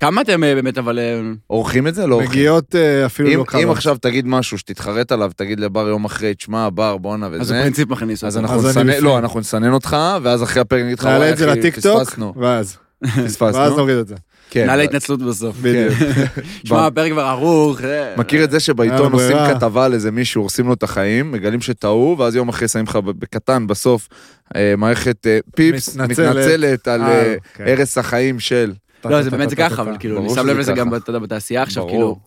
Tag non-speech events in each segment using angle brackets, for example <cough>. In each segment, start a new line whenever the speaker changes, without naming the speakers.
כמה אתם אה, באמת, אבל... אה,
עורכים את זה? לא עורכים.
מגיעות אה, אפילו
אם,
לא קרות.
אם עכשיו תגיד משהו שתתחרט עליו, תגיד לבר יום אחרי, תשמע, בר, בואנה וזה.
אז בפרינציפ מכניס אותם.
אז אנחנו
אז אני
נסנן,
בפנים.
לא, אנחנו נסנן אותך, ואז אחרי הפרק נגיד לך,
נעלה
"וואי,
את זה
אחי,
לטיקטוק, <laughs>
פספסנו,
ואז, ואז
פספסנו.
נוריד את זה.
כן.
נעלה התנצלות בסוף.
בדיוק.
<laughs>
שמע, הפרק כבר ערוך. אה,
כן. מכיר את זה
היה
שבעיתון
לו
עושים
ברירה.
כתבה על איזה מישהו, הורסים לו את החיים, מגלים שטעו, ואז יום אחרי שמים לך בקטן בסוף אה, מערכת אה, פיפס,
מתנצלת.
מתנצלת על
אה,
אה,
כן.
הרס החיים של.
לא, זה באמת זה ככה, אבל כאילו,
ברור
אני שם
שזה
לב לזה גם
ככה.
אתה יודע, בתעשייה עכשיו,
ברור.
כאילו,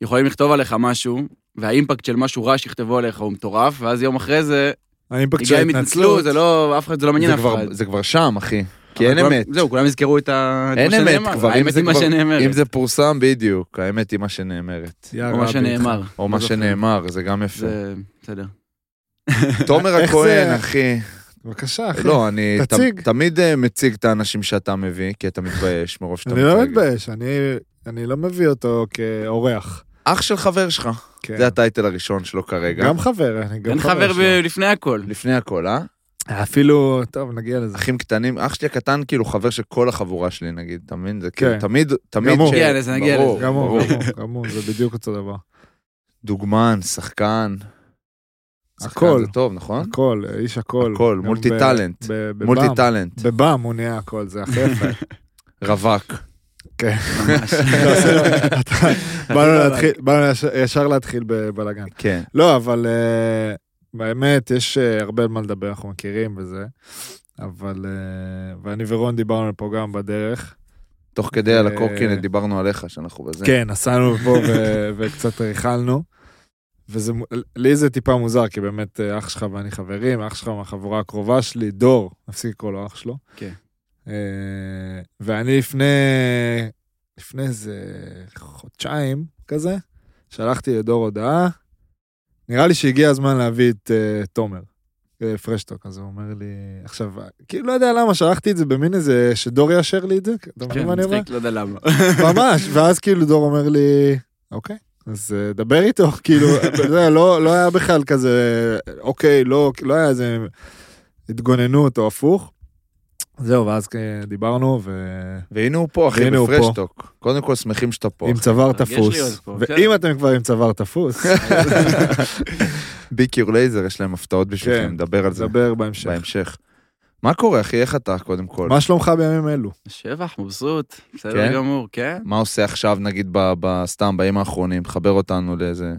יכולים לכתוב עליך משהו, והאימפקט של משהו רע שיכתבו עליך הוא מטורף, ואז יום אחרי זה,
האימפקט של
גם אם יתנצלו,
ההתנצלות,
זה לא, אף אחד, זה לא מעניין
זה
אף
כבר-
אחד.
זה כבר שם, אחי. כי
אבל
אין
כולם-
אמת.
זהו, כולם יזכרו את ה- את מה
אין אמת
שנאמר.
כבר, אם
האמת
זה
היא מה
כבר-
שנאמרת.
אם זה פורסם, בדיוק, האמת היא מה שנאמרת.
יא
או מה
רבי.
שנאמר.
או מה
לא זוכר.
שנאמר, זה גם יפה.
זה בסדר.
<laughs> תומר
איך
הכהן,
זה-
אחי.
בבקשה, אחי.
לא,
<laughs>
אני ת-
תציג.
תמיד אה, מציג את האנשים שאתה מביא, כי אתה מתבייש מרוב שאתה
אני לא
מתרגש.
מתבייש, אני- אני לא מביא אותו כאורח.
אח של חבר שלך.
כן.
זה הטייטל הראשון שלו כרגע.
גם חבר, אני גם
אין חבר
חבר.
ב- לפני הכל.
לפני הכל, אה?
שלו. אפילו, טוב, נגיע לזה.
אחים קטנים, אח שלי הקטן כאילו חבר של כל החבורה שלי נגיד, אתה מבין? זה כאילו
כן.
תמיד, תמיד,
גם הוא.
נגיע לזה, כן, נגיע
ברור,
גם הוא,
ברור.
גם הוא, גם הוא, זה בדיוק אותו דבר.
דוגמן, שחקן. שחקן
הכל.
זה טוב, נכון?
הכל, איש הכל.
הכל,
גם
מולטי
ב-
טאלנט.
ב- בבם.
מולטי טאלנט,
בבם הוא נהיה הכל, זה הכי יפה.
רווק.
ממש.
באנו להתחיל, באנו יש- ישר להתחיל בבלאגן.
כן.
לא, אבל אה, באמת, יש אה, הרבה מה לדבר, אנחנו מכירים וזה. אבל, אה, ואני ורון דיברנו פה גם בדרך.
תוך כדי על הקורקינט
אה,
דיברנו עליך שאנחנו בזה.
כן, נסענו פה
<laughs>
ו- וקצת ריכלנו. וזה, מו- לי זה טיפה מוזר, כי באמת אה, אח שלך ואני חברים, אח שלך מהחבורה הקרובה שלי, דור, נפסיק לקרוא לו אח שלו.
כן.
אה, ואני לפני, לפני איזה חודשיים כזה, שלחתי לדור הודעה, נראה לי שהגיע הזמן להביא את אה, תומר, אה, פרשטוק, אז הוא אומר לי, עכשיו, כאילו לא יודע למה, שלחתי את זה במין איזה, שדור יאשר לי את זה, אתה מבין
כן,
מה אני אומר?
מצחיק, לא יודע למה. <laughs>
ממש, ואז כאילו דור אומר לי, אוקיי, אז אה, דבר איתו, <laughs> כאילו, אתה יודע, לא, לא היה בכלל כזה, אוקיי, לא, לא היה איזה התגוננות או הפוך. זהו, ואז אה, דיברנו, ועם
והנה הוא פה, אחי,
והנה הוא פה.
בפרשטוק. קודם כל שמחים שאתה פה. <laughs>
צוואר
מרגש לי
תפוס.
עוד פה, כן.
ואם
בסדר.
אתם כבר עם צוואר תפוס,
ביקיור לייזר, יש להם הפתעות בשבילכם,
כן.
נדבר על זה
נדבר בהמשך.
בהמשך. מה קורה, אחי? איך אתה, קודם כל?
מה שלומך בימים אלו?
שבח, מבסוט,
כן?
בסדר גמור, כן.
מה עושה עכשיו, נגיד, ב- ב- סתם, בימים האחרונים? חבר אותנו לאיזה...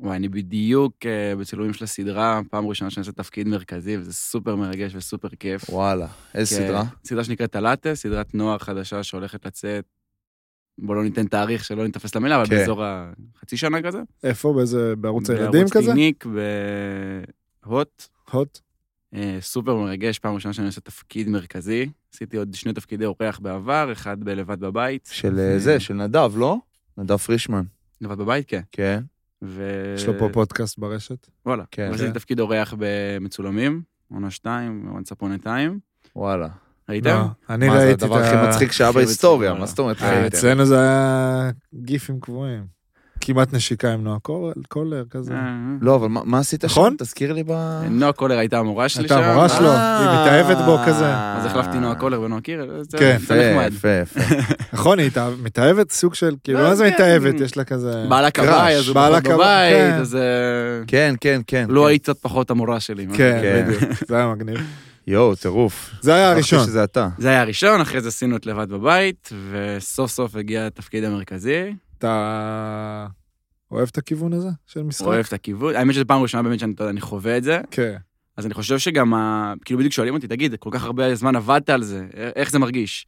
וואי, אני בדיוק אה, בצילומים של הסדרה, פעם ראשונה שאני עושה תפקיד מרכזי, וזה סופר מרגש וסופר כיף.
וואלה, איזה
כן,
סדרה?
סדרה שנקראת הלאטה, סדרת נוער חדשה שהולכת לצאת, בוא לא ניתן תאריך שלא ניתפס למילה, אבל
כן.
באזור החצי שנה כזה.
איפה? באיזה, בערוץ הילדים
בערוץ
כזה?
פיניק בהוט.
הוט?
אה, סופר מרגש, פעם ראשונה שאני עושה תפקיד מרכזי. עשיתי עוד שני תפקידי אורח בעבר, אחד בלבד בבית.
של אה, זה, של נדב, לא? נדב פרישמן.
לבד בבית, כן.
כן.
ו...
יש לו פה פודקאסט ברשת?
וואלה.
כן.
כן. ועשיתי
כן.
תפקיד אורח במצולמים, עונה 2, once upon a time.
וואלה.
ראיתם?
לא, אני
מה, זה
ראיתי את ה...
הדבר הכי מצחיק שהיה
הכי מצחיק,
בהיסטוריה,
וואלה.
מה זאת אומרת?
אה,
ראיתם?
אצלנו זה היה גיפים קבועים. כמעט נשיקה עם נועה קול- קולר כזה.
אה,
לא, אבל מה- מה עשית
נכון?
שם? תזכיר לי ב...
אה. נועה קולר הייתה המורה שלי שם.
הייתה המורה שלו,
אה.
היא מתאהבת בו כזה.
אז החלפתי נועה קולר ונועה קירל, זה
כן.
זה נחמד.
יפה, יפה, יפה.
נכון, היא התאהב- מתאהבת סוג של, כאילו,
לא,
מה זה
כן.
מתאהבת? יש לה כזה...
בעל הכבאי, אז הוא
כן. בעל
פחות
הכבאי,
בבית,
כן.
אז אה,
כן, כן, כן.
לו
כן.
היית קצת פחות המורה שלי. מה
כן,
כן.
<laughs>
בדיוק, זה היה מגניב.
יואו, טירוף.
זה היה
שכחתי
אה, הראשון.
שזה אתה.
זה היה הראשון, אחרי זה עשינו את לבד בבית, וסוף סוף הגיע התפקיד המרכזי.
אתה אוהב את הכיוון הזה של משחק?
אוהב את הכיוון. האמת שזו פעם ראשונה באמת שאני אתה יודע, אני חווה את זה.
כן.
אז אני חושב שגם, ה... כאילו בדיוק שואלים אותי, תגיד, כל כך הרבה זמן עבדת על זה, א- איך זה מרגיש?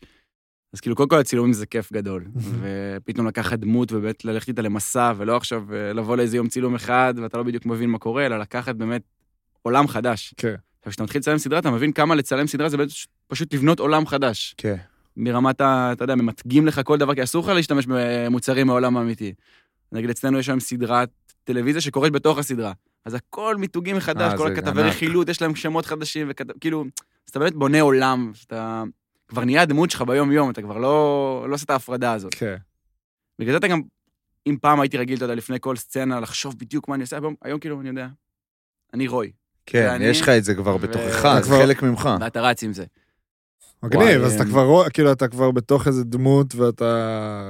אז כאילו, קודם כל הצילומים זה כיף גדול. ופתאום לקחת דמות ובאמת ללכת איתה למסע, ולא עכשיו אה, לבוא לאיזה יום צילום אחד, ואתה לא בדיוק מבין מה קורה, אלא לקחת באמת עולם חדש.
כן.
עכשיו, כשאתה מתחיל לצלם סדרה, אתה מבין כמה לצלם סדרה זה באמת פשוט לבנות עולם חדש.
כן.
מרמת ה... אתה יודע, ממתגים לך כל דבר, כי אסור לך להשתמש במוצרים מהעולם האמיתי. נגיד, אצלנו יש היום סדרת טלוויזיה שקורית בתוך הסדרה. אז הכל מיתוגים מחדש,
אה,
כל
זה
הכתבי
ענק.
רכילות, יש להם שמות חדשים, וכת... כאילו, אז אתה באמת בונה עולם, שאתה כבר נהיה הדמות שלך ביום-יום, אתה כבר לא, לא עושה את ההפרדה הזאת.
כן.
בגלל זה אתה גם, אם פעם הייתי רגיל, אתה יודע, לפני כל סצנה, לחשוב בדיוק מה אני עושה, היום, היום כאילו, אני יודע, אני רוי,
כן,
ואני-
יש לך את זה כבר
ו-
בתוכך,
אתה
זה
כבר-
חלק ממך.
ואתה רץ עם זה.
מגניב,
וואי,
אז אתה
אמ,
כבר, רוא- כאילו, אתה כבר בתוך איזה דמות ואתה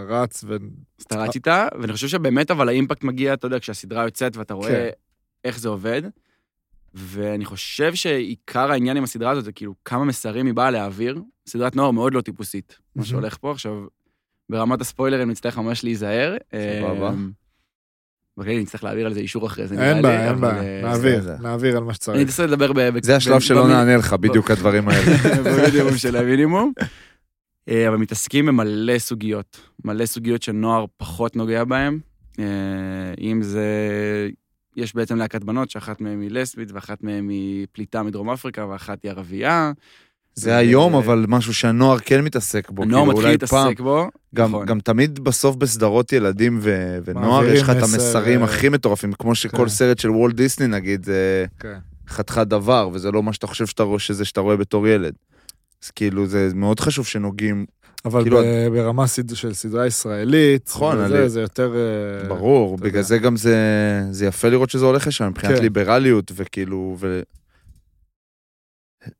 רץ ו...
אז אתה רץ איתה, ואני חושב שבאמת, אבל האימפקט מגיע, אתה יודע, כשהסדרה יוצאת ואתה
כן.
רואה איך זה עובד. ואני חושב שעיקר העניין עם הסדרה הזאת זה כאילו כמה מסרים היא באה להעביר. סדרת נוער מאוד לא טיפוסית, מה
מהמם.
שהולך פה עכשיו. ברמת הספוילר אני אצטרך ממש להיזהר.
סבבה.
אמ, בכללי נצטרך להעביר על זה אישור אחרי זה, נראה
אין
לי,
בעיה, אין
אבל,
בעיה,
אה,
נעביר,
בסדר.
נעביר על מה
אני
שצריך.
אנסה לדבר ב... ב-
זה השלב
ב-
שלא
במיני-
נענה לך, בדיוק
<laughs>
הדברים האלה.
במינימום של המינימום. אה, אבל מתעסקים במלא סוגיות, מלא סוגיות שנוער פחות נוגע בהן. אה, אם זה... יש בעצם להקת בנות שאחת מהן היא לסבית ואחת מהן היא פליטה מדרום אפריקה ואחת היא ערבייה.
זה היום, אבל משהו שהנוער כן מתעסק בו.
הנוער
כאילו,
מתחיל
אולי פעם-
להתעסק בו.
גם,
נכון.
גם תמיד בסוף בסדרות ילדים ו- ונוער,
מעבירים
יש לך את
מסר,
המסרים
אה,
הכי מטורפים, כמו שכל
כן.
סרט של וולט דיסני נגיד, זה
כן.
חתיכת דבר, וזה לא מה שאתה חושב שאתה רואה, שזה שאתה רואה בתור ילד. אז כאילו, זה מאוד חשוב שנוגעים,
אבל
כאילו,
ב- ברמה סד- של סדרה ישראלית,
נכון,
וזה-
עלי.
זה יותר... אה,
ברור,
אתה יודע.
בגלל זה גם זה, זה יפה לראות שזה הולך לשם, מבחינת
כן.
ליברליות, וכאילו, ו...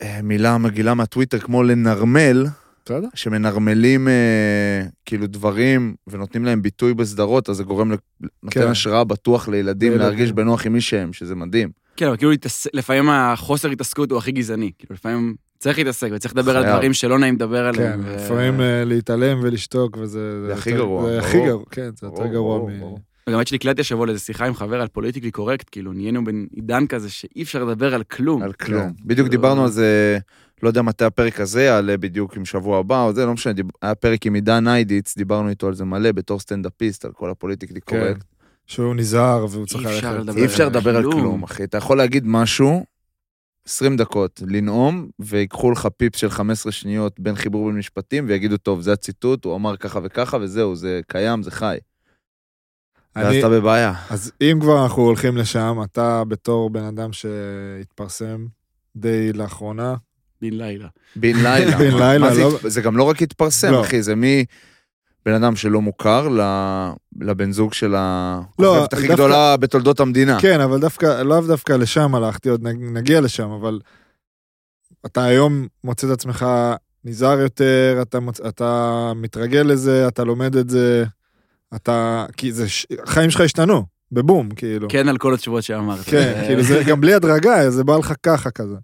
אה, מילה מגעילה מהטוויטר כמו לנרמל,
בסדר?
שמנרמלים אה, כאילו דברים ונותנים להם ביטוי בסדרות, אז זה גורם, ל- נותן
כן.
השראה בטוח לילדים
לילדים.
להרגיש בנוח עם מי שהם, שזה מדהים.
כן, אבל כאילו להתעס- לפעמים החוסר התעסקות הוא הכי גזעני. כאילו לפעמים צריך להתעסק וצריך לדבר על
חייב.
דברים שלא נעים לדבר
כן,
עליהם. ו-
לפעמים אה, להתעלם ולשתוק, וזה...
זה הכי
יותר-
גרוע,
זה הכי
ברור.
גרוע, כן, זה יותר
ברור,
גרוע
ברור,
מ...
ברור.
וגם עד שנקלטתי השבוע לאיזה שיחה עם חבר על פוליטיקלי קורקט, כאילו נהיינו בין עידן כזה שאי אפשר לדבר על כלום.
על כלום.
כן.
בדיוק דיברנו על זה, לא יודע מתי הפרק הזה יעלה בדיוק עם שבוע הבא, או זה, לא משנה, דיב- היה פרק עם עידן איידיץ, דיברנו איתו על זה מלא בתור סטנדאפיסט, על כל הפוליטיקלי
כן.
קורקט.
שהוא נזהר והוא צריך
אי
ללכת.
אפשר לדבר
אי אפשר לדבר על
כלום.
כלום, אחי. אתה יכול להגיד משהו, 20 דקות, לנאום, ויקחו לך פיפס של 15 שניות בין חיבור בין משפטים, ויגידו, טוב, זה הציטוט, הוא אמר ככה וככה, וזהו, זה קיים, זה חי. ואז
אני-
אתה בבעיה.
אז אם כבר אנחנו הולכים לשם, אתה בתור בן אדם שהתפרסם די לאחרונה,
בן לילה.
בן לילה.
<laughs> בן
מה-
לילה,
מה זה
לא-
התפ- זה גם לא רק התפרסם,
לא.
אחי, זה מבן אדם שלא מוכר ל- לבן זוג של הכוכבת הכי
לא, דווקא-
גדולה בתולדות המדינה.
אה.
כן, אבל דווקא, לאו דווקא לשם הלכתי, עוד נג- נגיע לשם, אבל אתה היום מוצא את עצמך נזהר יותר, אתה, מוצ... אתה מתרגל לזה, אתה לומד את זה, אתה, כי זה, ש... החיים שלך השתנו, בבום, כאילו.
כן, על כל התשובות שאמרת.
כן,
<laughs> אה,
כאילו זה גם בלי הדרגה, זה בא לך ככה כזה.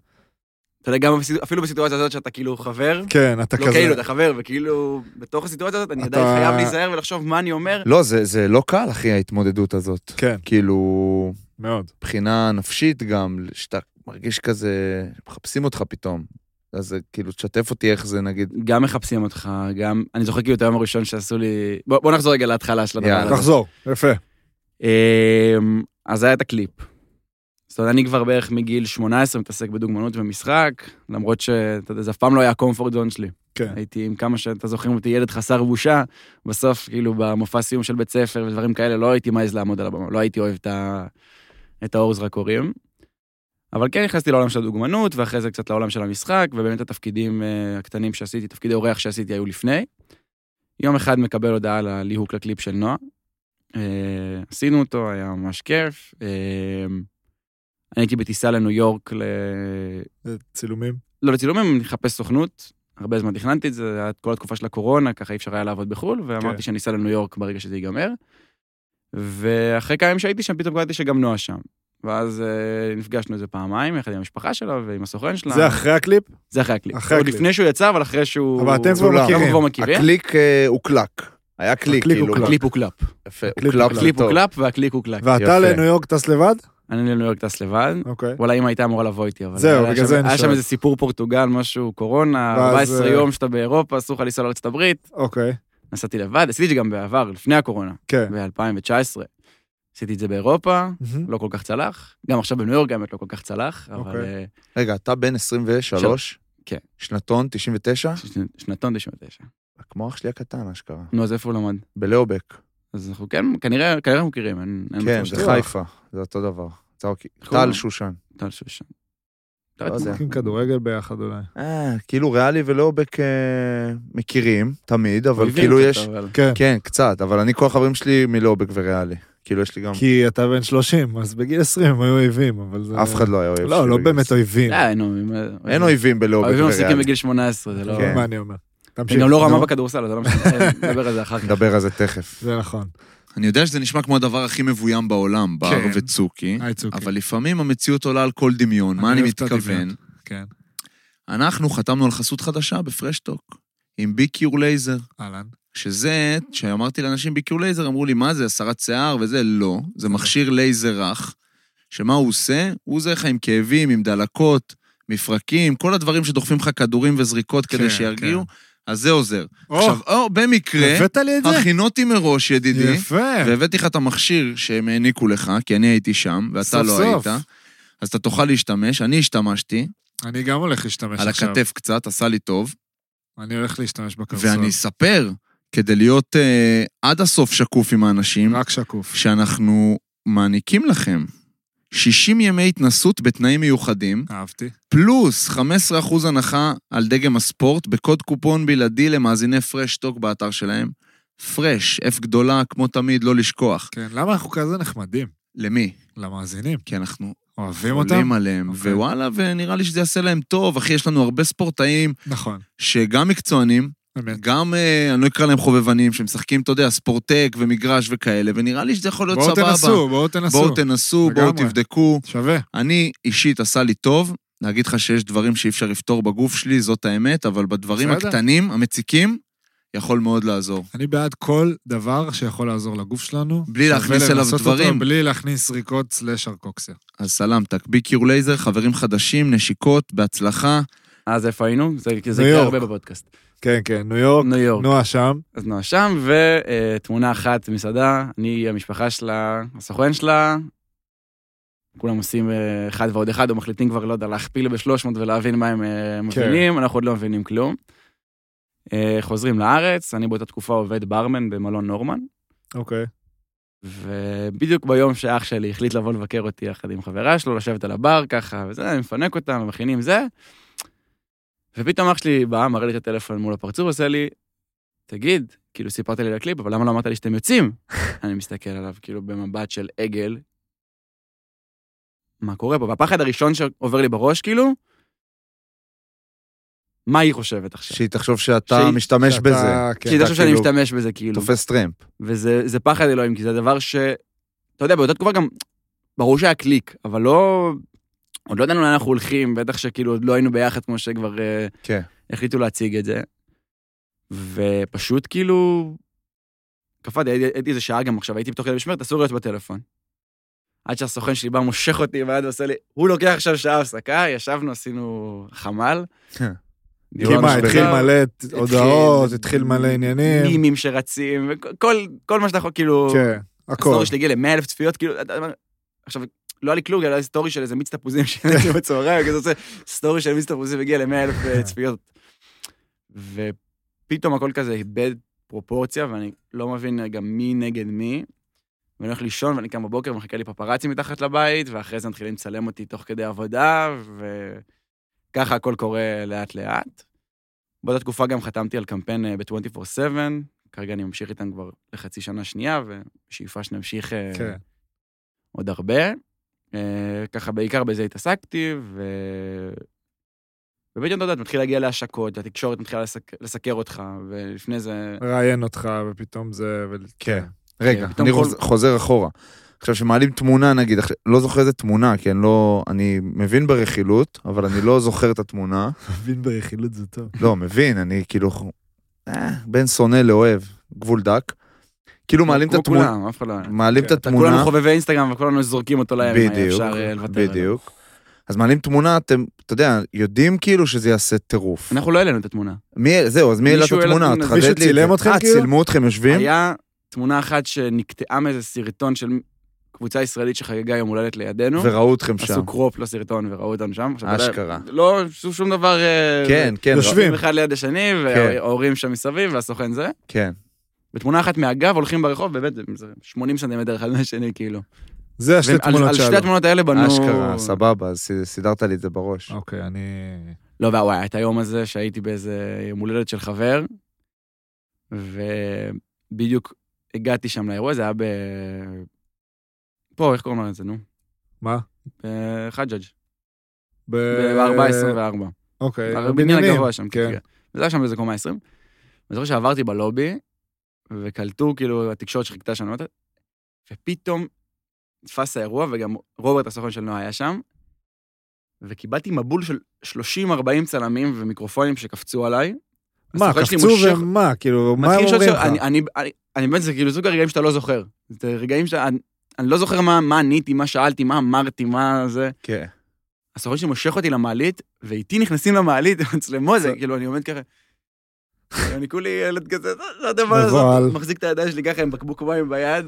אתה יודע, גם בסיט- אפילו בסיטואציה הזאת שאתה כאילו חבר,
כן, אתה
לא כאילו,
כזה.
אתה חבר, וכאילו, בתוך הסיטואציה הזאת אני
אתה-
עדיין חייב להיזהר ולחשוב מה אני אומר.
לא, זה זה לא קל, אחי, ההתמודדות הזאת.
כן,
כאילו...
מאוד.
מבחינה נפשית גם, שאתה מרגיש כזה, מחפשים אותך פתאום. אז זה, כאילו, תשתף אותי איך זה נגיד.
גם מחפשים אותך, גם... אני זוכר כאילו את היום הראשון שעשו לי... בוא בוא נחזור רגע להתחלה של הדבר
יאללה.
הזה.
תחזור, יפה.
אמ, אז היה את הקליפ. זאת אומרת, אני כבר בערך מגיל 18 מתעסק בדוגמנות ומשחק, למרות שאתה יודע, זה אף פעם לא היה הקומפורט זון שלי.
כן.
הייתי עם כמה שאתה זוכרים אותי, ילד חסר בושה, בסוף, כאילו, במופע סיום של בית ספר ודברים כאלה, לא הייתי מעז לעמוד על הבמה, לא הייתי אוהב את, ה... את האור זרקורים. אבל כן נכנסתי לעולם של הדוגמנות, ואחרי זה קצת לעולם של המשחק, ובאמת התפקידים אה, הקטנים שעשיתי, תפקידי אורח שעשיתי היו לפני. יום אחד מקבל הודעה על הליהוק לקליפ של נועה. אה, עשינו אותו, היה ממש כיף. אה, אני הייתי בטיסה לניו יורק ל-
צילומים.
לא לצילומים, לחפש סוכנות. הרבה זמן תכננתי את זה, זה היה את כל התקופה של הקורונה, ככה אי אפשר היה לעבוד בחו"ל, ואמרתי
כן.
שאני אסע לניו יורק ברגע שזה ייגמר. ואחרי כמה ימים שהייתי שם, פתאום קראתי שגם נועה שם. ואז אה, נפגשנו איזה פעמיים, יחד עם המשפחה שלה ועם הסוכן שלה.
זה אחרי הקליפ?
זה אחרי הקליפ.
אחרי
עוד
הקליפ.
לפני שהוא יצא, אבל אחרי שהוא...
אבל אתם כבר
צולם.
מכירים.
אנחנו כבר מכירים.
הקליק אה, הוא קלק. היה קליק,
הקליק
כאילו.
הוא קלק.
הקליפ הוא קלאפ.
יפה, הוא
הקליק
קלק.
הוא
הקליפ הוא
טוב.
קלאפ והקליק הוא קלאק.
ואתה
יפה.
לניו יורק טס לבד?
אני לניו יורק טס לבד.
אוקיי.
וואלה, אמא הייתה אמורה לבוא איתי, אבל...
זהו,
היה
בגלל
שם-
זה אני
היה
שואל.
שם איזה סיפור פורטוגל, משהו, קורונה,
ואז,
14
אה,
יום שאתה באירופה, אסור לך לנסוע לארצות הברית.
אוקיי,
נסעתי לבד, עשיתי את זה גם בעבר, לפני הקורונה,
כן.
ב-2019. עשיתי את זה באירופה,
מהמם.
לא כל כך צלח. גם עכשיו בניו יורק האמת לא כל כך צלח, אבל...
אוקיי.
אה,
רגע, אתה בן 23?
כן.
שנתון 99?
ש- ש- שנתון 99.
כמו אח שלי הקטן, אשכרה.
נו, אז איפה הוא למד?
בלאובק.
אז אנחנו כן, כנראה, כנראה אנחנו מכירים, אין... אין
כן,
מצב
זה
שזה-
חיפה. זה אותו דבר. זה אוקיי.
איך קוראים
טל
לו?
שושן.
טל שושן.
לא יודע.
משחקים כדורגל ביחד אולי.
אה, כאילו ריאלי ולאובק אה, מכירים, תמיד, אבל כאילו יש...
כן.
כן, קצת, אבל אני, כל החברים שלי מלאובק וריאלי.
כאילו, יש לי גם...
כי אתה בן 30, אז בגיל 20 הם היו אויבים, אבל זה...
אף אחד לא היה אויב
לא,
שלי
לא
בגיל
באמת אויבים.
אה, אין אוהבים.
אין אויבים בלאו
אוהבים מפסיקים
בטבריה.
בגיל 18, זה לא...
כן.
מה אני אומר?
זה
תמשיך.
גם לא רמה
נו,
בכדורסל, אז לא משנה,
<laughs>
נדבר על זה אחר כך.
נדבר על זה תכף.
זה נכון.
אני יודע שזה נשמע כמו הדבר הכי מבוים בעולם, בר
כן.
וצוקי,
היי צוקי.
אבל לפעמים המציאות עולה על כל דמיון, מה
אני
אני
אוהב את
מתכוון?
הדמיון. כן,
אנחנו חתמנו על חסות חדשה בפרשטוק, עם בי קיור לייזר.
אהלן.
שזה, כשאמרתי לאנשים ביקיור לייזר, אמרו לי, מה זה, הסרת שיער וזה? לא.
אוקיי.
זה מכשיר לייזר רך, שמה הוא עושה? הוא עוזר לך עם כאבים, עם דלקות, מפרקים, כל הדברים שדוחפים לך כדורים וזריקות
כן,
כדי שירגיעו, אז זה עוזר.
או,
עכשיו, או, במקרה,
הבאת לי את זה?
הכינותי מראש, ידידי,
יפה.
והבאתי לך את המכשיר שהם העניקו לך, כי אני הייתי שם, ואתה
סוף
לא
סוף.
היית. אז אתה תוכל להשתמש, אני השתמשתי,
אני גם הולך להשתמש
על
עכשיו.
הכתף קצת, עשה לי טוב.
אני הולך להשתמש בקרסול.
ואני אספר, כדי להיות אה, עד הסוף שקוף עם האנשים,
רק שקוף.
שאנחנו מעניקים לכם 60 ימי התנסות בתנאים מיוחדים,
אהבתי.
פלוס 15% הנחה על דגם הספורט, בקוד קופון בלעדי למאזיני פרש טוק באתר שלהם. פרש, F גדולה, כמו תמיד, לא לשכוח.
כן, למה אנחנו כזה נחמדים?
למי?
למאזינים.
כי אנחנו
אוהבים אותם?
עולים עליהם,
אוקיי.
ווואלה, ונראה לי שזה יעשה להם טוב. אחי, יש לנו הרבה ספורטאים
נכון.
שגם מקצוענים,
אמת.
גם, אה, אני לא אקרא להם חובבנים, שמשחקים, אתה יודע, ספורטק ומגרש וכאלה, ונראה לי שזה יכול להיות
בואו
לא סבבה.
תנסו, בואו תנסו.
בואו תנסו, בואו
לגמרי.
תבדקו.
שווה.
אני אישית עשה לי טוב, להגיד לך שיש דברים שאי אפשר לפתור בגוף שלי, זאת האמת, אבל בדברים
בסדר.
הקטנים, המציקים, יכול מאוד לעזור.
אני בעד כל דבר שיכול לעזור לגוף שלנו.
בלי
שווה
להכניס אליו
לנסות אותו
דברים.
בלי להכניס זריקות סלאש ארקוקסיה.
אז סלאם, תקבי קיור לייזר, חברים חדשים, נשיקות, בהצלחה.
אז איפה היינו? זה זה
ניו
יקרה
יורק.
הרבה בפודקאסט.
כן, כן, ניו יורק,
ניו יורק.
נועה שם.
אז נועה שם, ותמונה אחת מסעדה, אני, המשפחה שלה, הסוכן שלה, כולם עושים אה, אחד ועוד אחד, או מחליטים כבר, לא יודע, להכפיל ב-300 ולהבין מה הם
כן.
אה, מבינים, אנחנו עוד לא מבינים כלום. אה, חוזרים לארץ, אני באותה תקופה עובד ברמן במלון נורמן,
אוקיי.
ובדיוק ביום שאח שלי החליט לבוא לבקר אותי יחד עם חברה שלו, לשבת על הבר ככה, וזה, אני מפנק אותם, מכינים זה. ופתאום אח שלי בא, מראה לי את הטלפון מול הפרצוף, עושה לי, תגיד, כאילו סיפרת לי על הקליפ, אבל למה לא אמרת לי שאתם
<laughs>
יוצאים? אני מסתכל עליו כאילו במבט של עגל. מה קורה פה? והפחד הראשון שעובר לי בראש, כאילו, מה היא חושבת עכשיו?
שהיא תחשוב שאתה
שהיא-
משתמש
שאתה-
בזה,
כן.
שהיא
אתה
תחשוב שאני
כאילו-
משתמש בזה, כאילו.
תופס טרמפ.
וזה זה פחד אלוהים, כי זה דבר ש... אתה יודע, באותה תקופה גם, ברור שהיה קליק, אבל לא... עוד לא ידענו לאן אנחנו הולכים, בטח שכאילו עוד לא היינו ביחד כמו שכבר אה,
כן.
החליטו להציג את זה. ופשוט כאילו... קפאתי, הייתי, הייתי איזה שעה גם עכשיו, הייתי בתוך כדי משמרת, אסור להיות בטלפון. עד שהסוכן שלי בא, מושך אותי ביד ועושה לי, הוא לוקח עכשיו שעה הפסקה, ישבנו, עשינו חמל.
כי
דיברנו
מה,
שטויות.
כן. התחיל מלא הודעות, התחיל מלא עניינים.
מימים שרצים, וכל כל מה שאתה יכול, כאילו...
כן, הכל.
הסטורי שלי הגיע ל-100 אלף צפיות, כאילו, אתה אומר, עכשיו, לא היה לי כלום, היה לי סטורי של איזה מיץ תפוזים <laughs> שהייתי בצהריים, כזה עושה סטורי של מיץ תפוזים הגיע ל-100 אלף אה, צפיות. ופתאום הכל כזה איבד פרופורציה, ואני לא מבין גם מי נגד מי. ואני הולך לישון, ואני קם בבוקר, מחכה לי פפראצי מתחת לבית, ואחרי זה מתחילים לצלם אותי תוך כדי עבודה, וככה הכל קורה לאט-לאט. באותה תקופה גם חתמתי על קמפיין אה, ב-24/7, כרגע אני ממשיך איתם כבר לחצי שנה שנייה, ובשאיפה שנמשיך אה,
כן.
עוד הרבה. אה, ככה בעיקר בזה התעסקתי, ו... ובדיוק, אתה יודע, אתה מתחיל להגיע להשקות, התקשורת מתחילה לסק... לסקר אותך, ולפני זה... אה,
מראיין אותך, ופתאום זה... ו-
כן. רגע,
פתאום
אני
כל-
חוז- חוזר אחורה. עכשיו, שמעלים תמונה, נגיד, עכשיו, לא זוכר איזה תמונה, כי אני לא... אני מבין ברכילות, אבל אני לא זוכר את התמונה.
מבין ברכילות זה טוב.
לא, מבין, אני כאילו... אה, בין שונא לאוהב, גבול דק. כאילו מעלים את
כמו
התמונה,
כולם, אף אחד לא...
מעלים את
כן,
אתה- כולנו
התמונה,
חובבי אינסטגרם וכולנו זורקים אותו לים, אם היה
בדיוק,
אפשר אה, לוותר עליו.
בדיוק. אז מעלים תמונה, אתם, אתה יודע, יודעים כאילו שזה יעשה טירוף.
אנחנו לא העלינו את התמונה.
מי, זהו, אז מי העלה את
מישהו העלה
התמונה?
תמונה.
תחדד לי
מישהו
את זה.
צילם אתכם
אה,
כאילו?
צילמו אתכם יושבים?
היה תמונה אחת שנקטעה מאיזה סרטון של קבוצה ישראלית שחגגה יום הולדת לידינו.
וראו אתכם שם.
עשו קרופ לסרטון וראו אותנו שם. עכשיו, אתה יודע,
אשכרה.
לא עשו שום דבר... אה,
כן, כן, ראו-
יושבים.
יושבים אחד ליד השני,
כן.
וההורים שם מסביב, והסוכן זה.
כן.
בתמונה אחת מהגב הולכים ברחוב, באמת, זה 80 סנטימטר אחד מהשני, כאילו.
זה השתי
ועל-
תמונות
על שתי
שעלו.
התמונות האלה בנו...
אשכרה, סבבה, אז ס- סידרת לי את זה בראש.
אוקיי, אני...
לא, וואי, היה את היום הזה שהייתי באיזה יום הולדת של חבר, ובדיוק הגעתי שם לאירוע, זה היה ב... פה, איך קוראים לזה, נו?
מה?
אה, חג'ג',
ב... אה,
ב-424.
אוקיי,
הבניין הגבוה שם,
כן.
כן. כן. וזה היה שם איזה קומה 20. ואני זוכר שעברתי בלובי, וקלטו, כאילו, התקשורת שחיכתה שם, למטה, ופתאום נתפס האירוע, וגם רוברט, הסוכן של נועה, היה שם, וקיבלתי מבול של 30-40 צלמים ומיקרופונים שקפצו עליי.
מה,
הסוכן שלי
קפצו
מושך-
ומה, כאילו, מה הם
מתחיל לשאול
אומרים
שאלות, אני-
לך?
אני- אני- אני באמת, זה כאילו סוג הרגעים שאתה לא זוכר. זה רגעים שאתה... אני לא זוכר מה מה עניתי, מה שאלתי, מה אמרתי, מה זה.
כן.
הסוכן שלי מושך אותי למעלית, ואיתי נכנסים למעלית, <laughs> מצלמות, זה
זה-
כאילו, אני עומד ככה. <laughs> אני כולי ילד כזה, "זה- זה הדבר הזה,
מבוהל.
מחזיק את הידיים שלי ככה עם בקבוק מים ביד.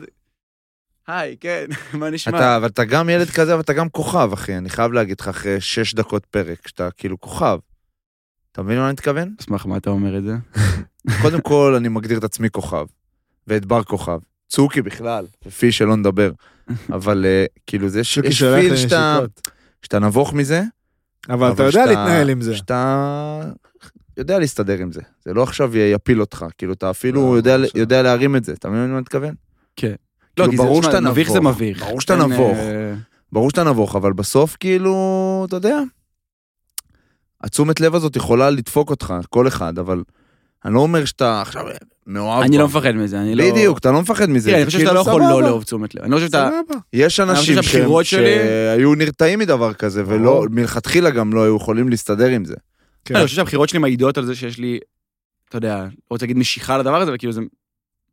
היי, כן, <laughs> מה נשמע?
אתה, אבל אתה גם ילד כזה, אבל אתה גם כוכב, אחי. אני חייב להגיד לך, אחרי שש דקות פרק, שאתה כאילו כוכב. אתה מבין מה אני מתכוון?
על סמך מה אתה אומר את זה?
קודם כל, אני מגדיר את עצמי כוכב, ואת בר כוכב. צוקי בכלל, לפי שלא נדבר. אבל אה, כאילו, זה ש-
שוקי
יש
שולח לי
פיל שאתה
נשיקות.
שאתה נבוך מזה,
אבל אתה יודע
שאתה-
להתנהל עם זה.
שאתה יודע להסתדר עם זה. זה לא עכשיו י- יפיל אותך, כאילו, אתה אפילו
לא,
יודע-
ממש לא.
יודע להרים את זה. אתה מבין מה אני מתכוון?
כן.
כאילו,
כי זה-
ברור
תשמע,
שאתה נבוך.
מביך זה מביך.
ברור שאתה
אין,
נבוך.
אה,
ברור שאתה נבוך, אבל בסוף כאילו, אתה יודע, התשומת לב הזאת יכולה לדפוק אותך, כל אחד, אבל אני לא אומר שאתה עכשיו מאוהב.
אני
בה.
לא מפחד מזה, אני לא...
אוקיי. בדיוק, אתה לא מפחד מזה.
תראה, אני
זה
חושב
כאילו
שאתה לא יכול לא
סבבה.
לאהוב תשומת לב. אני לא חושב שאתה...
סבבה.
יש אנשים
חושב שהבחירות
שהם-
שלי-
שהיו נרתעים מדבר כזה, ולא,
ברור.
מלכתחילה גם לא היו יכולים להסתדר עם זה.
כן.
אני חושב שהבחירות שלי מעידות על זה שיש לי, אתה יודע, לא רוצה להגיד משיכה לדבר הזה, אבל כאילו זה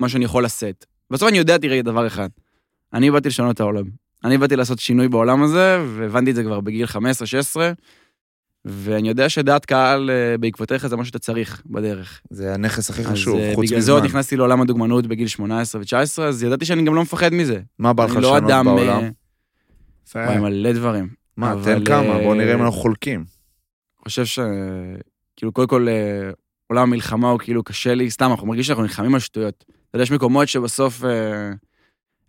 מה שאני יכול לשאת. בסוף אני יודע, תראה, דבר אחד. אני באתי לשנות את העולם. אני באתי לעשות שינוי בעולם הזה, והבנתי את זה כבר בגיל 15-16, ואני יודע שדעת קהל אה, בעקבותיך זה מה שאתה צריך בדרך.
זה הנכס הכי
אז
חשוב,
אה,
חוץ
בגלל זה עוד
מזמן.
נכנסתי לעולם הדוגמנות בגיל 18 ו-19, אז ידעתי שאני גם לא מפחד מזה.
מה בא לך
אני לא
לשנות
אדם...
בעולם? אה.
אה,
יפה.
וואי, מלא דברים.
מה,
אבל,
תן כמה, בוא נראה אם
אה,
אנחנו חולקים.
חושב ש... כאילו, קודם כל, אה, עולם המלחמה הוא כאילו קשה לי, סתם, אנחנו מרגישים שאנחנו נלחמים על שטויות. אתה יודע, יש מקומות שבסוף אה,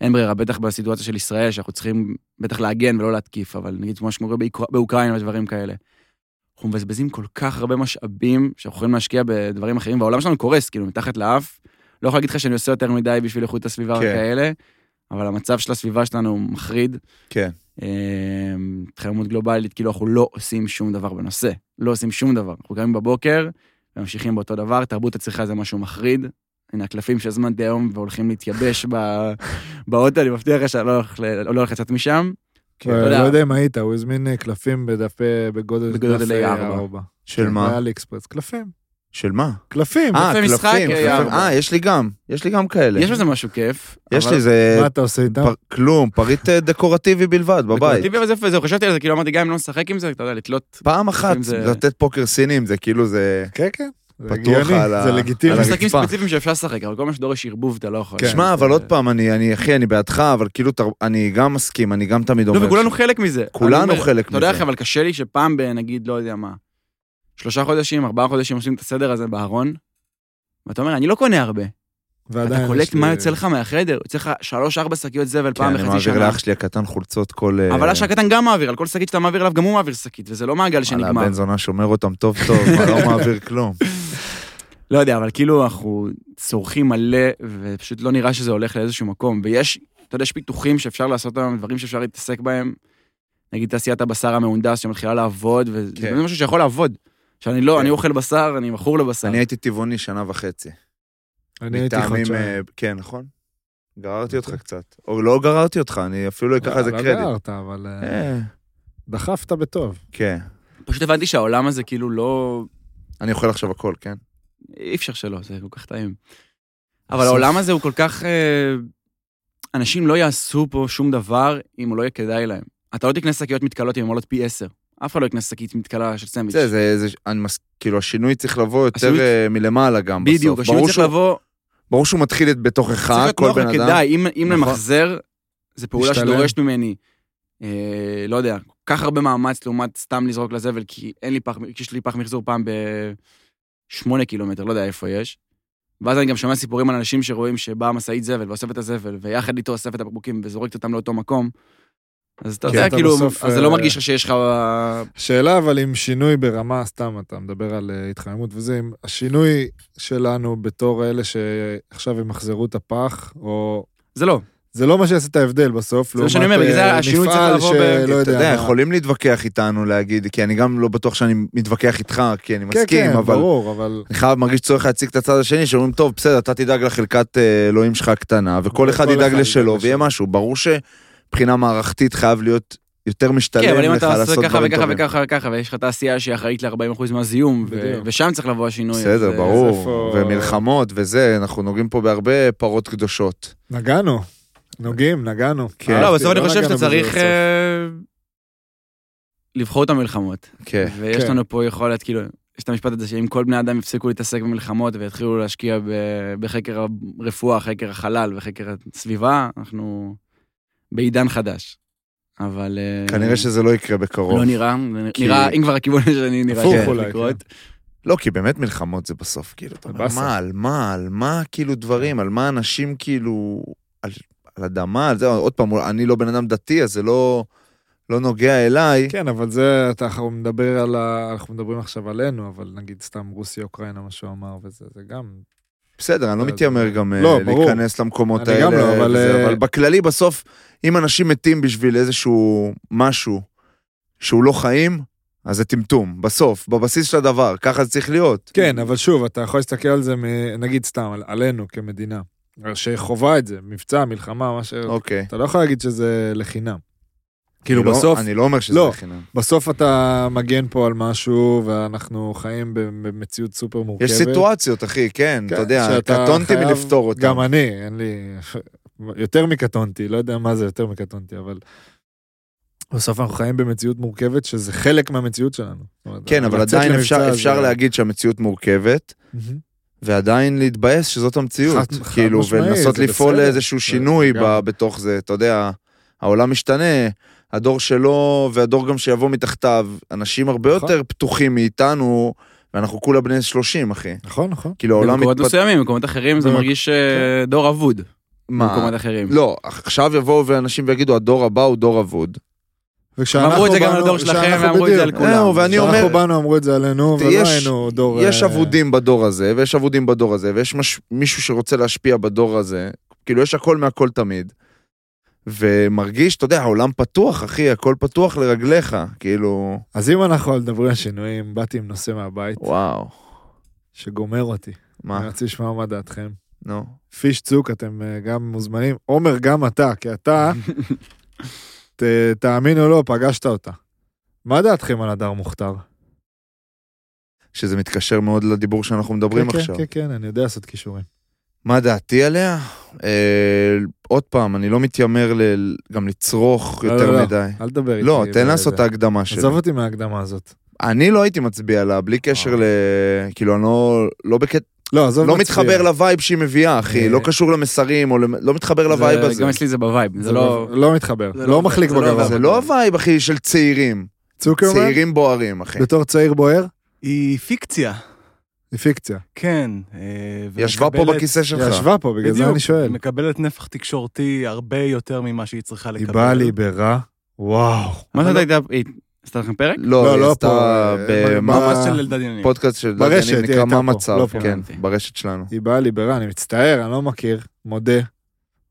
אין ברירה, בטח בסיטואציה של ישראל, שאנחנו צריכים בטח להגן ולא להתקיף, אבל נגיד כמו שקורה באוק- באוקראינה ודברים כאלה. אנחנו מבזבזים כל כך הרבה משאבים שאנחנו יכולים להשקיע בדברים אחרים, והעולם שלנו קורס, כאילו, מתחת לאף. לא יכול להגיד לך שאני עושה יותר מדי בשביל איכות הסביבה
כן.
וכאלה, אבל המצב של הסביבה שלנו הוא מחריד.
כן.
אה, התחממות גלובלית, כאילו אנחנו לא עושים שום דבר בנושא, לא עושים שום דבר. אנחנו קמים בבוקר וממשיכים באותו דבר, תרבות הצריכה זה משהו מחריד. הנה הקלפים שהזמנתי היום והולכים להתייבש
<laughs>
ב- באוטו, אני מבטיח לך שאני לא הולך ל- לא הולך לצאת משם.
כן,
אה,
אתה יודע.
לא יודע אם היית, הוא הזמין אה, קלפים בדפי, בגודל
בגודל
דף, אה,
A4.
A4.
של מה?
באלי אקספרס. קלפים.
של מה?
קלפים.
אה,
יפה, משחק,
קלפים.
אה,
קלפים.
ארבע.
אה, יש לי גם. יש לי גם כאלה.
יש בזה משהו כיף.
יש
אבל-
לי זה
מה אתה עושה איתם?
פר- כלום, פריט אה, דקורטיבי בלבד, בבית.
דקורטיבי, אבל זה יפה, זהו, חשבתי על זה, כאילו אמרתי, גם אם לא נשחק עם זה, אתה יודע, לתלות.
פעם אחת
אם זה-
לתת פוקר סינים, זה כאילו זה...
כן, כן. זה
פתוח
הגיוני,
על ה-
זה
על
לגיטימי.
יש משחקים
הרצפה.
ספציפיים שאפשר לשחק, אבל כל מה שדורש ערבוב אתה לא יכול.
כן.
שמע, אבל
אה,
עוד פעם, אני, אני, אחי, אני בעדך, אבל כאילו, תר... אני גם מסכים, אני גם תמיד אומר...
לא, וכולנו
ש-
חלק מזה.
כולנו
אני אומר,
חלק
אתה יודע
מזה.
איך, אבל קשה לי שפעם ב... נגיד, לא יודע מה, שלושה חודשים, ארבעה חודשים עושים את הסדר הזה בארון, ואתה אומר, אני לא קונה הרבה.
ועדיין
אתה
יש
קולט
לי-
מה יוצא לך מהחדר, יוצא לך שלוש-ארבע שקיות זבל
כן,
פעם
אני
בחצי
מעביר
שנה.
לאח שלי הקטן חולצות כל... אה,
אבל לא אשר הקטן גם מעביר, על כל שקית שאתה מעביר אליו גם הוא מעביר שקית, וזה לא מעגל
וואלה,
שנגמר.
הבן זונה שומר אותם טוב
<laughs>
טוב, אבל לא מעביר כלום.
לא יודע, אבל כאילו אנחנו צורכים מלא, ופשוט לא נראה שזה הולך לאיזשהו מקום. ויש, אתה יודע, יש פיתוחים שאפשר לעשות היום, דברים שאפשר להתעסק בהם. נגיד תעשיית הבשר המהונדס שמתחילה לעבוד, וזה
כן.
באמת משהו שיכול לעבוד. שאני לא,
כן.
אני אוכל בשר, אני מכור לבשר.
אני הייתי טבעוני שנה וחצי.
אני הייתי
מטעמים,
חודשיים.
אה, כן, נכון? גררתי אותך קצת. או לא גררתי אותך, אני אפילו לא אקח לזה
לא
קרדיט.
גררת, אבל אה,
אה,
דחפת בטוב.
כן.
פשוט הבנתי שהעולם הזה כאילו לא...
אני אוכל עכשיו הכל, כן?
אי אפשר שלא, זה כל כך טעים. אבל העולם הזה הוא כל כך... אה, אנשים לא יעשו פה שום דבר אם הוא לא יהיה כדאי להם. אתה לא תקנה שקיות מתכלות אם הן עולות פי עשר. אף אחד לא יקנה שקית מתכלה של סנדוויץ'.
זה, זה, זה, אני מס... כאילו, השינוי צריך לבוא יותר
השינוי-
אה, מלמעלה גם בסוף.
בדיוק, השינוי
ברור
צריך
שהוא-
לבוא
ברור שהוא מתחיל את בתוכך,
צריך להיות
כל
נוח
בן אדם.
וכדאי, אם, אם
נכון.
למחזר, זו פעולה
משתלם.
שדורשת ממני, אה, לא יודע, כל כך הרבה מאמץ לעומת סתם לזרוק לזבל, כי אין לי פח, כי יש לי פח מחזור פעם בשמונה קילומטר, לא יודע איפה יש. ואז אני גם שומע סיפורים על אנשים שרואים שבאה משאית זבל ואוספת את הזבל, ויחד איתו אוספת את הבקבוקים וזורקת אותם לאותו מקום. אז אתה
כן,
יודע,
אתה
כאילו,
בסוף,
אז זה
אה,
לא מרגיש לך שיש לך...
שאלה אבל עם שינוי ברמה, סתם אתה מדבר על אה, התחממות וזה, אם השינוי שלנו בתור אלה שעכשיו ימחזרו את הפח, או
זה לא.
זה לא מה שיעשה את ההבדל בסוף,
זה מה שאני אומר, בגלל זה
אה,
השינוי צריך
מפעל
לבוא ב-
שלא
אתה
לא יודע.
יודע,
מה.
יכולים להתווכח איתנו להגיד, כי אני גם לא בטוח שאני מתווכח איתך, כי אני
כן,
מסכים,
כן,
אבל
ברור, אבל...
אני חייב, מרגיש צורך להציג את הצד השני, שאומרים, טוב, בסדר, אתה תדאג לחלקת אה, אלוהים שלך הקטנה, וכל
וכל
אחד
אחד
ידאג
ידאג
לשלו,
לשלו.
ויהיה משהו. ברור שמבחינה מערכתית חייב להיות יותר משתלם לך
כן, אבל אם
לעשות
אתה
דברים
עושה
טובים.
ככה וככה וככה וככה, ויש לך תעשייה שהיא אחראית ל-40% מהזיהום, ו-
בדיוק.
ושם צריך לבוא השינוי. אז,
בסדר,
אה,
אז
ברור,
איפה-
ומלחמות וזה, אנחנו נוגעים פה בהרבה פרות קדושות.
נגענו. נוגעים, נגענו.
כן.
לא,
אהבתי,
בסוף אני חושב
נגענו
שאתה
בזה
צריך
בסוף.
אה, לבחור את המלחמות.
כן.
ויש
כן.
לנו פה יכולת, כאילו, יש את המשפט הזה שאם כל בני אדם יפסיקו להתעסק במלחמות ויתחילו להשקיע ב- בחקר הרפואה, חקר החלל וחקר הסביבה, אנחנו בעידן חדש. אבל... אה,
כנראה שזה לא יקרה בקרוב.
לא נראה, זה נראה, אם כבר הכיוון שאני נראה
הפוך
שהולך
אולי, כן.
לקרות.
לא, כי באמת מלחמות זה בסוף, כאילו, אתה אומר,
באסה.
מה, על מה, על מה, כאילו, דברים, על מה אנשים, כאילו, על, על אדמה, על זה, עוד פעם, אני לא בן אדם דתי, אז זה לא, לא נוגע אליי.
כן, אבל זה, אתה- אנחנו מדבר על ה... אנחנו מדברים עכשיו עלינו, אבל נגיד סתם רוסיה, אוקראינה, מה שהוא אמר, וזה זה גם...
בסדר, אני לא
זה-
מתיימר גם אה,
לא, ברור.
להיכנס למקומות
אני
האלה,
גם לא, אבל,
וזה,
אה,
אבל בכללי, בסוף, אם אנשים מתים בשביל איזשהו משהו שהוא לא חיים, אז זה טמטום, בסוף, בבסיס של הדבר, ככה זה צריך להיות.
כן, אבל שוב, אתה יכול להסתכל על זה, מ- נגיד סתם, על- עלינו כמדינה, שחווה את זה, מבצע, מלחמה, מה ש...
אוקיי.
אתה לא יכול להגיד שזה לחינם. כאילו
אני לא-
בסוף,
אני לא אומר שזה
לא.
חינם.
בסוף אתה מגן פה על משהו, ואנחנו חיים במציאות סופר מורכבת.
יש סיטואציות, אחי, כן, אתה
כן,
יודע,
שאתה
קטונתי
חייב-
מלפתור אותם.
גם אני, אין לי... יותר מקטונתי, לא יודע מה זה יותר מקטונתי, אבל... בסוף אנחנו חיים במציאות מורכבת, שזה חלק מהמציאות שלנו. זאת אומרת,
כן, אבל
לצאת
עדיין
למבצע
אפשר,
הזה-
אפשר להגיד שהמציאות מורכבת,
מהמם.
ועדיין להתבאס שזאת המציאות.
חד- חד
כאילו,
משמעית,
ולנסות
זה
לפעול
בסדר.
לאיזשהו
זה-
שינוי
זה
ב-
גם-
בתוך זה. אתה יודע, העולם משתנה, הדור שלו והדור גם שיבוא מתחתיו, אנשים הרבה
נכון.
יותר פתוחים מאיתנו, ואנחנו כולה בני 30, אחי.
נכון, נכון.
כאילו, העולם
במקומות
מתפתח...
מסוימים, במקומות אחרים זה
במק-
מרגיש אה, דור אבוד.
מה?
במקומות אחרים.
לא, עכשיו יבואו ואנשים ויגידו, הדור הבא הוא דור אבוד.
וכשאנחנו
אמרו את זה גם
לא, באנו-
לדור שלכם,
כשאנחנו
ואמרו את זה לא- על
בדיוק,
כולם.
זהו, ואני אומר-
כשאנחנו באנו, אמרו את זה עלינו, ולא
יש-
לא היינו דור...
יש
אה,
אבודים בדור הזה, ויש אבודים בדור הזה, ויש מש... מישהו שרוצה להשפיע בדור הזה. כאילו, יש הכל מהכל תמיד. ומרגיש, אתה יודע, העולם פתוח, אחי, הכל פתוח לרגליך. כאילו,
אז אם אנחנו מדברים על שינויים, באתי עם נושא מהבית,
וואו.
שגומר אותי. אני
מה?
רוצה לשמוע מה דעתכם.
נו.
פיש צוק, אתם אה, גם מוזמנים. עומר, גם אתה,
<laughs>
כי אתה, ת, תאמין או לא, פגשת אותה. מה דעתכם על הדר מוכתר?
שזה מתקשר מאוד לדיבור שאנחנו מדברים
כן,
עכשיו.
כן, כן, כן, אני יודע לעשות כישורים.
מה דעתי עליה? אה, עוד פעם, אני לא מתיימר ל... גם לצרוך
לא,
יותר
לא, לא.
מדי.
אל תדבר איתי.
לא,
בזה.
תן לעשות את ההקדמה שלי.
עזוב אה. אותי מההקדמה הזאת.
אני לא הייתי מצביע לה, בלי קשר
וואו.
ל... כאילו, אני לא... לא בקטע...
לא, עזוב
לא
מצביע.
מתחבר לווייב שהיא מביאה, אחי,
אה.
לא קשור למסרים, או למ- לא מתחבר לווייב
זה-
הזה.
גם אצלי זה בווייב, זה לא...
לא מתחבר,
זה
לא
לא-
מחליק
זה לא
בגרון.
עבר.
זה לא הווייב, אחי, של צעירים.
צוקרמן,
צעירים בוערים, אחי.
בתור צעיר בוער,
היא פיקציה,
היא פיקציה.
כן. אה,
ישבה פה
ומקבלת-
בכיסא
היא
שלך.
ישבה פה, בגלל זה
בדיוק,
אני שואל.
מקבלת נפח תקשורתי הרבה יותר ממה שהיא צריכה
היא
לקבל.
באה לי ברע, וואו.
מה זה הייתה... היא עשתה לכם פרק?
לא,
לא,
היא
לא
עשתה
פה, אה,
במאמץ
ממש
אה,
של אלדד עניינים.
פודקאסט של דני,
ברשת, היא
נקרא
הייתה
מה
פה,
מצב,
לא פה.
כן,
הבנתי.
ברשת שלנו.
היא באה לי ברע, אני מצטער, אני לא מכיר, מודה.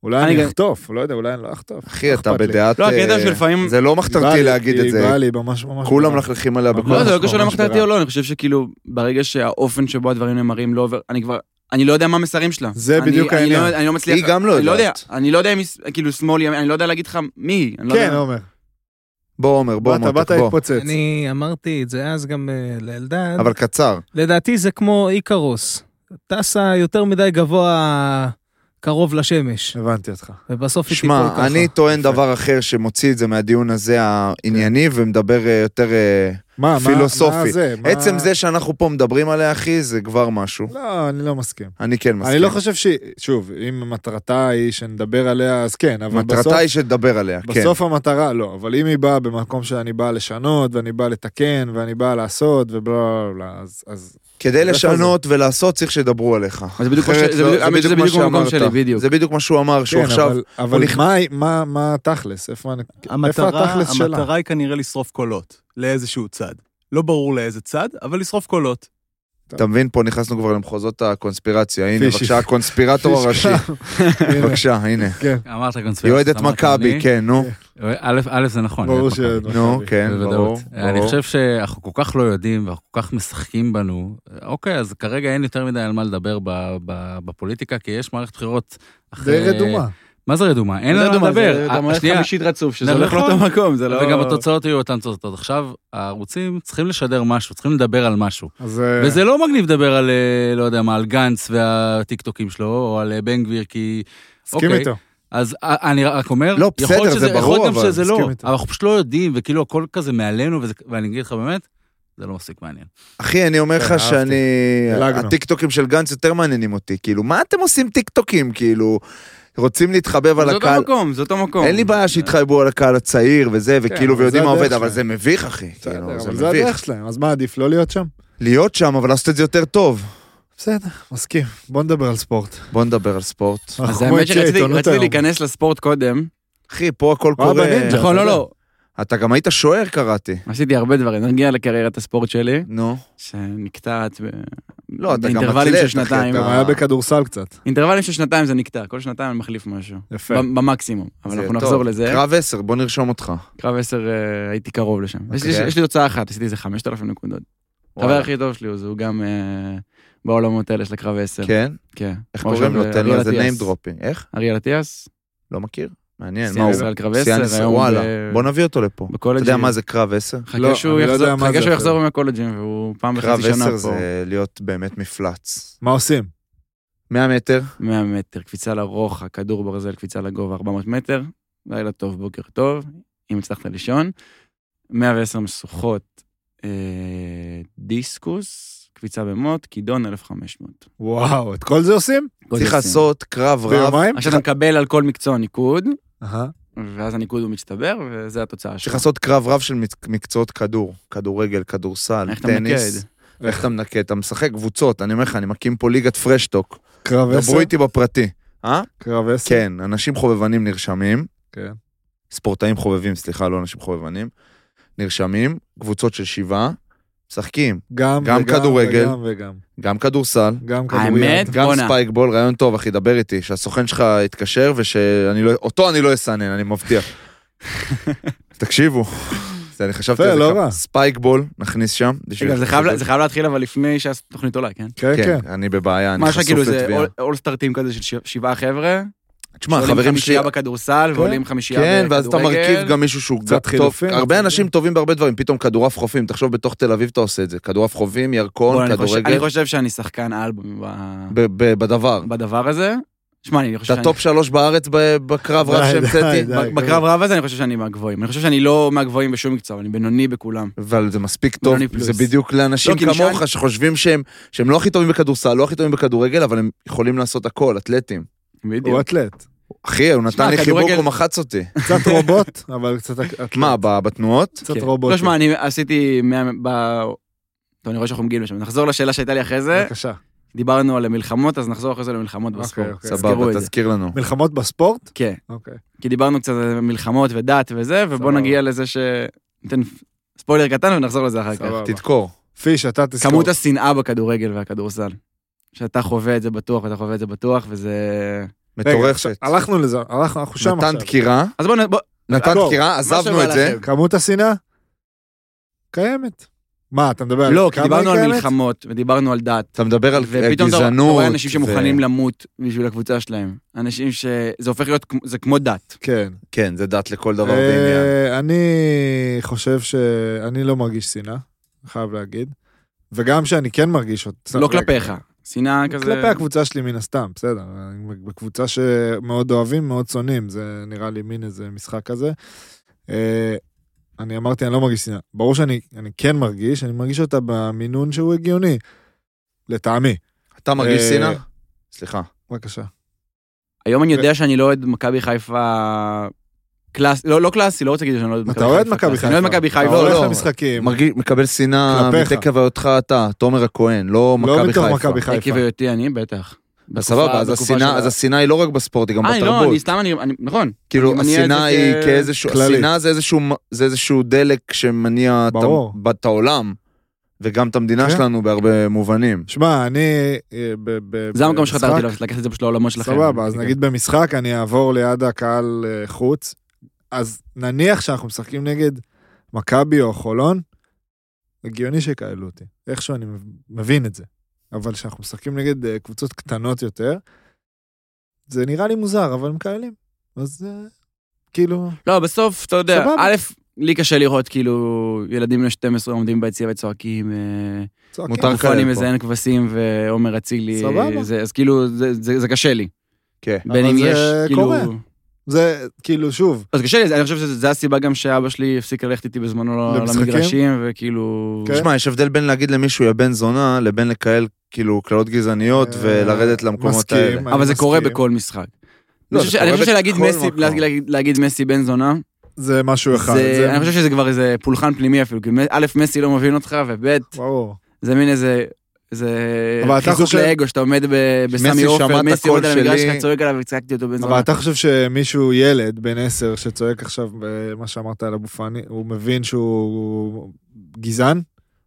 אולי
אני
אני
גם-
אחטוף, לא יודע, אולי אני לא אחטוף.
אחי, אתה
אכפת לי.
בדעת...
לא, הקטע
אה,
שלפעמים...
זה לא
היא באה
מחתרתי
לי-
להגיד את
היא
זה.
באה לי ממש ממש...
כולם
ברע.
מלכלכים עליה בכל...
לא, זה לא קשור
ממש
למחתרתי
ברע.
או לא, אני חושב שכאילו, ברגע שהאופן שבו הדברים נאמרים לא עובר, אני כבר... אני לא יודע מה המסרים שלה.
זה
אני-
בדיוק
אני
העניין.
לא- אני לא מצליח...
היא גם לא
אני לא יודע,
יודעת.
אני לא יודע אם היא... כאילו, שמאל, ימין, אני לא יודע להגיד לך מי היא. אני לא
כן,
יודע.
עומר.
בוא, עומר, בוא,
באת, באת
מותק, בוא.
להתפוצץ.
אני אמרתי את זה אז גם אה,
כן?
לאלדד.
אבל קצר.
לדעתי זה כמו איקרוס. טסה יותר מדי גבוה קרוב לשמש,
הבנתי אותך.
ובסוף היא תיפול ככה.
שמע, אני טוען דבר אחר שמוציא את זה מהדיון
כן.
הזה הענייני ומדבר אה, יותר... אה,
מה, מה-
פילוסופי.
מה זה? מה-
עצם זה שאנחנו פה מדברים עליה, אחי, זה כבר משהו.
לא, אני לא מסכים.
אני כן מסכים.
אני לא חושב שהיא... שוב, אם מטרתה היא שנדבר עליה, אז כן, אבל בסוף...
מטרתה היא שתדבר עליה, כן.
בסוף המטרה, לא, אבל אם היא באה במקום שאני בא לשנות, ואני בא לתקן, ואני בא לעשות, ובלה בלה, אז- אז...
כדי
זה
לשנות ולעשות, צריך שידברו עליך.
אז זה בדיוק מה ש-
אחרת
זה
לא-
בדיוק- האמת שזה בדיוק
מה
המקום
שאמרת.
שלי, בדיוק.
זה בדיוק מה שהוא אמר, שהוא
כן,
עכשיו...
אבל- אבל
נכ-
מה- מה- מה התכלס? איפה אני... איפה
המטרה,
התכלס שלה?
המטרה היא כנראה לשרוף קולות, לאיזשהו צד. לא ברור לאיזה צד, אבל לשרוף קולות.
אתה מבין, פה נכנסנו כבר למחוזות הקונספירציה. הנה,
פיש.
בבקשה, הקונספירטור הראשי.
הנה,
בבקשה, הנה.
כן,
אמרת קונספירציה.
יועדת
אמרת
מכבי,
אני.
כן, נו.
א', א', זה נכון.
ברור
יועדת מכבי.
ש...
נו, כן, ברור.
בוודאות. אני
ברור.
חושב שאנחנו כל כך לא יודעים ואנחנו כל כך משחקים בנו. אוקיי, אז כרגע אין יותר מדי על מה לדבר ב- ב- בפוליטיקה, כי יש מערכת בחירות אחרי...
די רדומה.
מה זה רדומה? אין
לא
על
יודע
מה
מה,
לדבר. אה,
זה גם הולך
שנייה,
חמישית רצוף, שזה
נכון.
הולך לאותו מקום, זה לא...
וגם התוצאות יהיו אותן תוצאות. עכשיו, הערוצים צריכים לשדר משהו, צריכים לדבר על משהו.
אז... אה,
וזה לא מגניב לדבר על, אה, לא יודע מה, על גנץ והטיקטוקים שלו, או על אה, בן גביר, כי...
מסכים
אוקיי.
איתו.
אז אה, אני רק אומר,
לא,
יכול להיות
בסדר,
שזה-
זה
יכול להיות
ברור,
גם
אבל
שזה
מסכים
לא,
איתו.
אבל אנחנו פשוט לא יודעים, וכאילו הכל כזה מעלינו, וזה- ואני אגיד לך באמת, זה לא מספיק מעניין.
אחי, אני אומר
כן,
לך
אהבתי.
שאני...
דילגנו.
הטיקטוקים של גנץ יותר מעניינים אותי. כאילו, מה אתם עושים טיקטוקים? כאילו, רוצים להתחבב על
זה אותו
הקהל.
לא-
מקום, זה אותו מקום.
אין לי בעיה שיתחייבו על הקהל הצעיר וזה,
כן,
וכאילו,
אבל
ויודעים
זה
מה עובד,
הדרך
אבל
שלהם.
זה מביך, אחי.
בסדר,
כאילו, זה
אבל זה הדרך
מביך.
שלהם, אז מה עדיף, לא להיות שם?
להיות שם, אבל לעשות את זה יותר טוב.
בסדר, מסכים. בוא נדבר על ספורט.
בוא נדבר על ספורט.
אז
אנחנו לא כמו
האמת שרציתי
עיתונות
רציתי
היום.
להיכנס לספורט קודם.
אחי, פה הכל
אה,
קורה.
בנינג'ה.
נכון, לא, לא.
אתה גם היית שוער, קראתי.
עשיתי הרבה דברים. נגיע לקריירת הספורט שלי,
נו.
שנקטעת ב-
לא, אתה גם
באינטרוולים
אתלט,
של
אחי,
שנתיים.
אתה-
גם היה בכדורסל קצת.
אינטרוולים של שנתיים זה נקטע, כל שנתיים אני מחליף משהו.
יפה.
ב- במקסימום. אבל
זה
אנחנו
טוב.
נחזור לזה.
קרב 10, בוא נרשום אותך.
קרב 10 אה, הייתי קרוב לשם. יש לי-
אוקיי.
יש לי תוצאה אחת, עשיתי איזה 5,000 נקודות. החבר
וואלה.
הכי טוב שלי, הוא- הוא גם אה, בעולמות האלה של הקרב 10.
כן?
כן.
איך
כמו
קוראים לו?
של
תן לו
אריאל
איזה
אטיאס.
name dropping. איך?
אריאל אטיאס,
לא מכיר? מעניין, מה
שיאן
הוא?
ישראל קרב
שיאן
10,
ישראל,
היום הוא
וואלה.
ב-
בוא נביא אותו לפה. אתה
בקולג'.
יודע מה זה קרב 10?
חכה
לא,
שהוא
אני לא
יחזור-
יודע מה
חכה
זה
שהוא
אפילו.
יחזור מהקולג'ים, והוא פעם
קרב
בחצי שנה
10
פה.
זה להיות באמת מפלץ.
מה עושים?
100 מטר?
100 מטר, קפיצה לרוחק, כדור ברזל, קפיצה לגובה, 400 מטר, לילה טוב, בוקר טוב, אם הצלחת לישון. 110 משוכות, אה, דיסקוס, קפיצה במוט, כידון 1500.
וואו, את כל זה עושים?
כל
צריך
זה עושים.
לעשות קרב רב.
ביומיים?
עכשיו אתה מקבל על כל מקצוע ניקוד,
אהה.
ואז הניקוד הוא מצטבר, וזה התוצאה
צריך
שלך.
לעשות קרב רב של מק- מקצועות כדור. כדורגל, כדורסל,
איך אתה
טניס.
מנקד?
איך אתה מנקד? אתה משחק קבוצות, אני אומר לך, אני מקים פה ליגת פרשטוק.
קרב עשר?
דברו איתי בפרטי. אה?
קרב עשר?
כן, אנשים חובבנים נרשמים.
כן.
ספורטאים חובבים, סליחה, לא אנשים חובבנים. נרשמים, קבוצות של שבעה, משחקים.
גם
גם
וגם
כדורגל.
וגם וגם.
גם כדורסל,
גם כדוריד.
האמת?
גם
בואנה.
ספייק בול, רעיון טוב, אחי, דבר איתי, שהסוכן שלך יתקשר ושאני לא... אותו אני לא אסנן, אני
<laughs>
מבטיח. תקשיבו. זה, אני חשבתי
יפה,
על זה
לא
כמה-
רע.
ספייק בול, נכניס שם. בשביל-
רגע, זה חייב לה- זה חייב להתחיל אבל לפני שהתוכנית עולה, כן?
כן,
כן,
כן.
אני בבעיה, אני
מה שכאילו
חשוף
זה
לתביעה.
אולסטאר טים כזה של ש- שבעה חבר'ה,
תשמע,
שעולים
חברים שלי...
חמישייה בכדורסל ועולים חמישייה
כן,
בכדורגל.
ואז אתה מרכיב גם מישהו שהוא
קצת
קצת טוב.
חילופים,
הרבה
אתה
אנשים טובים בהרבה דברים, פתאום כדורעף חופים, תחשוב, בתוך תל אביב אתה עושה את זה. כדורעף חופים,
בוא'נה,
ירקון,
אני חושב-
כדורגל,
אני חושב שאני שחקן על ב- ב-
ב- ב- בדבר.
בדבר הזה. שמע, אני חושב
אתה
שאני...
טופ שלוש בארץ ב- בקרב רב
די,
שהמצאתי,
די, די.
ב- בקרב רב הזה אני חושב שאני מהגבוהים. אני חושב שאני לא מהגבוהים בשום מקצוע, אני בינוני בכולם.
אבל זה מספיק טוב,
בינוני פלוס.
זה בדיוק לאנשים
לא, כי נשאל-
כמוך שחושבים שהם שהם לא הכי טובים בכדורסל, לא הכי טובים בכדורגל, אבל הם יכולים לעשות הכל, אתלטים.
הוא
בדיוק.
אתלט.
אחי, הוא נתן
שמע,
לי חיבוק,
כדורגל-
הוא מחץ אותי.
קצת רובוט, אבל קצת אתלט.
מה, ב- בתנועות?
קצת
כן.
רובוט.
לא, שמע, אני עשיתי... מה- ב- טוב, אני רואה שאנחנו מגיעים לשם. נחזור לשאלה שהייתה לי אחרי זה.
בבקשה.
דיברנו על מלחמות, אז נחזור אחרי זה למלחמות
אוקיי,
בספורט.
אוקיי.
תזכרו
סבבה,
את זה.
תזכיר לנו.
מלחמות בספורט?
כן.
אוקיי.
כי דיברנו קצת על מלחמות ודת וזה, ובוא
סבבה.
נגיע לזה ש... ניתן ספוילר קטן ונחזור לזה אחר כך.
סבבה.
תדקור.
פיש, אתה תזכור.
כמות השנאה בכדורגל והכדורסל. שאתה חווה את זה בטוח ואתה חווה את זה בטוח, וזה...
רגע,
מטורפת.
הלכנו לזה, הלכנו, אנחנו
נתן
שם עכשיו. אה, לא,
דקירה,
אז בוא... נ- בוא...
נתן
תזכור,
דקירה, עזבנו
שבא
את זה.
לכם.
כמות השנאה? קיימת. מה, אתה מדבר על
לא, כי
אה, כמה
דיברנו
היא
על
קיימת?
מלחמות, ודיברנו על דת.
אתה מדבר על אה,
ופתאום אתה אתה
גזענות.
רואה אנשים
ו-
שמוכנים למות בשביל הקבוצה שלהם. אנשים ש... זה הופך להיות... כמו- זה כמו דת.
כן.
כן, זה דת לכל דבר
אה,
ועניין.
אני חושב שאני לא מרגיש שנאה, חייב להגיד. וגם שאני כן מרגיש אותה.
לא כלפיך. שנאה כזה...
כלפי הקבוצה שלי מן הסתם, בסדר. אני בקבוצה שמאוד אוהבים, מאוד שונאים, זה נראה לי מין איזה משחק כזה. אה, אני אמרתי, אני לא מרגיש שנאה. ברור שאני אני כן מרגיש, אני מרגיש אותה במינון שהוא הגיוני, לטעמי.
אתה מרגיש
אה,
שנאה? סליחה.
בבקשה.
היום אני יודע שאני לא אוהד מכבי חיפה קלאס... לא, לא קלאסי, לא רוצה להגיד שאני לא אוהד מכבי
אתה
חיפה.
אוהד מכבי
קלאסי. אני אוהד מכבי חיפה.
חיפה. אתה
לא,
הולך
לא.
למשחקים,
מרגיש, מקבל שנאה
אה, כלפיך.
מתקף היותך אתה, תומר הכהן, לא מכבי
לא
חיפה.
מתוך מכבי חיפה.
עקב היותי אני, בטח.
אז סבבה, אז
בתקופה
השנאה,
של
אז
ה-
השנאה היא לא רק בספורט, היא גם
אה, לא, אני
בתרבות.
סתם, אני... אני- נכון. אני
כאילו,
מניע את
השנאה
זה
היא
כ-
כאיזשהו,
כללית.
השנאה זה איזשהו- זה איזשהו דלק שמניע את ה-
ברור.
ב- את העולם. וגם את המדינה
כן.
שלנו בהרבה מובנים.
שמע, אני... אה, ב- ב-
זה המקום
במשחק-
שחתרתי ללכת לקחת את זה פשוט לעולמות שלכם.
סבבה, אז
כן.
נגיד במשחק אני אעבור ליד הקהל אה, חוץ, אז נניח שאנחנו משחקים נגד מכבי או חולון, הגיוני שיקהלו אותי. איכשהו אני מבין את זה. אבל כשאנחנו משחקים נגד אה, קבוצות קטנות יותר, זה נראה לי מוזר, אבל הם כאלים. אז אה, כאילו,
לא, בסוף, אתה יודע,
סבבה.
א', לי קשה לראות כאילו ילדים בני 12 עומדים ביציע וצועקים, אה,
צועקים.
מותר
מופני
כאלה פה.
מזיין כבשים ועומר אצילי,
סבבה.
אה, זה- אז כאילו, זה- זה זה קשה לי.
כן.
בין
אבל
אם
זה
יש, כאילו...
קורה. זה כאילו, שוב,
אז קשה לי, אני חושב שזו הסיבה גם שאבא שלי הפסיק ללכת איתי בזמנו
למשחקים?
למגרשים, וכאילו...
כן.
תשמע, יש הבדל בין להגיד למישהו יא בן זונה, לבין לקהל כאילו קללות גזעניות
אה,
ולרדת למקומות
מסכים.
האלה.
אבל
אני
זה קורה
מסכים.
בכל משחק.
לא,
אני
זה
חושב ש-
קורה
אני חושב שלהגיד
בכל
מסי-
מקום.
להגיד- להגיד מסי בן זונה,
זה משהו אחד.
זה- אני חושב שזה כבר איזה פולחן פנימי אפילו, כי מ- א', מסי לא מבין אותך, וב',
ברור.
זה מין איזה... זה
אבל אתה
חיזוק
חושב-
לאגו, שאתה עומד ב- בסמי
שמע את
עופר, מסי
הקול
עומד על המגרש
שלי.
שלך, צועק עליו, הצעקתי אותו בן
אבל
זונה.
אתה חושב שמישהו, ילד בן עשר, שצועק עכשיו במה שאמרת על אבו פאני, הוא מבין שהוא גזען?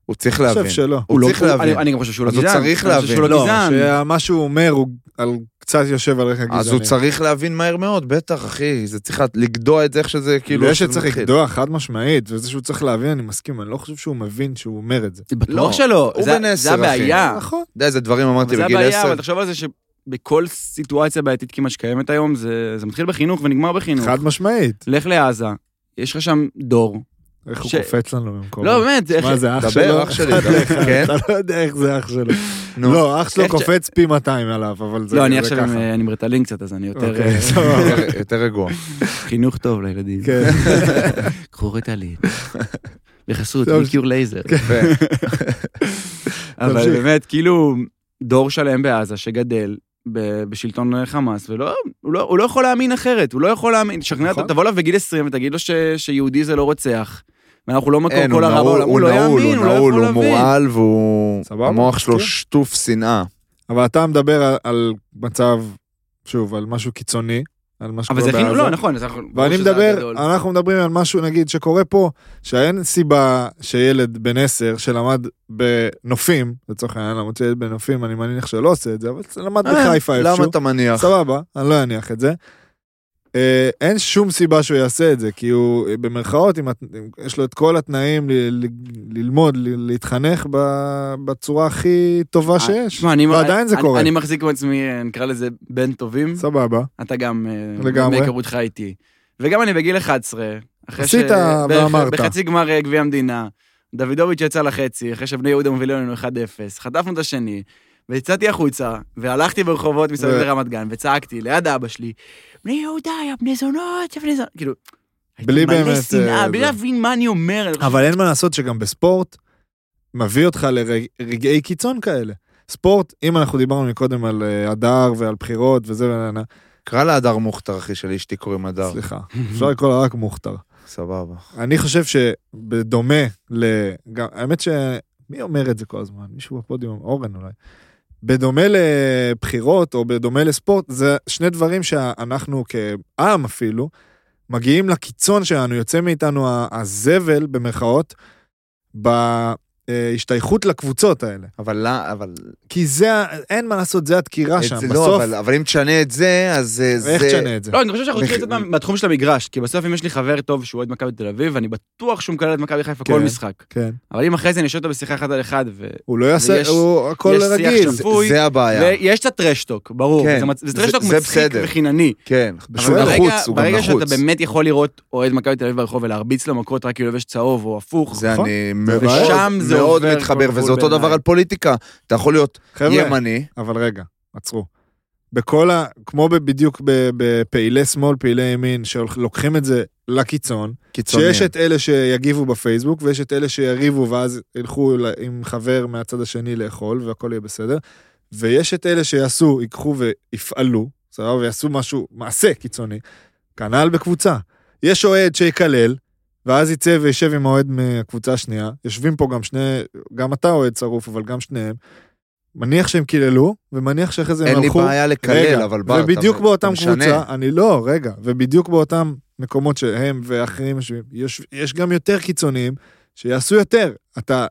הוא צריך
אני חושב
להבין.
שלא.
הוא
לא-
צריך
הוא-
להבין.
אני- אני גם חושב שהוא לא
אז הוא
גזען.
צריך
אני חושב שהוא
להבין.
לא גזען.
שמה שהוא אומר הוא על קצת יושב על רקע גזעני.
אז הוא צריך להבין מהר מאוד, בטח, אחי. זה צריך לגדוע את זה איך שזה כאילו...
כאילו
שזה
שצריך
מתחיל.
לגדוע חד משמעית, וזה שהוא צריך להבין, אני מסכים, אני לא חושב שהוא מבין שהוא אומר את זה.
בטוח
לא.
שלא,
הוא
זה-
בן עשר,
זה
אחי.
הבעיה.
נכון.
אתה יודע איזה דברים אמרתי
זה
בגיל
הבעיה,
עשר?
אבל תחשוב על זה שבכל סיטואציה בעייתית כמעט שקיימת היום, זה, זה מתחיל בחינוך ונגמר בחינוך.
חד משמעית.
לך לעזה, יש לך שם דור.
איך הוא
ש-
קופץ לנו במקום.
לא, באמת, איך...
מה זה אח
דבר,
שלו?
אח שלי,
אחד
דבר.
<laughs> לאחד.
כן?
אתה לא יודע איך זה אח שלו.
נו.
לא, אח שלו
איך ש-
קופץ פי 200 עליו, אבל זה
לא, אני
זה
עכשיו עם,
ככה.
אה, אני מרטלין קצת, אז אני יותר...
אוקיי,
אה,
סבבה.
<laughs>
<laughs> יותר- יותר רגוע.
חינוך טוב לילדים.
כן.
קחו <laughs> ריטלין. בחסות,
טוב.
מיקיור לייזר. <laughs>
יפה.
אבל
תמשיך.
באמת, כאילו, דור שלם בעזה שגדל ב- בשלטון אה, חמאס, ולא, הוא לא, הוא לא יכול להאמין אחרת, הוא לא יכול להאמין, שכנע אותו,
נכון.
תבוא אליו בגיל 20 ותגיד לו ש, שיהודי זה לא רוצח. ואנחנו לא מקום
אין,
כל
הוא
הרע
נעול,
בעולם, הוא
הוא
לא
נעול,
יאמין,
הוא
הוא לא יכול
נעול, הוא
להבין.
מורעל והוא...
סבבה,
המוח שלו
מסכים.
שטוף שנאה.
אבל אתה מדבר על- על מצב, שוב, על משהו קיצוני, על מה שקורה
אבל
בעזה.
זה חינוך, לא, נכון, אז אנחנו- ברור
ואני
שזה
מדבר,
הגדול.
אנחנו מדברים על משהו, נגיד, שקורה פה, שאין סיבה שילד בן עשר שלמד בנופים, לצורך העניין, למרות שילד בנופים, אני מניח שלא עושה את זה, אבל למד
אה,
בחיפה איפשהו.
למה אתה מניח?
סבבה, אני לא אניח את זה. אה, אין שום סיבה שהוא יעשה את זה, כי הוא, אה, במרכאות, אם, את- אם יש לו את כל התנאים ל, ל, ללמוד, ל, להתחנך ב, בצורה הכי טובה שיש.
אה, שמע, אני-
ועדיין זה
אני-
קורה.
אני מחזיק בעצמי, אה, נקרא לזה, בן טובים.
סבבה.
אתה גם, אה,
לגמרי.
מהיכרותך איתי. וגם אני בגיל 11, אחרי
עשית
בערך-
ואמרת.
בחצי גמר אה, גביע המדינה, דוידוביץ' יצא לחצי, אחרי שבני יהודה מובילים לנו 1-0, חטפנו את השני, ויצאתי החוצה, והלכתי ברחובות מסביב
ו-
לרמת גן, וצעקתי ליד אבא שלי, בני יהודה, יא בני זונות, יא בני זונות, כאילו... הייתי
בלי
מלא
באמת,
שנאה,
אה,
בלי
זה.
להבין מה אני אומר. אני חושב-
אבל אין מה לעשות שגם בספורט מביא אותך לרגעי קיצון כאלה. ספורט, אם אנחנו דיברנו מקודם על אה, הדר ועל בחירות וזה, ונה-
קרא לה הדר מוכתר, אחי, של אשתי קוראים הדר.
סליחה, אפשר לקרוא לה רק מוכתר.
סבבה.
אני חושב שבדומה ל... גם, האמת ש... מי אומר את זה כל הזמן? מישהו בפודיום, אורן אולי. בדומה לבחירות או בדומה לספורט, זה שני דברים שאנחנו כעם אפילו, מגיעים לקיצון שלנו, יוצא מאיתנו ה- הזבל, במרכאות, בהשתייכות לקבוצות האלה.
אבל לא, אבל...
כי זה, ה- אין מה לעשות, זה הדקירה אה, שם.
את זה לא,
בסוף,
אבל- אבל אם תשנה את זה, אז אה, זה...
איך תשנה את זה?
לא, אני חושב שאנחנו צריכים
לח-
לצאת מה- מהתחום של המגרש, כי בסוף אם יש לי חבר טוב שהוא אוהד מכבי תל אביב, אני בטוח שהוא מקלל את מכבי חיפה כל
כן.
משחק.
כן.
אבל אם אחרי זה אני אשאל אותו בשיחה אחד על אחד, ו...
הוא לא יעשה,
ויש-
הוא הכל
יש שיח
רגיל.
שם. שפוי.
זה הבעיה.
ויש את הטרשטוק, ברור.
כן,
זה מצ- זה
זה-
טרשטוק
זה
מצחיק
בסדר.
וחינני.
כן.
אבל
הוא
ברגע-
נחוץ, הוא גם
ברגע שאתה
נחוץ.
באמת יכול לראות אוהד מכבי תל אביב ברחוב ולהרביץ לו מכות רק כי הוא לובש צהוב או הפוך,
זה
נכון.
אני
ושם
מאוד
זה
מאוד
עובר
מתחבר,
כל גבול
וזה אותו
בעיניי.
דבר על פוליטיקה. אתה יכול להיות
חבר'ה,
ימני,
אבל רגע, עצרו. בכל ה... כמו ב- בדיוק ב- בפעילי שמאל, פעילי ימין, שלוקחים את זה לקיצון,
קיצוני.
שיש את אלה שיגיבו בפייסבוק, ויש את אלה שיריבו ואז ילכו ל- עם חבר מהצד השני לאכול, והכל יהיה בסדר, ויש את אלה שיעשו, ייקחו ויפעלו, סבבה, ויעשו משהו, מעשה קיצוני, כנ"ל בקבוצה. יש אוהד שיקלל, ואז יצא וישב עם האוהד מהקבוצה השנייה, יושבים פה גם שני, גם אתה אוהד שרוף, אבל גם שניהם. מניח שהם קיללו, ומניח שאחרי זה הם
אין לי
הלכו...
בעיה לקלל,
רגע,
אבל בר, אתה
ובדיוק
אתה
באותם
משנה.
קבוצה, אני לא, רגע, ובדיוק באותם מקומות שהם ואחרים יושבים, יש, יש גם יותר קיצוניים שיעשו יותר. אתה,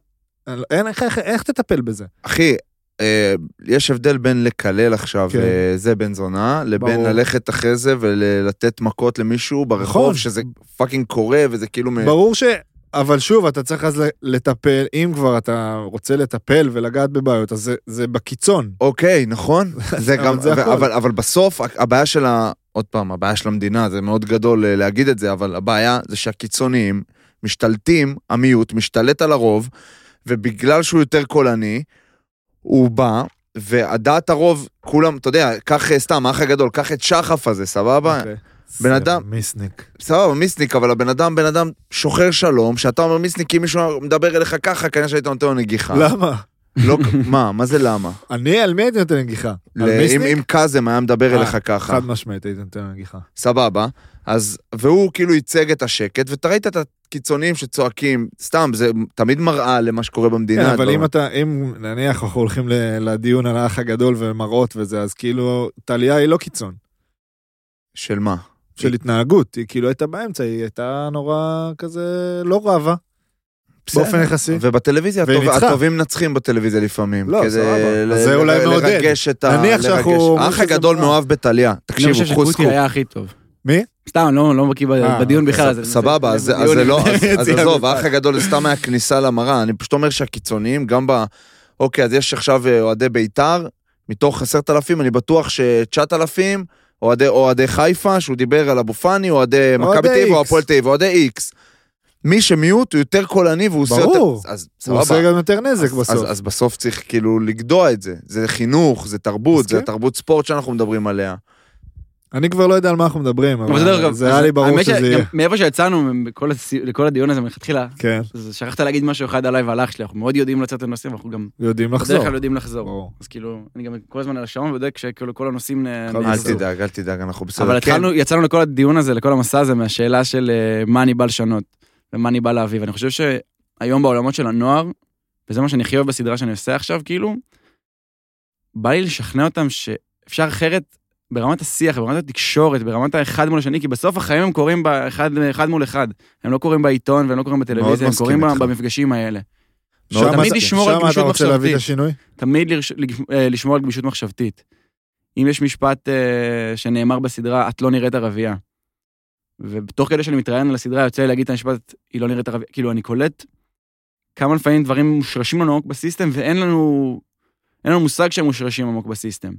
אני לא- אין, איך, איך, איך תטפל בזה?
אחי, אה, יש הבדל בין לקלל עכשיו,
כן.
אה, זה בן זונה, לבין
ברור.
ללכת אחרי זה ולתת מכות למישהו
נכון.
ברחוב, שזה פאקינג קורה וזה כאילו... מ-
ברור ש... אבל שוב, אתה צריך אז ל- לטפל, אם כבר אתה רוצה לטפל ולגעת בבעיות, אז זה, זה בקיצון.
אוקיי,
<laughs>
נכון. זה
אבל
גם,
זה
אבל-
הכל.
אבל- אבל בסוף ה- הבעיה של ה... עוד פעם, הבעיה של המדינה, זה מאוד גדול אה, להגיד את זה, אבל הבעיה זה שהקיצוניים משתלטים, המיעוט משתלט על הרוב, ובגלל שהוא יותר קולני, הוא בא, והדעת הרוב, כולם, אתה יודע, קח אה, סתם, האח הגדול, קח את שחף הזה, סבבה?
אוקיי.
בן אדם-
מיסניק.
סבבה, מיסניק, אבל הבן אדם, בן אדם שוחר שלום, שאתה אומר מיסניק, אם מישהו מדבר אליך ככה, כנראה שהיית נותן לו נגיחה.
למה?
לא, מה, מה זה למה?
אני, על מי הייתי נותן נגיחה? על
ל- אם
מיסניק?
אם קאזם היה מדבר
אה,
אליך ככה.
חד משמעית הייתי נותן נגיחה.
סבבה. אז, והוא כאילו ייצג את השקט, ואתה ראית את הקיצוניים שצועקים, סתם, זה תמיד מראה למה שקורה במדינה. לא,
כן, אבל
הדברים.
אם אתה, אם נניח אנחנו הולכים ל- לדיון על האח הגדול ומראות וזה, אז כאילו, טליה היא לא קיצון.
של מה?
של התנהגות, היא כאילו הייתה באמצע, היא הייתה נורא כזה לא רבה, באופן
בסדר.
יחסי.
ובטלוויזיה,
והיא
הטוב-
ניצחה.
הטובים מנצחים בטלוויזיה לפעמים.
לא,
כדי
סבבה.
ל-
אז זה
ל-
אולי
ל-
מעודד.
לרגש את ה...
נניח שאנחנו
לרגש.
אומרים
האח
שזה
הגדול
מעודד.
מאוהב בטליה.
אני לא חושב
תקשיבו, חוס
שקוטי
חוס.
היה הכי טוב.
מי?
סתם, אני לא לא בקיא
אה,
בדיון
אוקיי,
בכלל. אז-
סבבה, אז אז זה לא, אז- אז עזוב, האח הגדול זה סתם היה כניסה למראה, אני פשוט אומר שהקיצוניים, גם ב... אוקיי, אז יש עכשיו אה, אוהדי בית"ר, מתוך עשרת אלפים, אני בטוח ש-9,000 אוהדי, אוהדי חיפה, שהוא דיבר על אבו פאני, אוהדי מכבי
אוהדי
תל אביב, או
X.
הפועל תל אביב, אוהדי איקס. מי שמיעוט הוא יותר קולני והוא עושה יותר...
ברור.
אז
הוא עושה
סבבה.
גם יותר נזק
אז, אז,
בסוף.
אז בסוף צריך כאילו לגדוע את זה. זה חינוך, זה תרבות, זה
מסכים.
התרבות ספורט שאנחנו מדברים עליה.
אני כבר לא יודע על מה אנחנו מדברים,
אבל זה דרך
אבל
אגב,
זה היה לי ברור
האמת
שזה
שגם
יהיה.
מאיפה שיצאנו, מכל הס- לכל הדיון הזה מלכתחילה,
כן,
אז שכחת להגיד משהו אחד עליי ועל אח שלי, אנחנו מאוד יודעים לצאת לנושאים, אנחנו גם
יודעים
בדרך
לחזור.
כלל יודעים לחזור.
ברור.
אז כאילו, אני גם כל הזמן על השעון ובודק שכאילו כל הנושאים... אה, נ- נ-
חד בסדר.
אל
משמעית.
תדאג, אל תדאג, אנחנו בסדר.
אבל
כן,
התחלנו, יצאנו לכל הדיון הזה, לכל המסע הזה, מהשאלה של אה, מה אני בא לשנות ומה אני בא להביא. ואני חושב שהיום בעולמות של הנוער, וזה מה שאני הכי אוהב בסדרה שאני עושה עכשיו, כאילו, בא לי לשכנע אותם שאפשר אחרת ברמת השיח, ברמת התקשורת, ברמת האחד מול השני, כי בסוף החיים הם קורים באחד, אחד מול אחד. הם לא קורים בעיתון והם לא קורים בטלוויזיה, הם
מסכים
קורים
איתך.
במפגשים האלה.
מאוד
שם
תמיד
אתה-
לשמור על
שם
גמישות
אתה רוצה להביא את
מחשבתית.
השינוי?
תמיד לרש... לג- אה, לשמור על גמישות מחשבתית. אם יש משפט אה, שנאמר בסדרה, את לא נראית ערבייה, ותוך כדי שאני מתראיין על הסדרה, יוצא לי להגיד את המשפט, היא לא נראית ערבייה, כאילו, אני קולט כמה לפעמים דברים מושרשים לנו עמוק בסיסטם, ואין לנו, אין לנו מושג שהם מושרשים עמוק בסיסטם.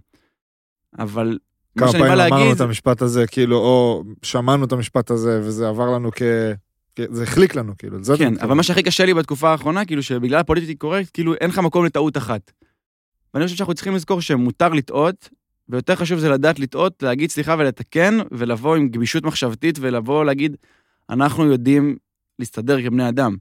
אבל מה
כמה
שאני בא
פעמים אמרנו
להגיד,
את המשפט הזה, כאילו, או שמענו את המשפט הזה, וזה עבר לנו כ... כ- זה החליק לנו, כאילו. זה אתה
כן,
מתכוון.
אבל מה שהכי קשה לי בתקופה האחרונה, כאילו שבגלל הפוליטיקלי קורקט, כאילו אין לך מקום לטעות אחת. ואני חושב שאנחנו צריכים לזכור שמותר לטעות, ויותר חשוב זה לדעת לטעות, להגיד סליחה ולתקן, ולבוא עם גמישות מחשבתית, ולבוא להגיד, אנחנו יודעים להסתדר כבני אדם.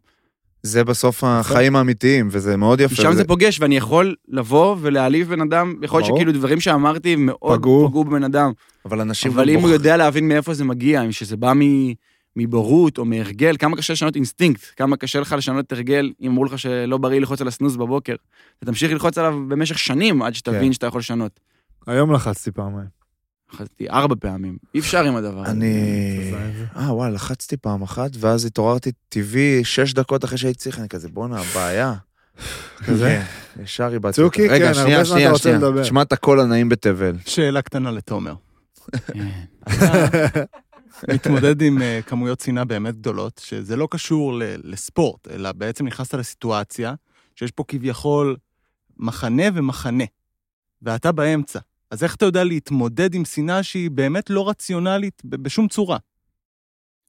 זה בסוף החיים האמיתיים, וזה מאוד יפה.
שם זה פוגש, ואני יכול לבוא ולהעליב בן אדם, יכול להיות
ברור.
שכאילו דברים שאמרתי מאוד
פגעו.
פגעו בבן אדם.
אבל אנשים... לא
אבל
גם
אם הוא
בוח-
יודע להבין מאיפה זה מגיע, אם שזה בא מ- מבורות או מהרגל, כמה קשה לשנות אינסטינקט, כמה קשה לך לשנות הרגל, אם אמרו לך שלא בריא ללחוץ על הסנוז בבוקר. אתה תמשיך ללחוץ עליו במשך שנים עד
כן.
שתבין שאתה יכול לשנות.
היום לחצתי פעמיים.
לחצתי ארבע פעמים, אי אפשר עם הדבר הזה.
אני...
תזיין זה.
אה, וואי, לחצתי פעם אחת, ואז התעוררתי טבעי שש דקות אחרי שהייתי צריך, אני כזה, בואנה, בעיה. כזה? ישר איבדתי.
צוקי,
אותה.
כן,
רגע,
הרבה
שנייה,
זמן אתה
שנייה,
רוצה
שנייה.
לדבר.
תשמע את הקול הנעים בתבל.
שאלה קטנה לתומר.
כן.
אה,
מתמודד עם אה, כמויות שנאה באמת גדולות, שזה לא קשור ל- לספורט, אלא בעצם נכנסת לסיטואציה שיש פה כביכול מחנה ומחנה, ואתה באמצע. אז איך אתה יודע להתמודד עם שנאה שהיא באמת לא רציונלית ב- בשום צורה?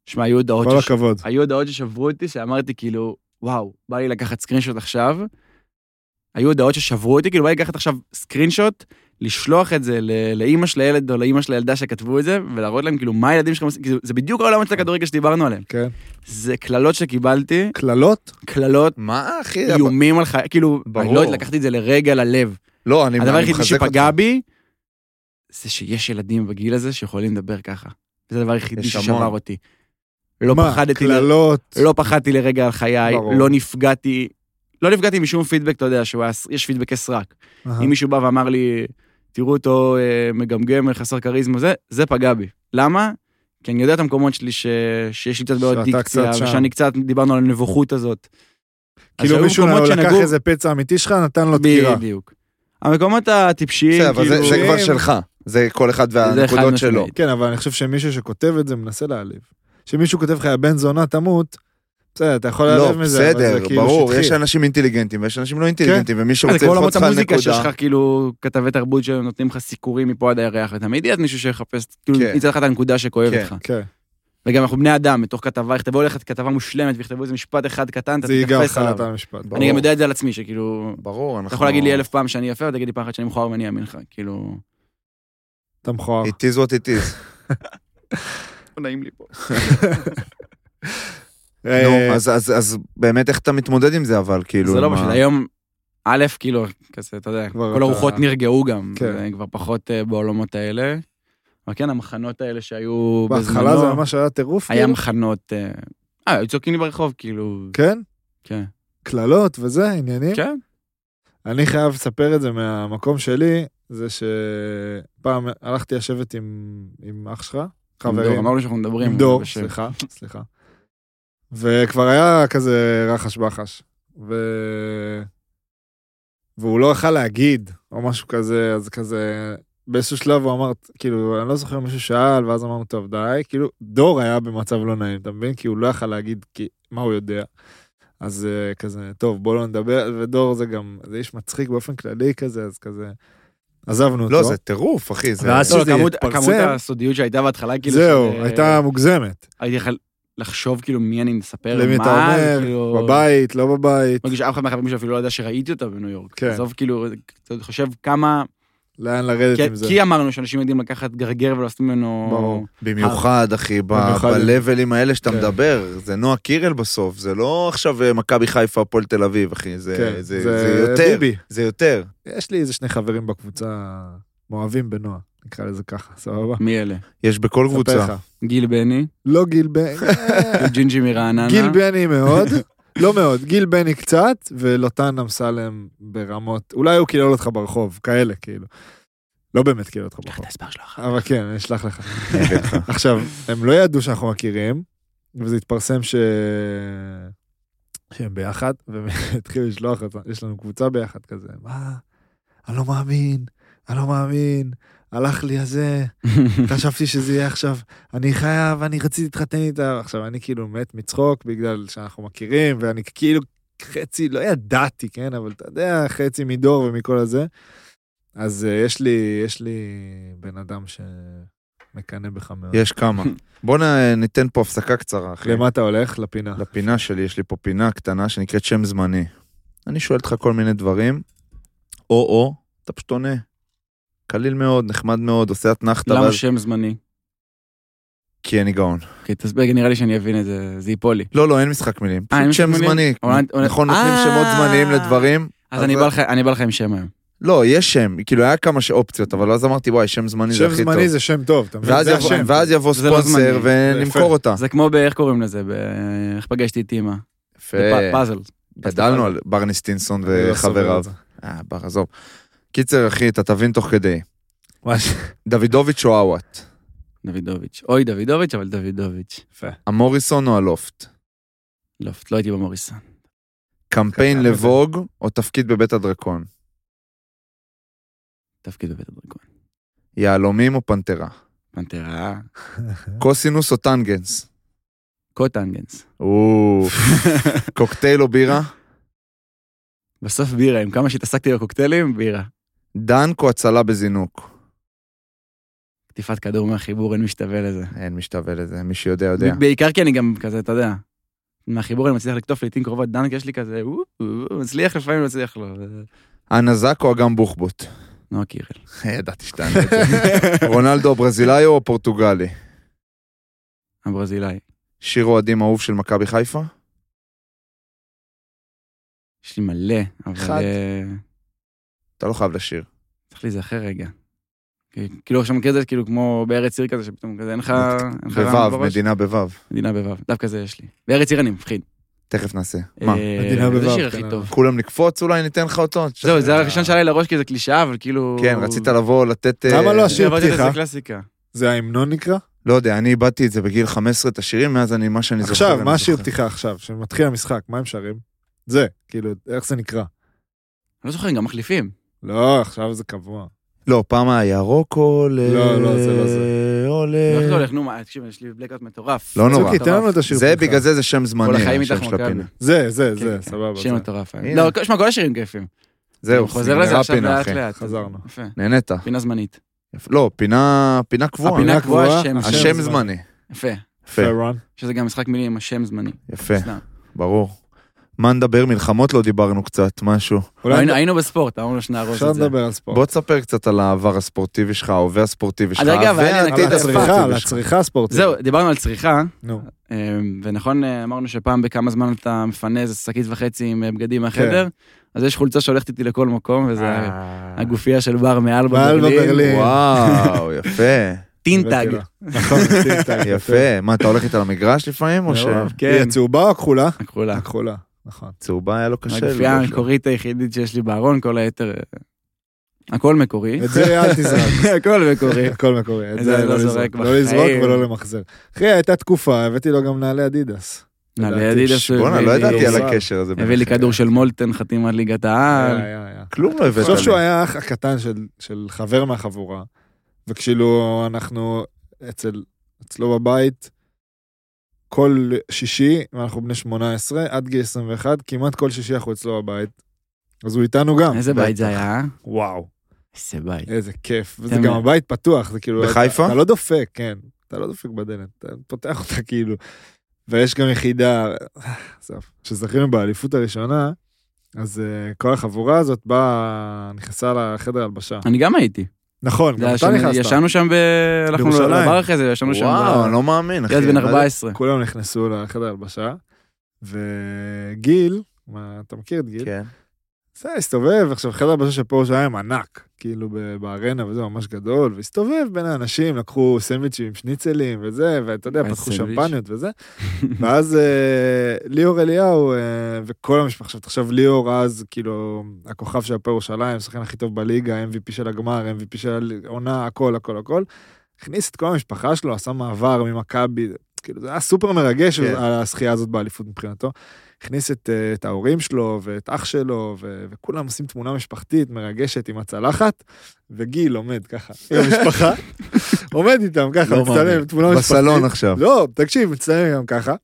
שמע, היו הודעות
כל
שש-
הכבוד.
היו הודעות ששברו אותי, שאמרתי כאילו, וואו, בא לי לקחת סקרינשוט עכשיו. היו הודעות ששברו אותי, כאילו בא לי לקחת עכשיו סקרינשוט, לשלוח את זה ל- לאימא של הילד או לאימא של הילדה שכתבו את זה, ולהראות להם כאילו מה הילדים שלכם עושים, כאילו, זה בדיוק העולמות של הכדורגל שדיברנו עליהם.
כן.
זה קללות שקיבלתי,
קללות?
קללות,
מה, אחי?
איומים על חיי, כאילו,
כן, ברור.
אני לא יודע, לקחתי את זה לרגע ללב.
לא, אני אני מחזק
הדבר
אותך.
היחיד שפגע בי, זה שיש ילדים בגיל הזה שיכולים לדבר ככה. זה הדבר היחידי
יש המון.
ששבר אותי. לא
מה,
פחדתי ל-
קללות?
לא פחדתי לרגע על חיי,
ברור.
לא נפגעתי, לא נפגעתי משום פידבק, אתה יודע, שהוא היה- יש פידבק סרק.
אהה.
אם מישהו בא ואמר לי, תראו אותו אה, מגמגם, חסר כריזמה, זה, זה פגע בי. למה? כי אני יודע את המקומות שלי ש... שיש לי קצת בעיות
שאתה
דיקציה,
קצת שם.
ושאני קצת, דיברנו על הנבוכות הזאת.
כאילו
היו
מישהו
מקומות
לקח
שנגעו-
איזה פצע אמיתי שלך, נתן לו דקירה.
בדיוק. המקומות הטיפשיים,
בסדר, אבל זה-
כאילו...
זה כבר
אם-
שלך. זה כל אחד
חד
והנקודות שלו.
משמעית.
כן, אבל אני חושב שמישהו שכותב את זה מנסה להעליב. שמישהו כותב לך, הבן זונה תמות, בסדר, אתה יכול
לא,
להעליב מזה, אבל
בסדר,
זה כאילו
ברור,
שטחי.
יש אנשים אינטליגנטים ויש אנשים לא אינטליגנטים, ומי
אה, זה
שרוצה
כמו
לפרוץ
עולמות
לך
המוזיקה שיש
נקודה...
לך כאילו כתבי תרבות שנותנים לך סיקורים מפה עד הירח, ותמיד יש מישהו שיחפש, כאילו
כן.
יצא לך את הנקודה
כן.
שכואבת לך.
כן.
וגם אנחנו בני אדם, מתוך כתבה, יכתבו עליך כתבה מושלמת ויכתבו איזה משפט אחד קטן, אתה
זה ייגע
תתפס
לך על
עליו.
המשפט.
אני גם יודע את זה על עצמי, שכאילו,
ברור, אנחנו...
אתה יכול להגיד לי
נכון.
אלף פעם שאני יפה, ותגיד לי פעם אחת שאני מכוער ואני אאמין לך, כאילו...
אתה מכוער.
It is what it is.
לא נעים לי פה.
אה,
נו, אז- אז- אז באמת איך אתה מתמודד עם זה, אבל כאילו...
זה לא
מה-
פשוט, היום, א', כאילו, כזה, אתה יודע,
כבר
כל
אתה-
הרוחות נרגעו גם,
כן.
זה כבר פחות אה, בעולמות האלה. אבל כן, המחנות האלה שהיו בזמנו,
בהתחלה זה ממש היה טירוף.
היה
כאילו?
מחנות, אה, אה, היו צועקים לי ברחוב, כאילו,
כן?
כן.
קללות וזה, עניינים.
כן,
אני חייב לספר את זה מהמקום שלי, זה שפעם הלכתי לשבת עם, עם אח שלך,
עם דור,
חברים,
אמרנו שאנחנו מדברים.
עם דור,
בשם.
סליחה, סליחה. וכבר היה כזה רחש בחש. ו... והוא לא יכל להגיד, או משהו כזה, אז כזה, באיזשהו שלב הוא אמר, כאילו, אני לא זוכר מישהו שאל, ואז אמרנו, טוב, די, כאילו, דור היה במצב לא נעים, אתה מבין? כי הוא לא יכל להגיד כי... מה הוא יודע. אז אה, כזה, טוב, בוא לא נדבר, ודור זה גם, זה איש מצחיק באופן כללי כזה, אז כזה, עזבנו אותו.
לא, זה טירוף, אחי. זה-
ואז-
לא,
שזה
כמות-
יתפרסם.
כמות הסודיות שהייתה בהתחלה, כאילו,
זהו,
שזה-
הייתה מוגזמת.
הייתי יכול לחשוב, כאילו, מי אני מספר,
למי אתה
מה,
אומר,
כאילו-
בבית, לא בבית,
מרגיש שאף אחד מהחברים שלי אפילו לא ידע שראיתי אותה בניו יורק.
כן.
עזוב, כאילו, אתה חושב כמה...
לאן לרדת
כי-
עם זה.
כי אמרנו שאנשים יודעים לקחת גרגר ולעשות ממנו...
ברור.
במיוחד, אחי, ב-
במיוחד.
בלבלים האלה שאתה
כן.
מדבר, זה נועה קירל בסוף, זה לא עכשיו אה, מכבי חיפה, הפועל תל אביב, אחי, זה
כן,
זה- זה יותר,
ביבי.
זה יותר.
יש לי איזה שני חברים בקבוצה, מאוהבים בנועה, נקרא לזה ככה, סבבה?
מי אלה?
יש בכל
אספר
קבוצה.
לך.
גיל בני,
לא גיל <laughs> בני,
ג'ינג'י מרעננה.
גיל בני מאוד, לא מאוד, גיל בני קצת, ולוטן אמסלם ברמות, אולי הוא קילל אותך ברחוב, כאלה, כאילו. לא באמת קילל אותך ברחוב. אבל כן, אני אשלח לך. עכשיו, הם לא ידעו שאנחנו מכירים, וזה התפרסם ש... שהם ביחד, והם <laughs> התחילו לשלוח אותנו, יש לנו קבוצה ביחד כזה, מה? אני לא מאמין, אני לא מאמין, הלך לי הזה, חשבתי שזה יהיה עכשיו, אני חייב, אני רציתי להתחתן איתה. עכשיו, אני כאילו מת מצחוק בגלל שאנחנו מכירים, ואני כאילו חצי, לא ידעתי, כן, אבל אתה יודע, חצי מדור ומכל הזה. אז אה, יש לי, יש לי בן אדם שמקנא בך
<laughs>
מאוד.
יש כמה. בוא נ- ניתן פה הפסקה קצרה, אחי.
למה אתה הולך? לפינה.
לפינה שלי, יש לי פה פינה קטנה שנקראת שם זמני. אני שואל אותך כל מיני דברים, או-או, אתה פשוט עונה. קליל מאוד, נחמד מאוד, עושה אתנחתא,
למה
ואז-
שם זמני?
כי אני גאון.
אוקיי, תסביר, נראה לי שאני אבין את זה, זה ייפול לי.
לא, לא, אין משחק מילים.
אה, אין
פשוט שם
משחק
זמני.
מילים? אולי-
נכון, נותנים
אה.
שמות זמניים לדברים.
אז אני בא לך- אני בא לך עם שם היום.
לא, יש שם, כאילו היה כמה ש- אופציות, אבל אז אמרתי, וואי, שם זמני זה
שם
הכי טוב.
זמני זה שם טוב, אתה מבין?
ואז
זה
יבוא-
השם.
ואז יבוא
זה לא
ספונסר
זמני.
יפה.
ונמכור אותה.
זה כמו ב... איך קוראים לזה? ב- איך פגשתי את אימא?
יפה.
זה פ- פאזל.
גדלנו על ברני סטינסון
אני לא סובל
וחבריו.
את זה.
אה, בר, עזוב. קיצר, אחי, אתה תבין תוך כדי.
מה ש-
דוידוביץ' או עוואט?
דוידוביץ'. אוי, דוידוביץ', אבל דוידוביץ'.
המוריסון או הלופט?
לא, לא הייתי במוריסון.
קמפיין
כתב את זה.
לבוג או תפקיד בבית הדרקון?
תפקיד בבית הדרקון.
יהלומים או פנתרה?
אה? פנתרה.
קוסינוס או טנגנס?
קוטנגנס.
או,
<laughs>
קוקטייל או בירה?
בסוף בירה, עם כמה שהתעסקתי בקוקטיילים, בירה.
דנק או הצלה בזינוק?
קטיפת כדור מהחיבור, אין משתווה לזה.
אין משתווה לזה, מי שיודע יודע.
בעיקר כי אני גם כזה, אתה יודע, מהחיבור אני מצליח לקטוף לעיתים קרובות דנק, יש לי כזה, "וואו, וואו", מצליח לפעמים, מצליח לו. זה-
הנזק או אגם בוחבוט? <laughs>
נועה קירל.
ידעתי שתענה
<laughs>
את זה. רונלדו ברזילאיו או פורטוגלי?
הברזילאי.
שיר אוהדים אהוב של מכבי חיפה?
יש לי מלא, אבל
אחד.
אה,
אתה לא חייב לשיר.
צריך להיזכר רגע. כי- כאילו עכשיו מכיר את זה, כאילו כמו בארץ עיר כזה, שפתאום כזה, אין לך... אין לך רעיון
בוו,
בראש?
מדינה בוו.
מדינה בוו. דווקא זה יש לי. בארץ עיר אני מפחיד.
תכף נעשה. מה?
אה,
מדינה
זה
בוו,
שיר הכי
כן,
טוב.
כולם לקפוץ אולי? ניתן לך אותו? אה,
זהו, זה הראשון שעלה לי לראש, כי זה קלישאה, אבל כאילו...
כן, רצית לבוא לתת... אה,
למה לא
אני
השיר
עברתי את זה,
פתיחה?
זה קלאסיקה.
זה ההמנון נקרא?
לא יודע, אני איבדתי את זה בגיל 15, את השירים, מאז אני, מה שאני זוכר.
עכשיו,
אני
מה השיר
זוכר.
פתיחה עכשיו? כשמתחיל המשחק, מה הם שרים? את זה, כאילו, איך זה נקרא?
אני לא זוכר, הם גם מחליפים.
לא, עכשיו זה קבוע.
לא, פעם הירוק עולה.
לא, לא, זה לא
איך זה
עולה.
הולך? לא נו, מה, תקשיב, יש לי בלקאוט מטורף.
אה, לא נורא.
צוקי, תן לנו את השיר
זה
שלך.
בגלל זה זה שם זמני.
כל החיים
השם
איתך
של הפינה.
מכבי.
זה, זה, זה,
כן, כן.
סבבה.
שיר
זה.
מטורף. היה.
הנה.
לא, שמע, כל השירים כיפים.
זהו,
חוזר
נגמרה
לזה עכשיו
הפינה,
לאט
אחי.
לאט.
חזרנו.
יפה.
נהנית.
פינה זמנית.
יפה. לא, פינה פינה קבועה.
הפינה
פינה
הקבועה,
קבועה,
שם
השם
זמני.
השם זמני.
יפה.
יפה,
יפה, רון.
שזה גם משחק מילים עם השם זמני.
יפה,
סתם.
ברור. מה נדבר? מלחמות לא דיברנו קצת, משהו.
אולי
היינו- היינו בספורט, אמרנו שנהרוס
אפשר
את זה.
לדבר על ספורט.
בוא תספר קצת על העבר הספורטיבי שלך, ההווה הספורטיבי שלך,
אז רגע, אבל היה לי
על
והעתיד
נקודה
הצריכה, על
הספורטיבי שלך.
הצריכה הספורטיבית.
זהו, דיברנו על צריכה,
נו.
אה, ונכון, אה, אמרנו שפעם בכמה זמן אתה מפנה איזה שקית וחצי עם אה, בגדים מהחדר,
כן.
אז יש חולצה שהולכת איתי לכל מקום, וזה הגופייה של בר מעל
אה. מעל
בברלין.
בברלין.
וואו, יפה,
טינטג.
הבאתי לה. נכון,
<laughs>
טינטג.
יפה. מה, אתה הולך איתה למגרש לפעמים, או ש...
מאוד.
כן.
היא הצהובה או הכחולה?
לקחו לה.
הכחולה, נכון.
צהובה היה לו קשה.
הגופייה
לגלוש לה.
המקורית היחידית שיש לי בארון, כל היתר... אה, הכל מקורי.
את זה אל
<laughs>
תזרוק.
<laughs> הכל מקורי.
הכל מקורי, את
את
זה
זה
לא
לא זורק
לזרוק.
בחיים.
לא לזרוק ולא למחזר. אחי, הייתה תקופה, הבאתי לו גם נעלי אדידס.
נעלי
לדעתי,
אדידס
ש-
הוא
בואנה,
הביא
לא
לי-
ידעתי על
יוזר.
הקשר הזה.
הביא לי
ביניכם.
כדור של מולטן, חתים עד ליגת העל.
היה, היה, היה.
כלום לא הבאת
תחשוב שהוא
לי.
היה אח הקטן של- של חבר מהחבורה, וכאילו אנחנו אצל, אצלו בבית, כל שישי, אנחנו בני 18, עד גיל 21, כמעט כל שישי אנחנו אצלו בבית. אז הוא איתנו גם.
איזה בית זה היה?
וואו,
איזה בית.
אה, איזה כיף. וזה
אתם-
גם הבית פתוח, זה כאילו...
בחיפה?
אתה לא דופק, כן. אתה לא דופק בדלת, אתה פותח אותה כאילו. ויש גם יחידה, עזוב, כשזכינו באליפות הראשונה, אז אה, כל החבורה הזאת באה, נכנסה לחדר הלבשה.
אני גם הייתי.
נכון, גם
זה היה
אתה
שם-
נכנסת.
ישנו שם ב... הלכנו
בירושלים.
לבר אחרי זה, ישנו שם.
וואו, אני
ב-
לא מאמין, אחי.
ילד בן
מה זה-
14.
כולם נכנסו לחדר הלבשה, וגיל, מה, אתה מכיר את גיל?
כן.
זה הסתובב, עכשיו חדר הלבשה של פורש היה עם ענק, כאילו ב- בארנה וזה ממש גדול, והסתובב בין האנשים, לקחו סנדוויצ'ים עם שניצלים וזה, ואתה יודע,
איזה
פתחו
סנדוויץ'.
שמפניות וזה, ואז אה, ליאור אליהו אה, וכל המשפחה, עכשיו תחשוב ליאור אז, כאילו, הכוכב של הפועל ירושלים, השחקן הכי טוב בליגה, MVP של הגמר, MVP של העונה, הכל, הכל, הכל, הכניס את כל המשפחה שלו, עשה מעבר ממכבי, כאילו זה היה סופר מרגש
כן.
על הזכייה הזאת באליפות מבחינתו. הכניס את, אה, את ההורים שלו ואת אח שלו, ו- וכולם עושים תמונה משפחתית מרגשת עם הצלחת, וגיל עומד ככה עם
<laughs>
המשפחה, עומד איתם ככה,
לא
מצטלם,
מאמין.
תמונה
<laughs>
משפחתית.
בסלון עכשיו.
לא, תקשיב, מצטלם גם ככה.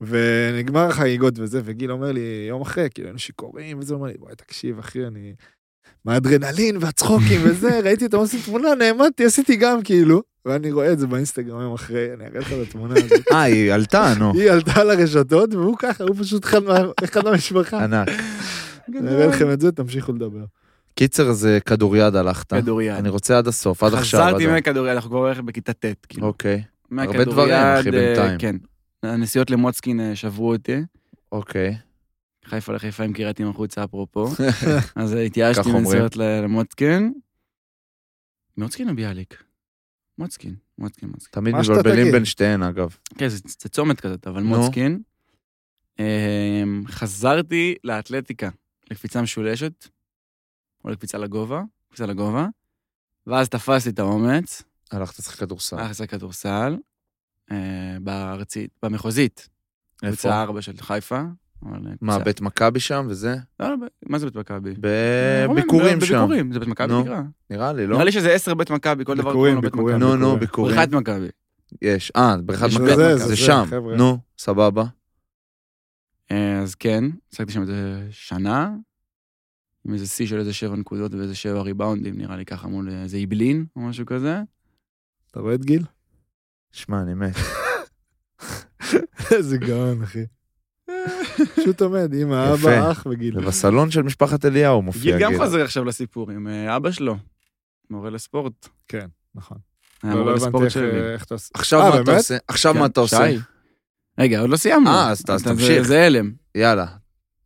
ונגמר החגיגות וזה, וגיל אומר לי, יום אחרי, כאילו, היינו שיכורים וזה, הוא אומר לי, וואי, תקשיב, אחי, אני... מהאדרנלין והצחוקים וזה, <laughs> ראיתי אותם עושים תמונה, נעמדתי, עשיתי גם, כאילו. ואני רואה את זה באינסטגרם יום אחרי, אני אראה לך את התמונה
<laughs>
הזאת.
אה, היא עלתה,
<laughs>
נו.
היא עלתה לרשתות, והוא ככה, הוא פשוט אחד מה- אחד מהמשפחה.
ענק.
אני לא אראה לכם את זה, תמשיכו לדבר.
קיצר, זה כדוריד הלכת.
כדוריד.
אני רוצה עד הסוף, עד עכשיו.
חזרתי
עד ה-
מהכדוריד, אנחנו כבר בערך בכיתה ט', כאילו.
אוקיי, הרבה
מהכדוריד,
דברים, אחי,
אה,
בינתיים.
כן. הנסיעות למוצקין אה, שברו אותי.
אוקיי.
חיפה לחיפה עם קריאטים החוצה,
<laughs>
אפרופו. אז אה, התייאשתי
כך אומרים.
מנסיעות ל- למוצקין. מוצקין או ביאליק? מוצקין, מוצקין, מוצקין.
תמיד
מה שאתה
מבלבלים
תגיד.
בין שתיהן, אגב.
כן, זה זה צומת כזאת, אבל
נו.
מוצקין. אמ, חזרתי לאתלטיקה, לקפיצה משולשת, או לקפיצה לגובה, קפיצה לגובה, ואז תפסתי את האומץ,
הלכת לשחק כדורסל.
אחרי כדורסל, אה, בארצית, במחוזית,
איפה?
קבוצה 4 של חיפה. אבל, אה,
מה,
קבוצה-
בית מכבי שם וזה?
לא, לא, ב- מה זה בית מכבי?
בביקורים אה, שם.
אה, בביקורים, זה בית מכבי
נו.
נקרא.
נראה לי, לא?
נראה לי שזה עשר בית מכבי, כל דבר
ביקורים,
קוראים לו בית
ביקורים.
מכבי.
נו, נו,
ביקורים.
ביקורים.
בריכת מכבי.
יש. אה, בריכת
יש
מכבי.
בית
זה
מכבי.
זה
זה,
שם.
חבר'ה.
נו, סבבה.
אה, אז כן, הצגתי שם איזה שנה, עם איזה שיא של איזה שבע נקודות ואיזה שבע ריבאונדים, נראה לי ככה מול איזה איבלין או משהו כזה.
אתה רואה את גיל? <laughs>
שמע, אני מת.
איזה גאון, אחי. פשוט עומד, אמא,
יפה.
אבא, אח וגיל.
זה כאילו, בסלון של משפחת אליהו
גיל
מופיע. כאילו.
גם חוזר עכשיו לסיפור עם אה, אבא שלו, מורה לספורט.
נכון.
היה
לא, לא
מורה
הבנתי
לספורט
איך-
שלי.
איך אתה עושה.
עכשיו
אה,
מה אתה
באמת?
עושה? עכשיו
כן,
מה אתה עושה?
שי. רגע, עוד לא סיימנו.
אה, אז- אז
אתה- זה-
תמשיך.
זה הלם.
יאללה.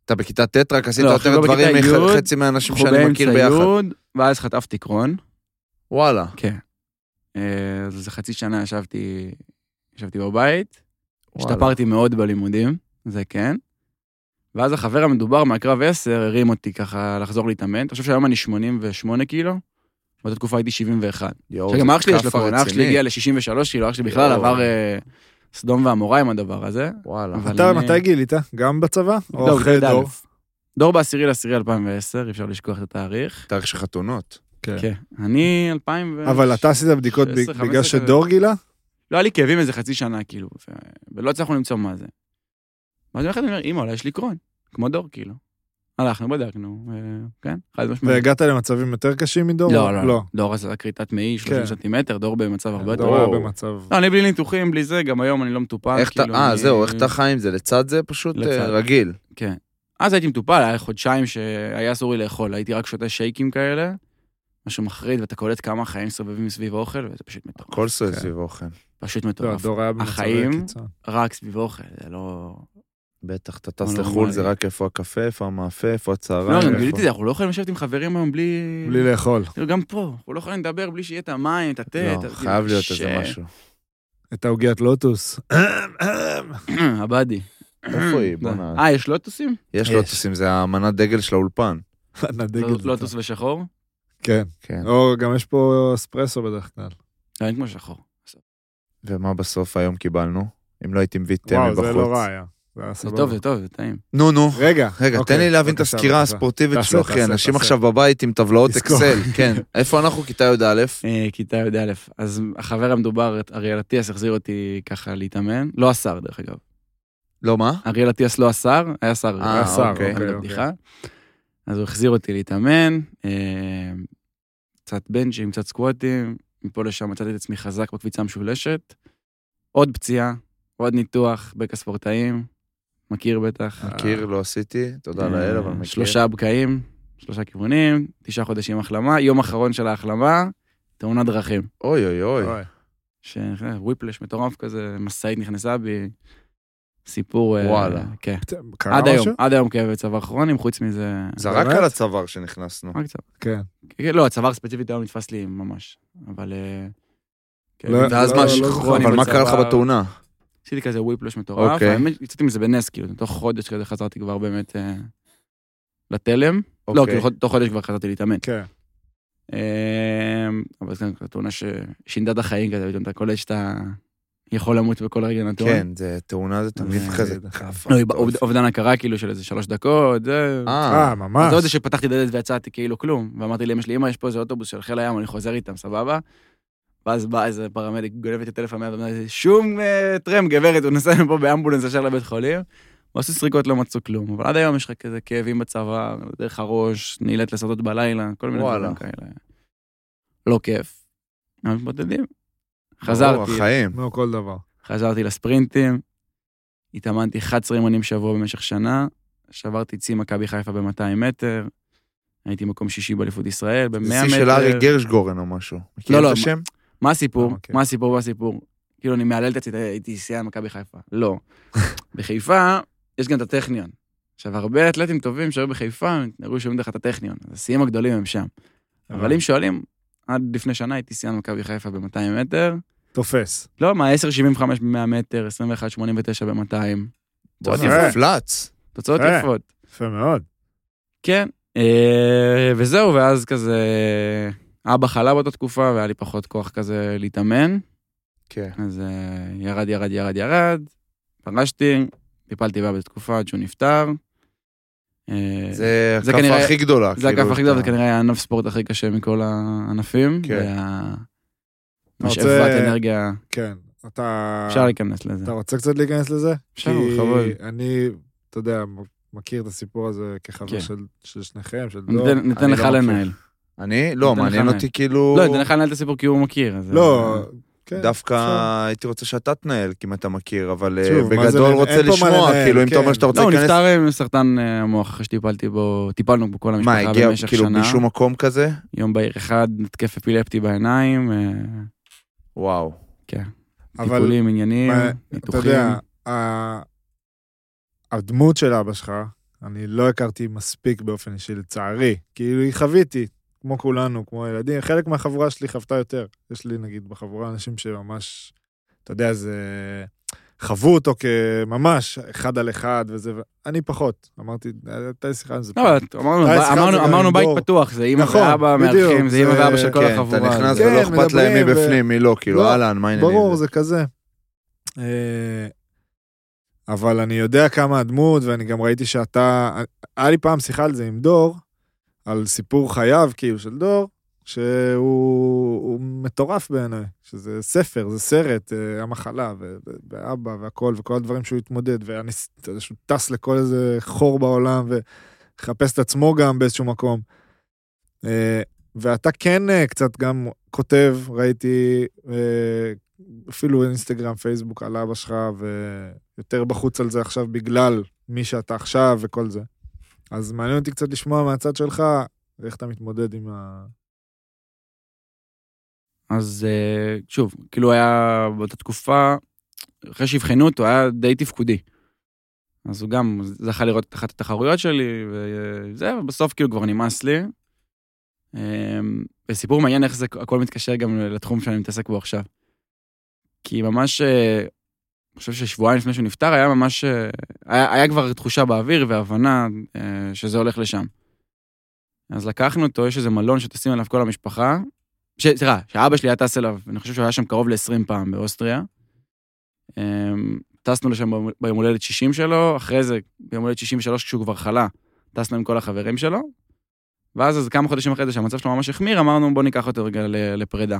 אתה בכיתה ט' רק עשית
לא,
יותר
אנחנו לא
דברים
בכיתה י',
מחצי מהאנשים
אנחנו
שאני מכיר
באמצע
ביחד.
יוד, ואז חטפתי קרון.
וואלה.
כן. אה, אז איזה חצי שנה ישבתי, ישבתי בבית,
וואלה.
השתפרתי מאוד בלימודים, זה כן. ואז החבר המדובר מהקרב 10 הרים אותי ככה לחזור להתאמן. אתה חושב שהיום אני 88 קילו? באותה תקופה הייתי 71.
יואו,
עכשיו גם
זה
אח שלי יש לו
כאפה
קורונה, אח שלי
רצינית.
הגיע ל-63 קילו, אח שלי בכלל
יואו.
עבר אה, סדום ועמורה עם הדבר הזה.
וואלה.
אבל
אתה
אני-
מתי גילית? גם בצבא?
לא,
או אחרי
בכיתה
דור?
א'. דור בעשירי לעשירי 2010, אי אפשר לשכוח את התאריך.
תאריך של חתונות.
כן. אני 2000 ו...
אבל אתה עשית בדיקות ב-
16,
בגלל
15
שדור גילה?
לא היה לי כאבים איזה חצי שנה, כאילו, ו... ולא הצלחנו למצוא מה זה. ואז יום אחד אני אומר, אמא, אולי יש לי קרון, כמו דור, כאילו. הלכנו, בדקנו, ו- כן, חד משמעית.
והגעת למצבים יותר קשים מדור?
לא, לא, לא. דור עשה כריתת מעי, 30
כן.
סנטימטר, דור במצב
כן,
הרבה יותר...
דור היה
וואו.
במצב...
לא, אני בלי ניתוחים, בלי זה, גם היום אני לא מטופל.
איך אתה,
כאילו,
אה,
אני-
זהו, איך אתה חי עם זה? לצד זה פשוט
לצד.
אה, רגיל.
כן. אז הייתי מטופל, היה חודשיים שהיה אסור לי לאכול, הייתי רק שותה שייקים כאלה, משהו מחריד, ואתה קולט כמה חיים סובבים סביב האוכל, וזה פשוט מטורף.
הכל סועד
כן.
סביב אוכל.
פשוט
לא,
מטורף.
דור היה במצבי
החיים-
קיצון.
רק סביב אוכל, זה לא...
בטח, אתה טס
לא
לחו"ל,
נורמלי.
זה רק איפה הקפה, איפה המאפה, איפה
לא,
הצהריים.
גם
איפה-
גיליתי את זה, אנחנו לא יכולים לשבת עם חברים היום בלי...
בלי לאכול.
כאילו, גם פה, אנחנו לא יכולים לדבר בלי שיהיה את המים, את התה. את
לא,
ה- כאילו,
חייב להיות
ש-
איזה משהו.
את העוגיית לוטוס. <laughs>
<clears throat> הבאדי.
איפה
<clears throat>
היא? בוא'נה.
אה, יש לוטוסים?
יש
יש.
לוטוסים, זה האמנת דגל של האולפן.
נדגל.
לוט- לא, לוטוס ושחור?
כן.
כן.
או, גם יש פה אספרסו בדרך כלל.
לא, אין כמו שחור.
ומה בסוף היום קיבלנו? אם לא הייתי מביא תה
וואו, זה לא
מבחוץ.
רע היה. זה היה
זה
סבבה.
טוב, זה טוב, זה טעים.
נו, נו.
רגע.
רגע,
אוקיי,
תן לי להבין את
בבקשה,
הסקירה
בבקשה.
הספורטיבית
תעשה,
שלו, אחי.
תעשה,
אנשים
תעשה.
עכשיו בבית עם טבלאות
תזכור. <laughs>
אקסל, כן. איפה אנחנו? כיתה י"א.
אה, כיתה י"א. אז החבר המדובר, אריאל אטיאס, החזיר אותי ככה להתאמן. לא השר, דרך אגב.
לא, מה?
אריאל אטיאס לא השר, היה שר.
אה,
היה שר,
אוקיי.
אבל
אוקיי,
בדיחה. אז הוא החזיר אותי להתאמן, אה, קצת בנג'ים, קצת סקווטים, מפה לשם מצאתי את עצמי חזק בקביצה המשולשת. עוד פציעה, עוד ניתוח, בקע ספורטאים, מכיר בטח.
מכיר, לא עשיתי, תודה
אה,
לאל, אבל מכיר.
שלושה בקעים, שלושה כיוונים, תשעה חודשים החלמה, יום אחרון של ההחלמה, תאונת דרכים.
אוי אוי אוי.
אוי.
שוויפלש מטורף כזה, משאית נכנסה בי, סיפור... אה,
וואלה.
כן.
קרה
עד היום,
משהו?
עד היום כאב בצוואר כרונים, חוץ מזה...
זרק
באמת?
על הצוואר שנכנסנו.
רק קצת.
כן.
כן, לא, הצוואר ספציפית היום נתפס לי ממש, אבל... אה, כן,
לא,
ואז
לא,
מה,
לא
שחרון
זוכר.
עם
אבל מה קרה לך
הצוואר,
בתאונה?
עשיתי כזה וויפלש מטורף,
אוקיי.
האמת, יצאתי מזה בנס, כאילו, תוך חודש כזה חזרתי כבר באמת אה, לתלם. לא,
אוקיי.
כאילו, תוך חודש כבר חזרתי להתאמן.
כן.
אה, אבל זו כן, תאונה ששינתה את החיים כזה, פתאום אתה קולט שאתה יכול למות בכל רגע נתון.
כן, זה תאונה, זה תמיד
זה-
כזה
אה, זה-
כאפה.
לא, היא באובד- אובדן הכרה כאילו של איזה שלוש דקות, זה...
אה,
אה, ממש.
אתה יודע שפתחתי דלת ויצאתי כאילו כלום, ואמרתי לאמא שלי, אמא, יש פה איזה אוטובוס של חיל הים, אני חוזר איתם, סבבה? ואז בא איזה פרמדיק, גונב את הטלפון מהיד, ואומר, לי, שום אה, טרם, גברת, הוא נסע מפה באמבולנס ישר לבית חולים. ועשו סריקות, לא מצאו כלום, אבל עד היום יש לך כזה כאבים בצוואר, דרך הראש, נעילת לסרטות בלילה, כל מיני
וואלה.
דברים כאלה. לא כיף. אבל מתמודדים.
ברור,
חזרתי,
החיים.
נו, כל דבר.
חזרתי לספרינטים, התאמנתי 11 אימונים שבוע במשך שנה, שברתי צי מכבי חיפה ב-200 מטר, הייתי מקום שישי באליפות ישראל, ב-100
זה שיא
מטר.
של ארי גרשגורן או משהו. מכיר
לא,
את השם?
מה הסיפור?
אה, אוקיי.
מה הסיפור? מה הסיפור? כאילו, אני מהלל את עצמי, הייתי שיאן מכבי חיפה.
<laughs>
לא. בחיפה, יש גם את הטכניון. עכשיו, הרבה אתלטים טובים שהיו בחיפה, הם הראו שהם דרך את הטכניון. אז השיאים הגדולים הם שם. אבל אם שואלים, עד לפני שנה הייתי שיאן מכבי חיפה ב-200 מטר,
תופס.
לא, מה, 10.75 ב-100 מטר, 21.89 ב-200. תוצאות
בואנה,
יפה.
זה פלץ.
תוצאות
אה.
יפות.
יפה מאוד.
כן. אה, וזהו, ואז כזה... אבא חלה באותה תקופה, והיה לי פחות כוח כזה להתאמן.
כן.
אז אה, ירד, ירד, ירד, ירד. פגשתי, טיפלתי בה בתקופה עד שהוא נפטר. אה,
זה
זה
הכאפה
כנראה-
הכי גדולה.
זה הכף
כאילו,
הכי גדול,
אתה-
זה כנראה היה ענף ספורט הכי קשה מכל הענפים.
כן.
וה-
אתה רוצה-
משאבת אנרגיה,
כן. אתה...
אה,
אפשר להיכנס לזה.
אתה רוצה קצת להיכנס לזה?
אפשר, בכבוד.
כי אני, אתה יודע, מכיר את הסיפור הזה כחבר
כן.
של- של שניכם, של דור.
ניתן- ניתן
אני
לך
לא מכיר.
לנהל.
אני? לא,
נותן לך
מעניין
מעניין.
אותי כאילו...
לא, ניתן לך לנהל את הסיפור כי הוא מכיר. אז- אה,
לא, כן.
דווקא
אפשר.
הייתי רוצה שאתה תנהל, כי אם אתה מכיר, אבל אה,
שוב, מה זה
בגדול
לנהל?
רוצה
אין פה מה
לשמוע,
לנהל,
כאילו, אם אתה
כן.
אומר שאתה רוצה
לא, הוא
להיכנס...
נפטר עם סרטן אה, המוח אחרי שטיפלתי בו, טיפלנו בו כל
מה,
המשפחה
הגיע
במשך
כאילו
שנה.
משום מקום כזה?
יום בהיר אחד, התקף אפילפטי בעיניים, אה,
וואו.
אבל
טיפולים, עניינים,
מה, אה, אתה
ניתוחים.
יודע, ה- הדמות של אבא שלך, אני לא הכרתי מספיק באופן אישי, לצערי. כאילו, היא חוויתי, כמו כולנו, כמו הילדים. חלק מהחבורה שלי חוותה יותר. יש לי, נגיד, בחבורה אנשים שממש, אתה יודע, זה... חוו אותו כממש אחד על אחד וזה, ו- אני פחות. אמרתי, הייתה לי שיחה עם זה.
לא,
פעם.
אבל אמרנו,
אה, הזכרת
אמרנו-
את זה
אמרנו
עם
בית
דור.
פתוח, זה אימא
נכון,
ואבא מארחים,
בדיוק,
זה אימא
זה-
ואבא של כל
כן, אתה
החבורה.
נכנס
זה-
כן,
ולא אכפת להם
מדברים,
מי
ו-
בפנים, מי לא, כאילו,
לא,
אהלן, מה העניינים?
ברור, זה כזה. אה, אבל אני יודע כמה הדמות, ואני גם ראיתי שאתה... היה לי פעם שיחה על זה עם דור, על סיפור חייו, כאילו, של דור, שהוא הוא מטורף בעיניי, שזה ספר, זה סרט, אה, המחלה, ו- ו- ואבא והכל, וכל הדברים שהוא התמודד, ואני, אתה יודע, שהוא טס לכל איזה חור בעולם, ומחפש את עצמו גם באיזשהו מקום. אה, ואתה כן אה, קצת גם כותב, ראיתי אה, אפילו אינסטגרם, פייסבוק על אבא שלך, ויותר בחוץ על זה עכשיו בגלל מי שאתה עכשיו וכל זה. אז מעניין אותי קצת לשמוע מהצד שלך, איך אתה מתמודד עם ה...
אז אה, שוב, כאילו היה באותה תקופה, אחרי שאבחנו אותו, היה די תפקודי. אז הוא גם זכה לראות את אחת התחרויות שלי, וזה, ובסוף כאילו כבר נמאס לי. אה, וסיפור מעניין איך זה, הכל מתקשר גם לתחום שאני מתעסק בו עכשיו. כי ממש, אה, אני חושב ששבועיים לפני שהוא נפטר, היה ממש, אה, היה, היה כבר תחושה באוויר והבנה אה, שזה הולך לשם. אז לקחנו אותו, יש איזה מלון שטסים אליו כל המשפחה, ש- סליחה, שאבא שלי היה טס אליו, אני חושב שהוא היה שם קרוב ל-20 פעם באוסטריה. אמ, טסנו לשם ביום- ביום הולדת 60 שלו, אחרי זה, ביום הולדת 63 כשהוא כבר חלה, טסנו עם כל החברים שלו. ואז אז כמה חודשים אחרי זה שהמצב שלו ממש החמיר, אמרנו בוא ניקח אותו רגע ל- לפרידה.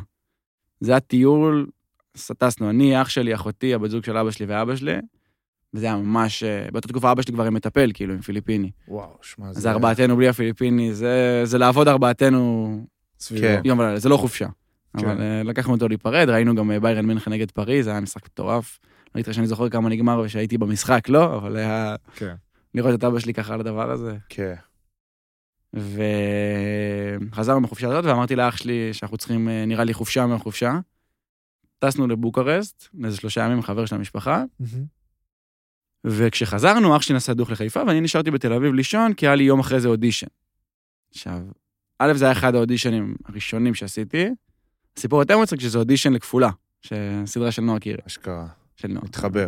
זה היה טיול, אז טסנו אני, אח שלי, אחותי, הבת זוג של אבא שלי ואבא שלי, וזה היה ממש, אה, באותה תקופה אבא שלי כבר עם מטפל, כאילו, עם פיליפיני.
וואו, שמע,
אז זה ארבעתנו בלי הפיליפיני, זה, זה לעבוד ארבעתנו
כן.
יום ולילה, זה לא חופשה.
כן.
אבל אה, לקחנו אותו להיפרד, ראינו גם אה, ביירן מינכן נגד פריז, היה משחק מטורף. לא הייתי שאני זוכר כמה נגמר ושהייתי במשחק, לא, אבל היה...
כן.
לראות את אבא שלי ככה על הדבר הזה.
כן.
וחזרנו בחופשה הזאת, ואמרתי לאח שלי שאנחנו צריכים, אה, נראה לי, חופשה מהחופשה. טסנו לבוקרסט, איזה שלושה ימים, חבר של המשפחה, וכשחזרנו, אח שלי נסע דוך לחיפה, ואני נשארתי בתל אביב לישון, כי היה לי יום אחרי זה אודישן. עכשיו, א', זה היה אחד האודישנים הראשונים שעשיתי. הסיפור יותר מצחיק שזה אודישן לכפולה, סדרה של נועה קירל,
אשכרה.
של נועה.
מתחבר.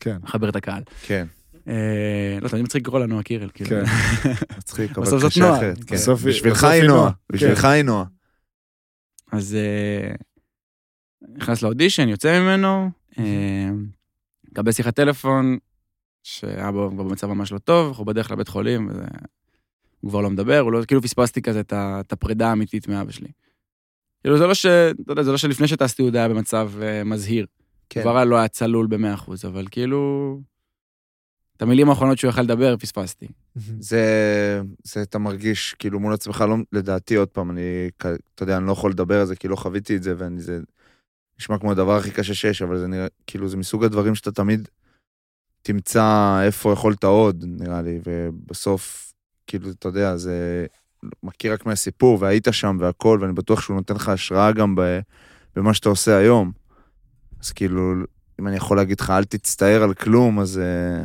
כן.
מחבר את הקהל.
כן.
אה, לא, תמיד מצחיק לקרוא לה נועה קירל, כאילו. <laughs>
כן.
מצחיק, אבל
בסוף זאת
קשה
נועה.
אחרת. כן.
בסוף-
בשבילך
בסוף
היא
היא
נועה.
נועה. כן.
בשבילך היא נועה.
אז אה, נכנס לאודישן, יוצא ממנו, אה, מקבל שיחת טלפון, שאבא כבר במצב ממש לא טוב, אנחנו בדרך לבית חולים, וזה... הוא כבר לא מדבר, הוא לא, כאילו פספסתי כזה את ה- את הפרידה האמיתית מאבא שלי. כאילו זה לא ש... אתה יודע, זה לא שלפני שטסתי הוא עוד היה במצב אה, מזהיר.
כן.
כבר היה- לא היה צלול ב-100%, אבל כאילו... את המילים האחרונות שהוא יכל לדבר, פספסתי.
זה, זה אתה מרגיש כאילו מול עצמך, לא, לדעתי, עוד פעם, אני, כ- אתה יודע, אני לא יכול לדבר על זה כי לא חוויתי את זה, ואני, זה נשמע כמו הדבר הכי קשה שיש, אבל זה נראה, כאילו, זה מסוג הדברים שאתה תמיד תמצא איפה יכולת עוד, נראה לי, ובסוף, כאילו, אתה יודע, זה מכיר רק מהסיפור, והיית שם והכל, ואני בטוח שהוא נותן לך השראה גם ב, במה שאתה עושה היום. אז כאילו, אם אני יכול להגיד לך, אל תצטער על כלום, אז... אה,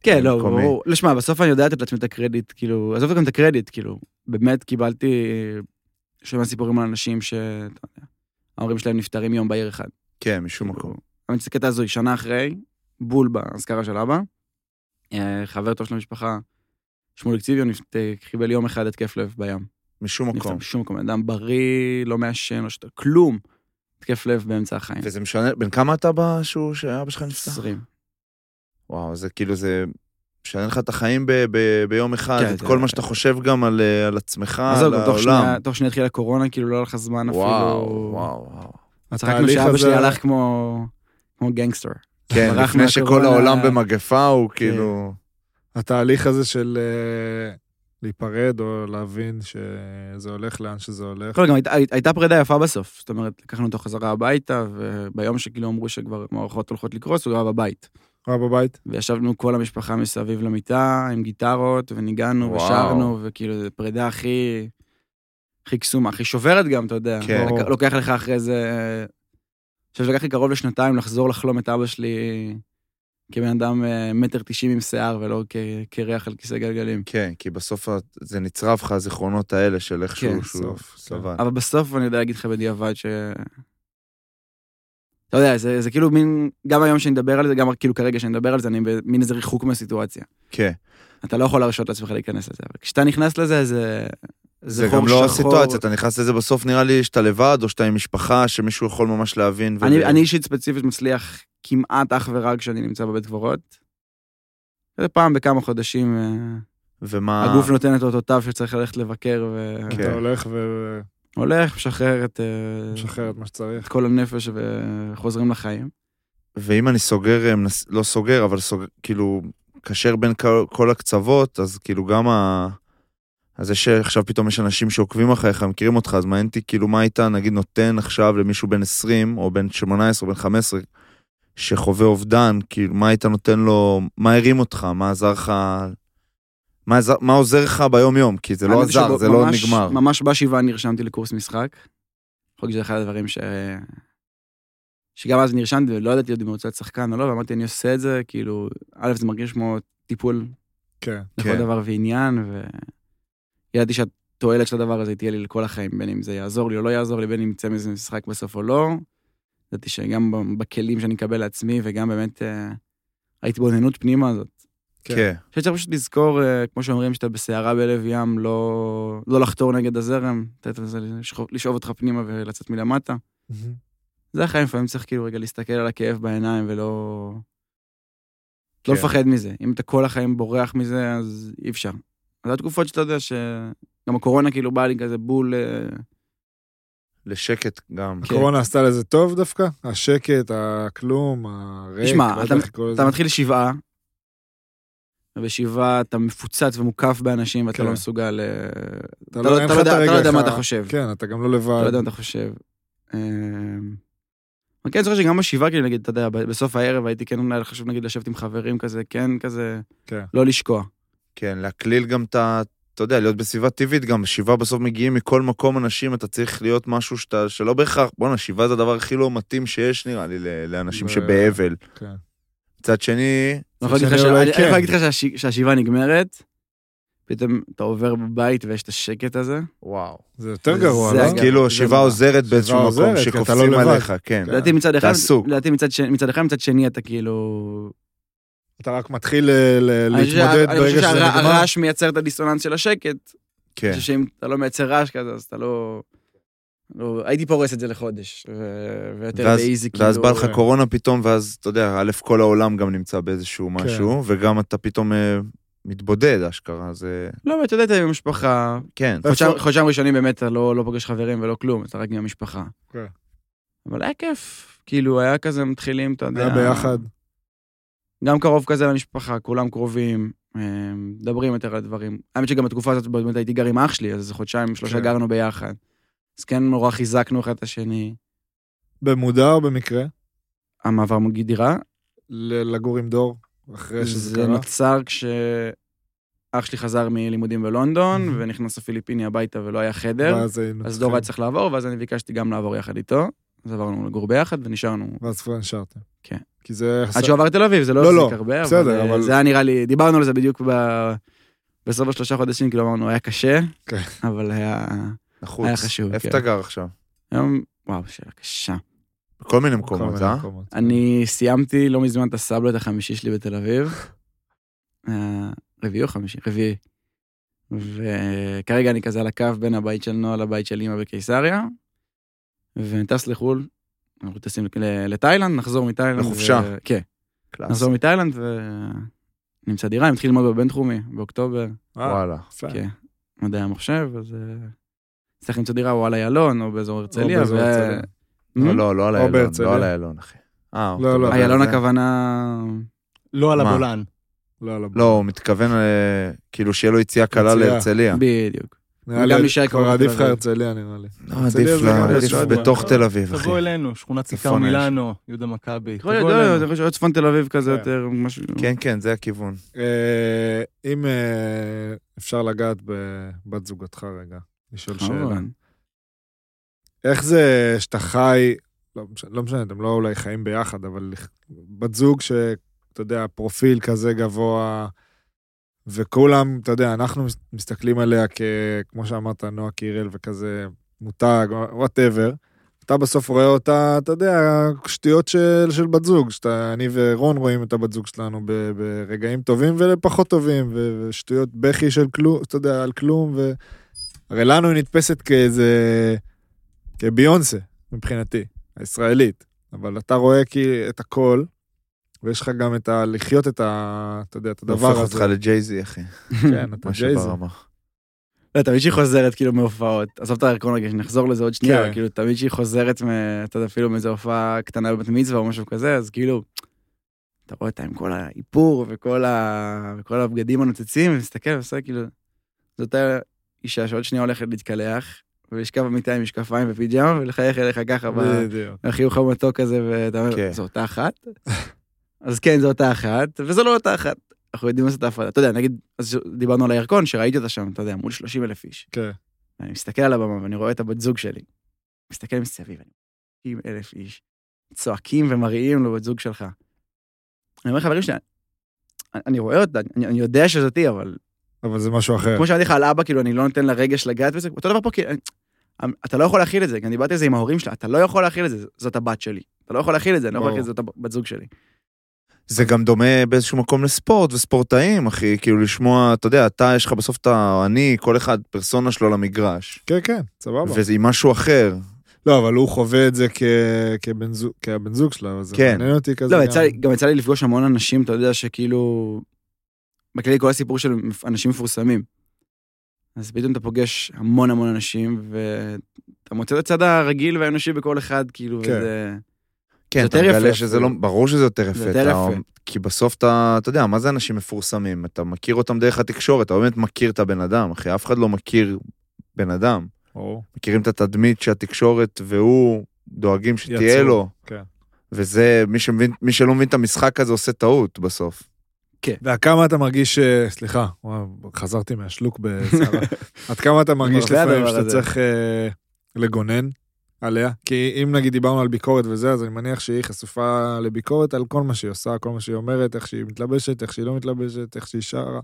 כן, לא,
מקומי.
ברור. לא, שמע, בסוף אני יודע לתת לעצמי את הקרדיט, כאילו, עזוב גם את הקרדיט, כאילו, באמת קיבלתי שם סיפורים על אנשים ש... אתה יודע, ההורים שלהם נפטרים יום בהיר אחד.
כן, משום מקום.
כאילו, אני מסתכל על זה שנה אחרי, בול באזכרה של אבא. אה, חבר טוב של המשפחה, שמוליק ציביון, נפט- אה, קיבל יום אחד התקף לב בים.
משום
נפטר
מקום.
בשום מקום, אדם בריא, לא מעשן, לא שתה, כלום. התקף לב באמצע החיים.
וזה משנה, בן כמה אתה בשהוא שאבא שלך נפטר?
20.
וואו, זה כאילו, זה משנה לך את החיים ב- ב- ביום אחד,
כן,
את
זה-
כל מה שאתה חושב גם על אה, על עצמך,
עזוב,
על
גם תוך שנייה-
העולם.
תוך שנייה התחילה קורונה, כאילו לא היה לך זמן אפילו.
וואו, וואו,
<laughs>
וואו.
צחקנו שאבא שלי הלך כמו, כמו גנגסטר.
כן,
ברח
לפני שכל
מהקורונה. כן.
העולם במגפה הוא כאילו...
התהליך הזה של אה, להיפרד או להבין שזה הולך לאן שזה הולך.
כל גם הייתה, הייתה פרידה יפה בסוף. זאת אומרת, לקחנו אותו חזרה הביתה, וביום שכאילו אמרו שכבר מערכות הולכות לקרוס, הוא היה בבית.
הוא היה בבית?
וישבנו כל המשפחה מסביב למיטה, עם גיטרות, וניגענו
וואו.
ושרנו, וכאילו, זו פרידה הכי... הכי קסומה, הכי שוברת גם, אתה יודע.
כן.
לוק- לוקח לך אחרי זה... אני חושב שלקח לי קרוב לשנתיים לחזור לחלום את אבא שלי כבן אדם אה, מטר תשעים עם שיער, ולא כ- קרח על כיסא גלגלים.
כן, כי בסוף ה- זה נצרב לך הזיכרונות האלה של איך
כן,
שהוא שהוא
סוף,
סבל.
אבל בסוף אני יודע להגיד לך בדיעבד ש... אתה יודע, זה, זה כאילו מין, גם היום שאני מדבר על זה, גם כאילו כרגע שאני מדבר על זה, אני במין איזה ריחוק מהסיטואציה.
כן.
אתה לא יכול להרשות לעצמך להיכנס לזה, אבל כשאתה נכנס לזה, זה...
זה
חור
גם לא
שחור.
הסיטואציה, אתה נכנס לזה בסוף, נראה לי שאתה לבד, או שאתה עם משפחה, שמישהו יכול ממש להבין. ו-
אני, אני אישית ספציפית מצליח כמעט אך ורק כשאני נמצא בבית קברות. זה פעם בכמה חודשים, אה,
ומה...
הגוף נותן את אותותיו שצריך ללכת לבקר,
אה. כן.
אתה הולך ומשחרר
והולך, משחרר את אה,
את מה שצריך.
את כל הנפש וחוזרים לחיים.
ואם אני סוגר, אה, מנס- לא סוגר, אבל סוגר, כאילו, קשר בין כל- כל הקצוות, אז כאילו גם ה... אז זה שעכשיו פתאום יש אנשים שעוקבים אחריך, מכירים אותך, אז מעניין אותי כאילו מה היית, נגיד, נותן עכשיו למישהו בן 20, או בן 18, או בן 15, שחווה אובדן, כאילו, מה היית נותן לו, מה הרים אותך, מה עזר לך, מה, עזר, מה עוזר לך ביום-יום, כי זה לא
האמת
עזר,
שבו-
זה לא
ממש-
נגמר.
ממש בשבעה נרשמתי לקורס משחק. יכול להיות שזה אחד הדברים ש... שגם אז נרשמתי ולא ידעתי עוד אם אני רוצה להיות שחקן או לא, ואמרתי אני עושה את זה, כאילו, א', זה מרגיש כמו טיפול
כן.
לכל
כן.
דבר ועניין, וידעתי שהתועלת של הדבר הזה תהיה לי לכל החיים, בין אם זה יעזור לי או לא יעזור לי, בין אם יצא מזה משחק בסוף או לא. ידעתי שגם ב- בכלים שאני אקבל לעצמי, וגם באמת אה, ההתבוננות פנימה הזאת.
כן.
אני חושב שצריך פשוט לזכור, אה, כמו שאומרים, שאתה בסערה בלב ים, לא, לא לחתור נגד הזרם, לתת לזה לשכב- לשאוב אותך פנימה ולצאת מלמטה. זה החיים, לפעמים צריך כאילו רגע להסתכל על הכאב בעיניים ולא... לא
כן.
לפחד מזה. אם אתה כל החיים בורח מזה, אז אי אפשר. אז התקופות שאתה יודע ש... גם הקורונה כאילו באה לי כזה בול... אה,
לשקט גם.
כן.
הקורונה עשתה לזה טוב דווקא? השקט, הכלום, הריק,
תשמע,
לא יודע
אתה-
איך לקרוא לזה.
אתה מתחיל שבעה, ובשבעה אתה מפוצץ ומוקף באנשים ואתה
כן.
לא מסוגל... אה,
אתה
אתה לא-
אין
אתה לא
לך את
יודע- אתה
הרגע
לא יודע מה
אחד.
אתה חושב.
כן, אתה גם לא
אתה לא יודע
לבד.
מה אתה חושב. אמ, אבל כן, אני זוכר שגם בשבעה, כאילו, נגיד, אתה יודע, ב- בסוף הערב הייתי כן אולי חשוב, נגיד, לשבת עם חברים כזה, כן, כזה,
כן.
לא לשקוע.
כן, להקליל גם את ה... אתה יודע, להיות בסביבה טבעית גם, שבעה בסוף מגיעים מכל מקום אנשים, אתה צריך להיות משהו שאתה, שלא בהכרח, בואנה, שבעה זה הדבר הכי לא מתאים שיש, נראה לי, ל- לאנשים
ב-
שבאבל.
כן.
מצד שני,
אני יכול להגיד
שאני
לך ש-
אולי
אני- אני
כן.
יכול להגיד לך שהש- שהשבעה נגמרת, פתאום אתה עובר בבית ויש את השקט הזה.
וואו.
זה יותר גרוע,
זה
לא?
אז
גם-
כאילו,
זה
שבעה
גם-
עוזרת באיזשהו
עוזרת,
מקום,
כי אתה
שקופצים
לא לבד.
עליך, כן.
כן.
לדעתי מצד אחד,
אתה עסוק.
לדעתי מצד שני, מצד אחד, מצד שני אתה כאילו...
אתה רק מתחיל ל- ל-
אני חושב
להתמודד
שה- אני חושב
ברגע שזה נגמר.
שהרעש מייצר את הדיסוננס של השקט.
כן.
אני חושב שאם אתה לא מייצר רעש כזה, אז אתה לא... לא- הייתי פורס את זה לחודש, ו- ויותר
ואז-
באיזי, כאילו...
ואז בא לך
כן.
קורונה פתאום, ואז, אתה יודע, א', כל העולם גם נמצא
כן.
באיזשהו משהו, וגם אתה פתאום אה, מתבודד, אשכרה, זה...
לא, אבל אתה יודע, אתה עם המשפחה,
כן.
חודשיים- חודשיים ראשונים באמת אתה לא לא פוגש חברים ולא כלום, אתה רק עם המשפחה.
כן.
אבל היה כיף, כאילו, היה כזה מתחילים, אתה יודע...
היה ביחד.
גם קרוב כזה למשפחה, כולם קרובים, אה, מדברים יותר על דברים. האמת שגם בתקופה הזאת באמת הייתי גר עם אח שלי, אז איזה חודשיים, שלושה
כן.
גרנו ביחד. אז כן נורא חיזקנו אחד את השני.
במודע או במקרה?
המעבר מגיל דירה,
ל- לגור עם דור, אחרי שזה
זה
קרה?
נוצר כשאח שלי חזר מלימודים בלונדון,
Mhm.
ונכנס הפיליפיני הביתה ולא היה חדר,
ואז היינו
אז
צריכים-
דור היה צריך לעבור, ואז אני ביקשתי גם לעבור יחד איתו. אז עברנו לגור ביחד ונשארנו.
ואז כבר נשארתם.
כן.
כי זה...
עד שהוא עבר לתל אביב, זה לא
לא, לא,
החזיק הרבה,
בסדר,
אבל אה,
אבל-
זה היה נראה לי, דיברנו על זה בדיוק ב- בסוף השלושה חודשים, כאילו אמרנו, היה קשה,
כן.
אבל היה...
נחוץ.
היה חשוב,
איפה
כן.
אתה גר עכשיו?
היום, וואו, שאלה קשה.
בכל מיני
כל
מקומות,
מיני
אה?
מקומות. כן.
אני סיימתי לא מזמן את הסאבלט החמישי שלי בתל אביב. אה, רביעי או חמישי? רביעי. וכרגע אני כזה על הקו בין הבית של נועה לבית של אימא בקיסריה, וטס לחו"ל. אנחנו טסים ל- לתאילנד, נחזור מתאילנד. ו-
לחופשה.
כן,
קלאס.
נחזור מתאילנד ונמצא דירה, אני מתחיל ללמוד בבינתחומי באוקטובר,
אה,
וואלה.
יפה.
כן, מדעי המחשב, אז אה, צריך למצוא דירה או על איילון או באזור הרצליה.
באזור
ו-
הרצליה.
Hmm?
לא, לא, לא על
או
איילון,
בהרצליה.
לא על איילון, אחי. אה,
לא,
אתה
לא.
מדבר על
איילון
זה?
הכוונה...
לא על
מה?
הבולען.
לא, לא.
לא, הוא מתכוון אה, כאילו שיהיה לו יציאה קלה
יציאה.
להרצליה.
בדיוק.
נראה לי
וגם נשאר
כבר
קרוב
עדיף
לתל
לך
אביב.
הרצליה, נראה לי.
לא,
הרצליה
עדיף
זה
לה,
גם
עדיף
בשבוע.
בתוך תל אביב, אחי.
תבוא אלינו, שכונת סיכה
צפונה יש.
מילאנו, יהודה מכבי.
יכול
תבוא
להיות, לא,
אלינו.
אני חושב שצפון תל אביב כזה
כן.
יותר, משהו...
כן, כן, זה הכיוון.
אה, אם אה, אפשר לגעת בבת זוגתך רגע,
אה,
לשאול שאלה.
כמובן.
איך זה שאתה חי, לא משנה, לא משנה, אתם לא אולי חיים ביחד, אבל לכ- בת זוג שאתה יודע, פרופיל כזה גבוה, וכולם, אתה יודע, אנחנו מס- מסתכלים עליה כ... כמו שאמרת, נועה קירל וכזה מותג, וואטאבר. אתה בסוף רואה אותה, אתה יודע, שטויות של, של בת זוג, שאתה, אני ורון רואים את הבת זוג שלנו ב, ברגעים טובים ולפחות טובים, ו, ושטויות בכי של כלום, אתה יודע, על כלום, ו... הרי לנו היא נתפסת כאיזה... כביונסה, מבחינתי, הישראלית. אבל אתה רואה כי את הכל, ויש לך גם את ה... לחיות את ה... אתה יודע, את הדבר
הופך
הזה.
אותך לג'ייזי, אחי.
<laughs> כן, אתה
מה
ג'ייזי.
שברמה.
לא, תמיד שהיא חוזרת כאילו מהופעות, עזוב את הארקון רגע, נחזור לזה עוד שנייה,
כן.
אבל כאילו תמיד שהיא חוזרת, מ- אתה יודע, אפילו מאיזו הופעה קטנה בבת מצווה או משהו כזה, אז כאילו, אתה רואה אותה עם כל האיפור וכל ה- וכל הבגדים הנוצצים, ומסתכל ועושה כאילו, זו אותה אישה שעוד שנייה הולכת להתקלח, ולשכב במיטה עם משקפיים ופיג'מה, ולחייך אליך ככה ב-
בדיוק.
החיוך המתוק הזה, ואתה אומר,
כן.
זו אותה אחת? <laughs> אז כן, זו אותה אחת, וזו לא אותה אחת. אנחנו יודעים לעשות את ההפרדה. אתה יודע, נגיד, אז דיברנו על הירקון, שראיתי אותה שם, אתה יודע, מול 30 אלף איש.
כן.
אני מסתכל על הבמה ואני רואה את הבת זוג שלי. מסתכל מסביב, אני 90 אלף איש, צועקים ומראים לו בת זוג שלך. אני אומר חברים שלי, אני- אני רואה אותה, אני, אני יודע שזאתי, אבל
אבל זה משהו אחר.
כמו שאמרתי לך על אבא, כאילו, אני לא נותן לרגש לגעת בזה, אותו דבר פה, כאילו, אני- אתה לא יכול להכיל את זה, גם דיברתי על זה עם ההורים שלה, אתה לא יכול להכיל את זה, זאת הבת שלי. אתה לא יכול להכיל את זה, אני לא יכול
ברור.
להכיל את זה, זאת הבת זוג שלי.
זה גם דומה באיזשהו מקום לספורט וספורטאים, אחי, כאילו לשמוע, אתה יודע, אתה, יש לך בסוף את ה... אני, כל אחד, פרסונה שלו למגרש.
כן, כן, סבבה.
וזה עם משהו אחר.
לא, אבל הוא חווה את זה כ- כבן זוג- כבן זוג שלה, אז זה
כן.
מעניין אותי כזה.
לא,
גם.
יצא לי- גם יצא לי לפגוש המון אנשים, אתה יודע, שכאילו... בכללי כל הסיפור של אנשים מפורסמים. אז פתאום אתה פוגש המון המון אנשים, ואתה מוצא את הצד הרגיל והאנושי בכל אחד, כאילו,
כן.
וזה...
כן,
זה
אתה
יותר יפה
מגלה שזה לא...
אפילו.
ברור שזה יותר יפה.
זה יותר
אתה-
יפה.
כי בסוף אתה, אתה יודע, מה זה אנשים מפורסמים? אתה מכיר אותם דרך התקשורת, אתה באמת מכיר את הבן אדם, אחי, אף אחד לא מכיר בן אדם.
ברור.
מכירים את התדמית שהתקשורת והוא דואגים שתהיה
יצרו,
לו.
כן.
וזה, מי, שמבין, מי שלא מבין את המשחק הזה עושה טעות בסוף.
ועד כמה אתה מרגיש, ש- סליחה, וואו, חזרתי מהשלוק בסערה. עד כמה אתה מרגיש
מרבה
לפעמים
הדבר
שאתה
הזה.
צריך אה, לגונן עליה? כי אם נגיד דיברנו על ביקורת וזה, אז אני מניח שהיא חשופה לביקורת על כל מה שהיא עושה, כל מה שהיא אומרת, איך שהיא מתלבשת, איך שהיא לא מתלבשת, איך שהיא שרה.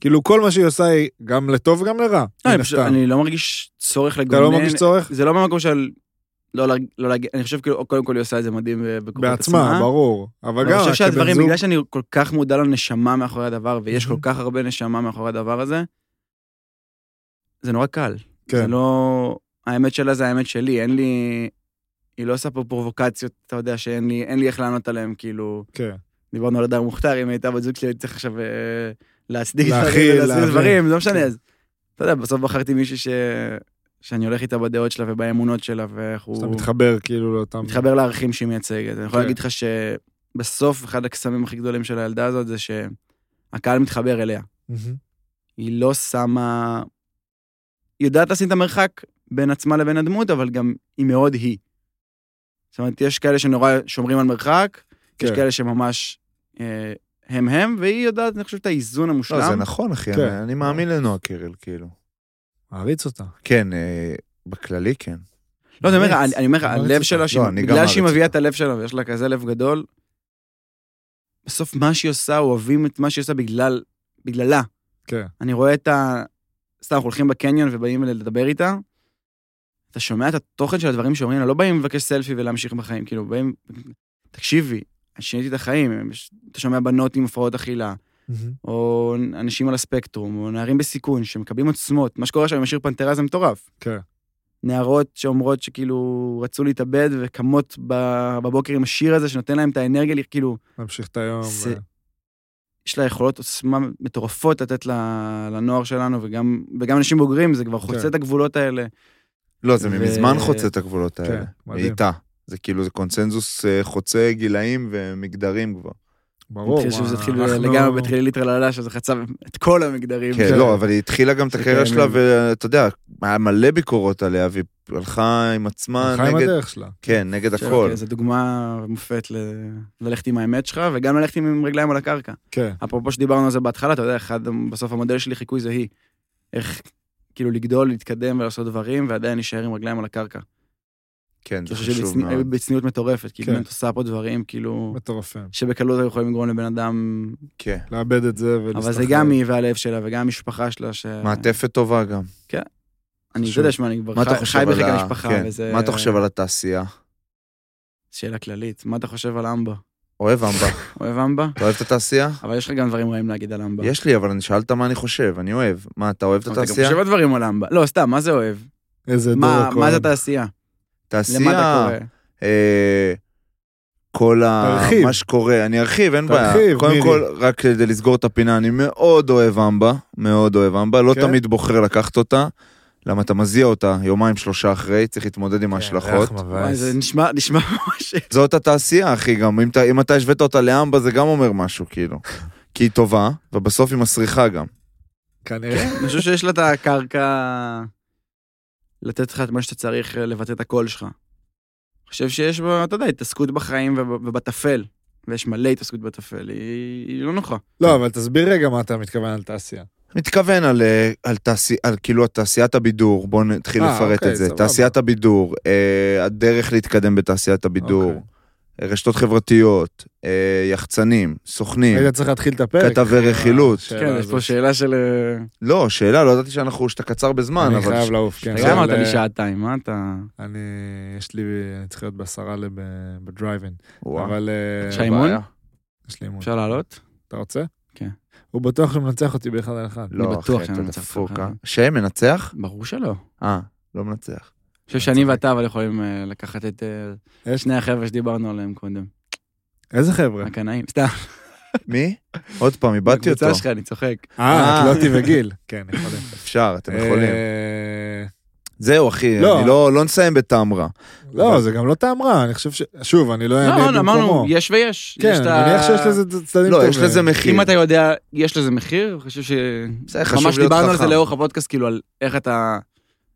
כאילו כל מה שהיא עושה היא גם לטוב, גם לרע.
לא,
מן
אני פשוט-
הסתם.
אני לא מרגיש צורך
אתה
לגונן.
לא מרגיש צורך?
זה לא במקום של... לא להג- לא להגיד, אני חושב כאילו, קודם כל היא עושה את זה מדהים אה, בכוחות
בעצמה, ברור. אבל
אבל
גם,
לא, אני חושב
כבן
שהדברים,
זוג- Mhm.
בגלל שאני כל כך מודע לנשמה מאחורי הדבר, ויש כל
מהמם.
כך הרבה נשמה מאחורי הדבר הזה, זה נורא קל. זה
כן,
לא... האמת שלה זה האמת שלי, אין לי... היא לא עושה פה פרובוקציות, אתה יודע, שאין לי, אין לי איך לענות עליהן, כאילו...
כן.
דיברנו על הדר מוכתר, אם הייתה בת זוג שלי, הייתי צריך עכשיו אה, להצדיק
להכיל,
דברים, להסביר
להבין.
דברים, לא משנה,
כן.
אז... אתה יודע, בסוף בחרתי מישהי ש... שאני הולך איתה בדעות שלה ובאמונות שלה, ואיך
שאתה
הוא...
מתחבר כאילו לאותם...
מתחבר לערכים שהיא מייצגת. אני יכול
כן.
להגיד לך שבסוף, אחד הקסמים הכי גדולים של הילדה הזאת זה שהקהל מתחבר אליה.
מהמם.
היא לא שמה... היא יודעת לשים את המרחק בין עצמה לבין הדמות, אבל גם היא מאוד היא. זאת אומרת, יש כאלה שנורא שומרים על מרחק, כן. יש
כן.
כאלה שממש אה, הם הם, והיא יודעת, אני חושב, את האיזון המושלם.
לא, זה נכון, אחי,
כן.
אני, אני מאמין לנועה קירל, כאילו.
מעריץ אותה.
כן, אה, בכללי כן.
לא, אני אומר, לך,
מעריץ.
אני- אני אומר, לך,
מעריץ
הלב
אותה.
שלה, שהיא-
לא, אני גם
בגלל שהיא
מעריץ
מביאה את
אותה.
הלב שלה ויש לה כזה לב גדול, בסוף מה שהיא עושה, אוהבים את מה שהיא עושה בגלל, בגללה.
כן.
אני רואה את ה... סתם, אנחנו הולכים בקניון ובאים לדבר איתה, אתה שומע את התוכן של הדברים שאומרים לה, לא באים לבקש סלפי ולהמשיך בחיים, כאילו, באים... תקשיבי, שיניתי את החיים, יש- אתה שומע בנות עם הפרעות אכילה,
מהמם.
או אנשים על הספקטרום, או נערים בסיכון שמקבלים עוצמות. מה שקורה שם עם השיר פנתרה זה מטורף.
כן.
נערות שאומרות שכאילו רצו להתאבד וקמות ב- בבוקר עם השיר הזה שנותן להם את האנרגיה, ל- כאילו,
להמשיך את היום.
זה-
ו-
יש לה יכולות עוצמה מטורפות לתת ל- לנוער שלנו, וגם, וגם אנשים בוגרים, זה כבר חוצה
כן.
את הגבולות האלה.
לא, זה
ו-
מזמן חוצה את הגבולות האלה.
כן, מדהים.
איתה. זה כאילו, זה קונצנזוס אה, חוצה גילאים ומגדרים כבר.
ברור.
אני חושב שזה
מה,
התחיל
אנחנו-
לגמרי בתחילי ליטרללה, שזה חצה את כל המגדרים.
כן, לא, אבל היא התחילה גם את הקריירה שלה,
שקיימים.
ואתה יודע, היה מלא ביקורות עליה, והיא הלכה עם עצמה
חיים
נגד...
הדרך שלה.
כן, נגד
עכשיו,
הכל.
כן, זו דוגמה מופת ל- ללכת עם האמת שלך, וגם ללכת עם- עם רגליים על הקרקע.
כן.
אפרופו שדיברנו על זה בהתחלה, אתה יודע, אחד, בסוף המודל שלי חיקוי זה היא. איך כאילו לגדול, להתקדם ולעשות דברים, ועדיין להישאר עם רגליים על הקרקע.
כן, זה
אני חושב
חשוב
שבצני-
מאוד.
בצניעות מטורפת, כי
כן.
באמת עושה פה דברים, כאילו,
מטורפים.
שבקלות היו יכולים לגרום לבן אדם,
כן.
לאבד את זה ולהסתכל.
אבל זה גם היא והלב שלה, וגם המשפחה שלה, ש...
מעטפת טובה גם.
אני
חשוב.
אתה יודע, שמע, אני כבר
מה אתה
חי-
חושב
חי בחיק
על ה...
המשפחה,
כן.
וזה...
מה אתה חושב על התעשייה?
שאלה כללית, מה אתה חושב על אמבה? <laughs>
אוהב אמבה.
אוהב אמבה?
אתה אוהב את התעשייה?
אבל יש לך גם דברים רעים להגיד על אמבה.
יש לי, אבל אני שאלת מה אני חושב, אני אוהב. מה, אתה אוהב את
אבל אתה גם
התעשייה?
חושב על דברים על אמבה. לא, סתם, מה זה אוהב?
איזה
מה
דור
מה
כהן.
זה תעשייה? למה אתה
תעשייה,
קורא?
אה, כל ה...
תרחיב.
מה שקורה. אני ארחיב, אין בעיה.
תרחיב,
קודם
מירי.
כל, רק כדי לסגור את הפינה, אני מאוד אוהב אמבה, מאוד אוהב אמבה. לא
כן?
תמיד בוחר לקחת אותה, למה אתה מזיע אותה יומיים, שלושה אחרי, צריך להתמודד
כן,
עם ההשלכות.
וואי, זה <laughs> נשמע, נשמע ממש...
זאת התעשייה, אחי, גם אם, אתה- אם אתה השווית אותה לאמבה, זה גם אומר משהו,
<laughs>
כאילו. כי היא טובה, ובסוף היא מסריחה גם.
כנראה.
אני חושב שיש לה את הקרקע לתת לך את מה שאתה צריך אה, לבטא את הקול שלך. אני חושב שיש בה, אתה יודע, התעסקות בחיים וב- ובטפל, ויש מלא התעסקות בטפל, היא, היא לא נוחה.
לא, אבל תסביר רגע מה אתה מתכוון על תעשייה.
מתכוון על, אה, על, תעשי, על כאילו תעשיית הבידור, בואו נתחיל
אה,
לפרט
אוקיי,
את זה.
סבבה.
תעשיית הבידור, אה, הדרך להתקדם בתעשיית הבידור,
אוקיי.
אה, רשתות חברתיות, אה, יחצנים, סוכנים.
היית צריך להתחיל את הפרק.
כתבי
עם
רכילות.
השאלה
כן, יש
הזאת. כן,
פה שאלה של... אה,
לא, שאלה, לא ידעתי שאנחנו, שאתה קצר בזמן,
אני
אבל...
חייב לעוף, כן.
אתה גם אמרת
אבל,
לי
אה,
שעתיים, מה אתה...
אני, יש לי, אני צריך להיות בעשרה ל- ב- בדרייבין.
וואו,
אבל... אה,
שי- האימון?
בעיה.
יש לי אימון.
אפשר לעלות?
אתה רוצה?
כן.
הוא בטוח שהוא מנצח אותי באחד על אחד.
לא,
אני בטוח
אחי,
שאני
אתה
מנצח
דפוק,
אותך.
אה? שי מנצח?
ברור שלא.
אה, לא מנצח.
אני חושב שאני ואתה אבל יכולים אה, לקחת את אה,
יש- כן.
שני החבר'ה שדיברנו עליהם קודם.
איזה חבר'ה?
הקנאים, סתם, <laughs>
מי? עוד פעם, איבדתי אותו.
הקבוצה שלך, אני צוחק.
אה, את לוטי
<laughs>
וגיל. כן, יכולים.
אפשר, אתם יכולים.
אה,
זהו, אחי,
לא.
אני לא לא נסיים בטמרה.
לא, זה גם לא טעם רע, אני חושב ש... שוב, אני לא אענה
לא, אמרנו,
במקומו.
יש ויש.
כן,
יש את
אני
ה-
מניח שיש לזה צדדים
לא,
טובים.
יש לזה מחיר.
אה, אם אתה יודע, יש לזה מחיר, אני חושב ש...
בסדר, חשוב
ממש
להיות
דיברנו על
חכם.
זה לאורך הפודקאסט, כאילו, על איך אתה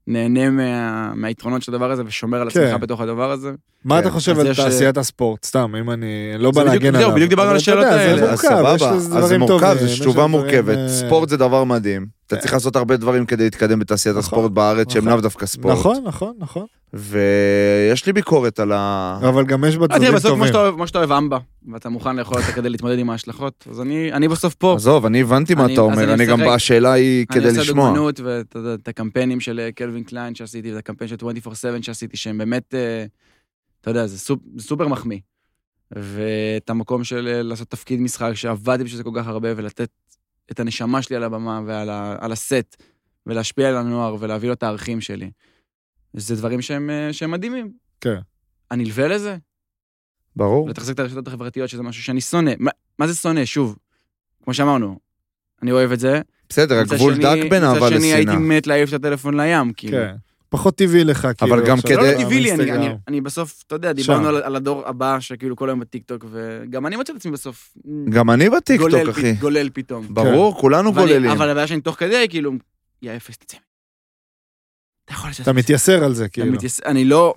נהנה מה- מהיתרונות של הדבר הזה ושומר על
כן.
עצמך בתוך הדבר הזה.
מה אתה
כן,
חושב
אז
על
יש,
תעשיית הספורט? סתם, אם אני... לא
זה
בא
בדיוק-
להגן
זהו,
עליו.
בדיוק דיברנו על
אבל אתה יודע,
השאלות האלה.
זה
אז סבבה, אז
מורכב, יש לזה
זה
דברים
מורכב,
טובים,
זו
יש
תשובה
לזה
מורכבת.
דברים, אה,
ספורט זה דבר מדהים. אתה צריך לעשות הרבה דברים כדי להתקדם בתעשיית
נכון,
הספורט בארץ, שהם
נכון.
לאו דווקא ספורט.
נכון, נכון, נכון.
ויש לי ביקורת על ה...
אבל גם יש בה
אה,
צדדים
תראה, בסוף כמו
טובים.
שאתה אוהב- כמו שאתה אוהב אמבה, ואתה מוכן לאכול אותה כדי להתמודד עם ההשלכות, אז אני אני בסוף פה.
עזוב, אני הבנתי מה
אני-
אתה
אז אני
אומר, אני גם,
משחק.
השאלה היא כדי
אני עושה
לשמוע.
דוגמנות ואת יודעת, את הקמפיינים של אה, קלווין קליין שעשיתי, ואת הקמפיין של 24/7 שעשיתי, שהם באמת, אה, אתה יודע, זה סופ- זה סופר מחמיא. ואת המקום של אה, לעשות תפקיד משחק, שעבדתי בשביל זה כל כך הרבה, ולתת את הנשמה שלי על הבמה ועל ה- על הסט, ולהשפיע על הנוער ולהביא לו את הערכים שלי. זה דברים שהם אה, שהם מדהימים.
כן.
הנלווה לזה,
ברור.
לתחזק את הרשתות החברתיות, שזה משהו שאני שונא. מה- מה זה שונא? שוב, כמו שאמרנו, אני אוהב את זה,
בסדר,
מצד
הגבול
שני-
דק בין אהבה
מצד שני הייתי
לשנאה. לא,
מת להעיף את הטלפון לים, כאילו.
כן. פחות טבעי לך, כאילו.
גם
עכשיו,
כדי-
לא,
אה,
לא טבעי לי, אני- אני-
באינסטגרם.
אני בסוף, אתה יודע,
שם.
דיברנו על- על הדור הבא, שכאילו כל היום בטיקטוק, וגם אני מוצא את עצמי בסוף.
גם אני
גולל
בטיקטוק,
פ-
אחי.
גולל פתאום.
ברור, כולנו
ואני-
גוללים.
אבל הבעיה שאני תוך כדי, כאילו, יא אפס, תצא. אתה יכול לעשות
אתה
את זה.
מתייסר על זה,
אתה
כאילו.
מתייס- אני לא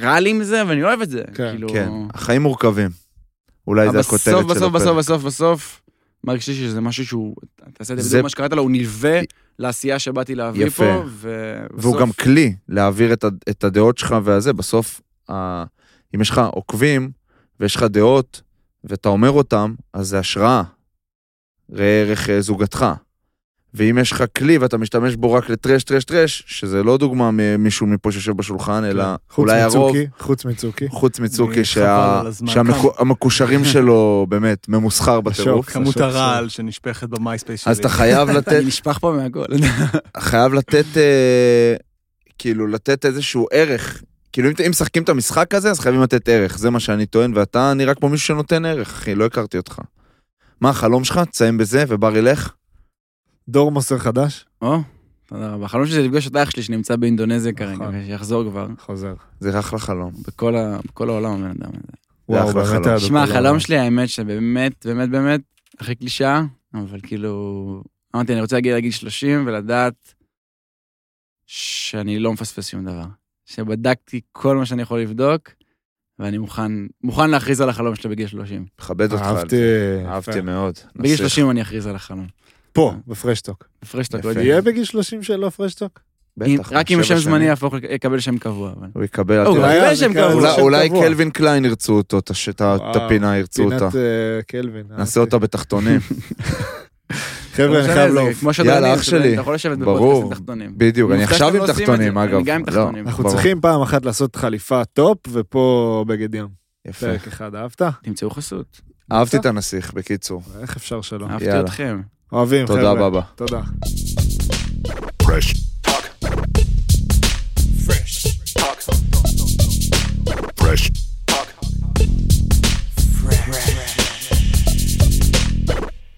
רע לי עם זה, ואני אוהב את זה.
כן.
כאילו,
כן, החיים מורכבים. אולי זה
אבל
הכותרת של
בסוף,
הפרק.
בסוף, בסוף, בסוף, בסוף, מרגיש לי שזה משהו שהוא, תעשה את זה
זה-
בדיוק מה שקראת לו, הוא נלווה לעשייה שבאתי להביא
יפה.
פה. ו-
והוא
בסוף-
גם כלי להעביר את, ה- את הדעות שלך והזה, בסוף, ה, אם יש לך עוקבים ויש לך דעות ואתה אומר אותם, אז זה השראה. ראה ערך אה, זוגתך. ואם יש לך כלי ואתה משתמש בו רק לטרש, טרש, טרש, שזה לא דוגמה ממישהו מפה שיושב בשולחן, אלא
כן. חוץ
אולי הרוב,
מצוקי, חוץ מצוקי.
חוץ מצוקי,
מי חבל
שה,
על הזמן.
שהמקושרים שלו באמת ממוסחר בטירוף.
השוק.
כמות
חשוב,
הרעל שנשפכת במייספייס שלי.
אז אתה חייב לתת
אני נשפך פה מהגול.
חייב לתת, אה, כאילו, לתת איזשהו ערך. כאילו, אם, אם משחקים את המשחק הזה, אז חייבים לתת ערך. זה מה שאני טוען, ואתה נראה כמו מישהו שנותן ערך, אחי, לא הכרתי אותך. מה החלום שלך? תסיים בזה, ובר ילך?
דור מוסר חדש?
<laughs> או, תודה רבה. החלום שלי זה לפגוש את אח שלי שנמצא באינדונזיה כרגע,
נכון.
ושיחזור כבר.
חוזר.
זה אחלה חלום.
בכל ה- בכל העולם הבן אדם הזה.
זה
וואו,
אחלה
באמת
חלום.
היה
שמע,
בכל
החלום
העולם.
שלי, האמת שבאמת, באמת, באמת, הכי קלישאה, אבל כאילו... אמרתי, אני רוצה להגיע לגיל 30 ולדעת שאני לא מפספס שום דבר. שבדקתי כל מה שאני יכול לבדוק, ואני מוכן, מוכן להכריז על החלום שלי בגיל 30.
מכבד אותך.
אהבתי.
אהבתי.
יפה.
אהבתי מאוד.
בגיל
נסיך.
30 אני אכריז על החלום.
פה,
כן.
בפרשטוק.
הפרש
יפה.
דקות.
יהיה בגיל 30 שלא פרשטוק?
בטח,
רק אם
שבע
השם
שנים.
זמני יהפוך, לק- יקבל שם קבוע. אבל.
הוא יקבל...
אוקיי.
אולי-
אולי שהם קראו
אולי-
שם
אולי קלווין קליין ירצו אותו, את הש- את ה- את
וואו,
הפינה ירצו
פינת
אותה.
אה, קלווין.
נעשה
אהבתי.
אותה בתחתונים.
חבר'ה, אני
לא משנה,
חייב
זה
לעוף.
כמו שדרנים,
יאללה, אח
שדרנים,
שלי.
אתה יכול לשבת
ברור.
בפודקאסטים תחתונים.
בדיוק, אני
עובדה
עכשיו
שאתם
עם
לא עושים את
תחתונים,
זה,
אגב.
אני גם עם
לא,
תחתונים.
אנחנו
ברור.
צריכים פעם אחת לעשות חליפה טופ, ופה בגד ים.
יפה.
פרק אחד, אהבת?
תמצאו חסות.
אהבתי את הנסיך, בקיצור.
איך אפשר שלא?
אהבתי
יאללה.
אתכם.
אוהבים,
תודה,
חבר'ה.
בבא.
תודה.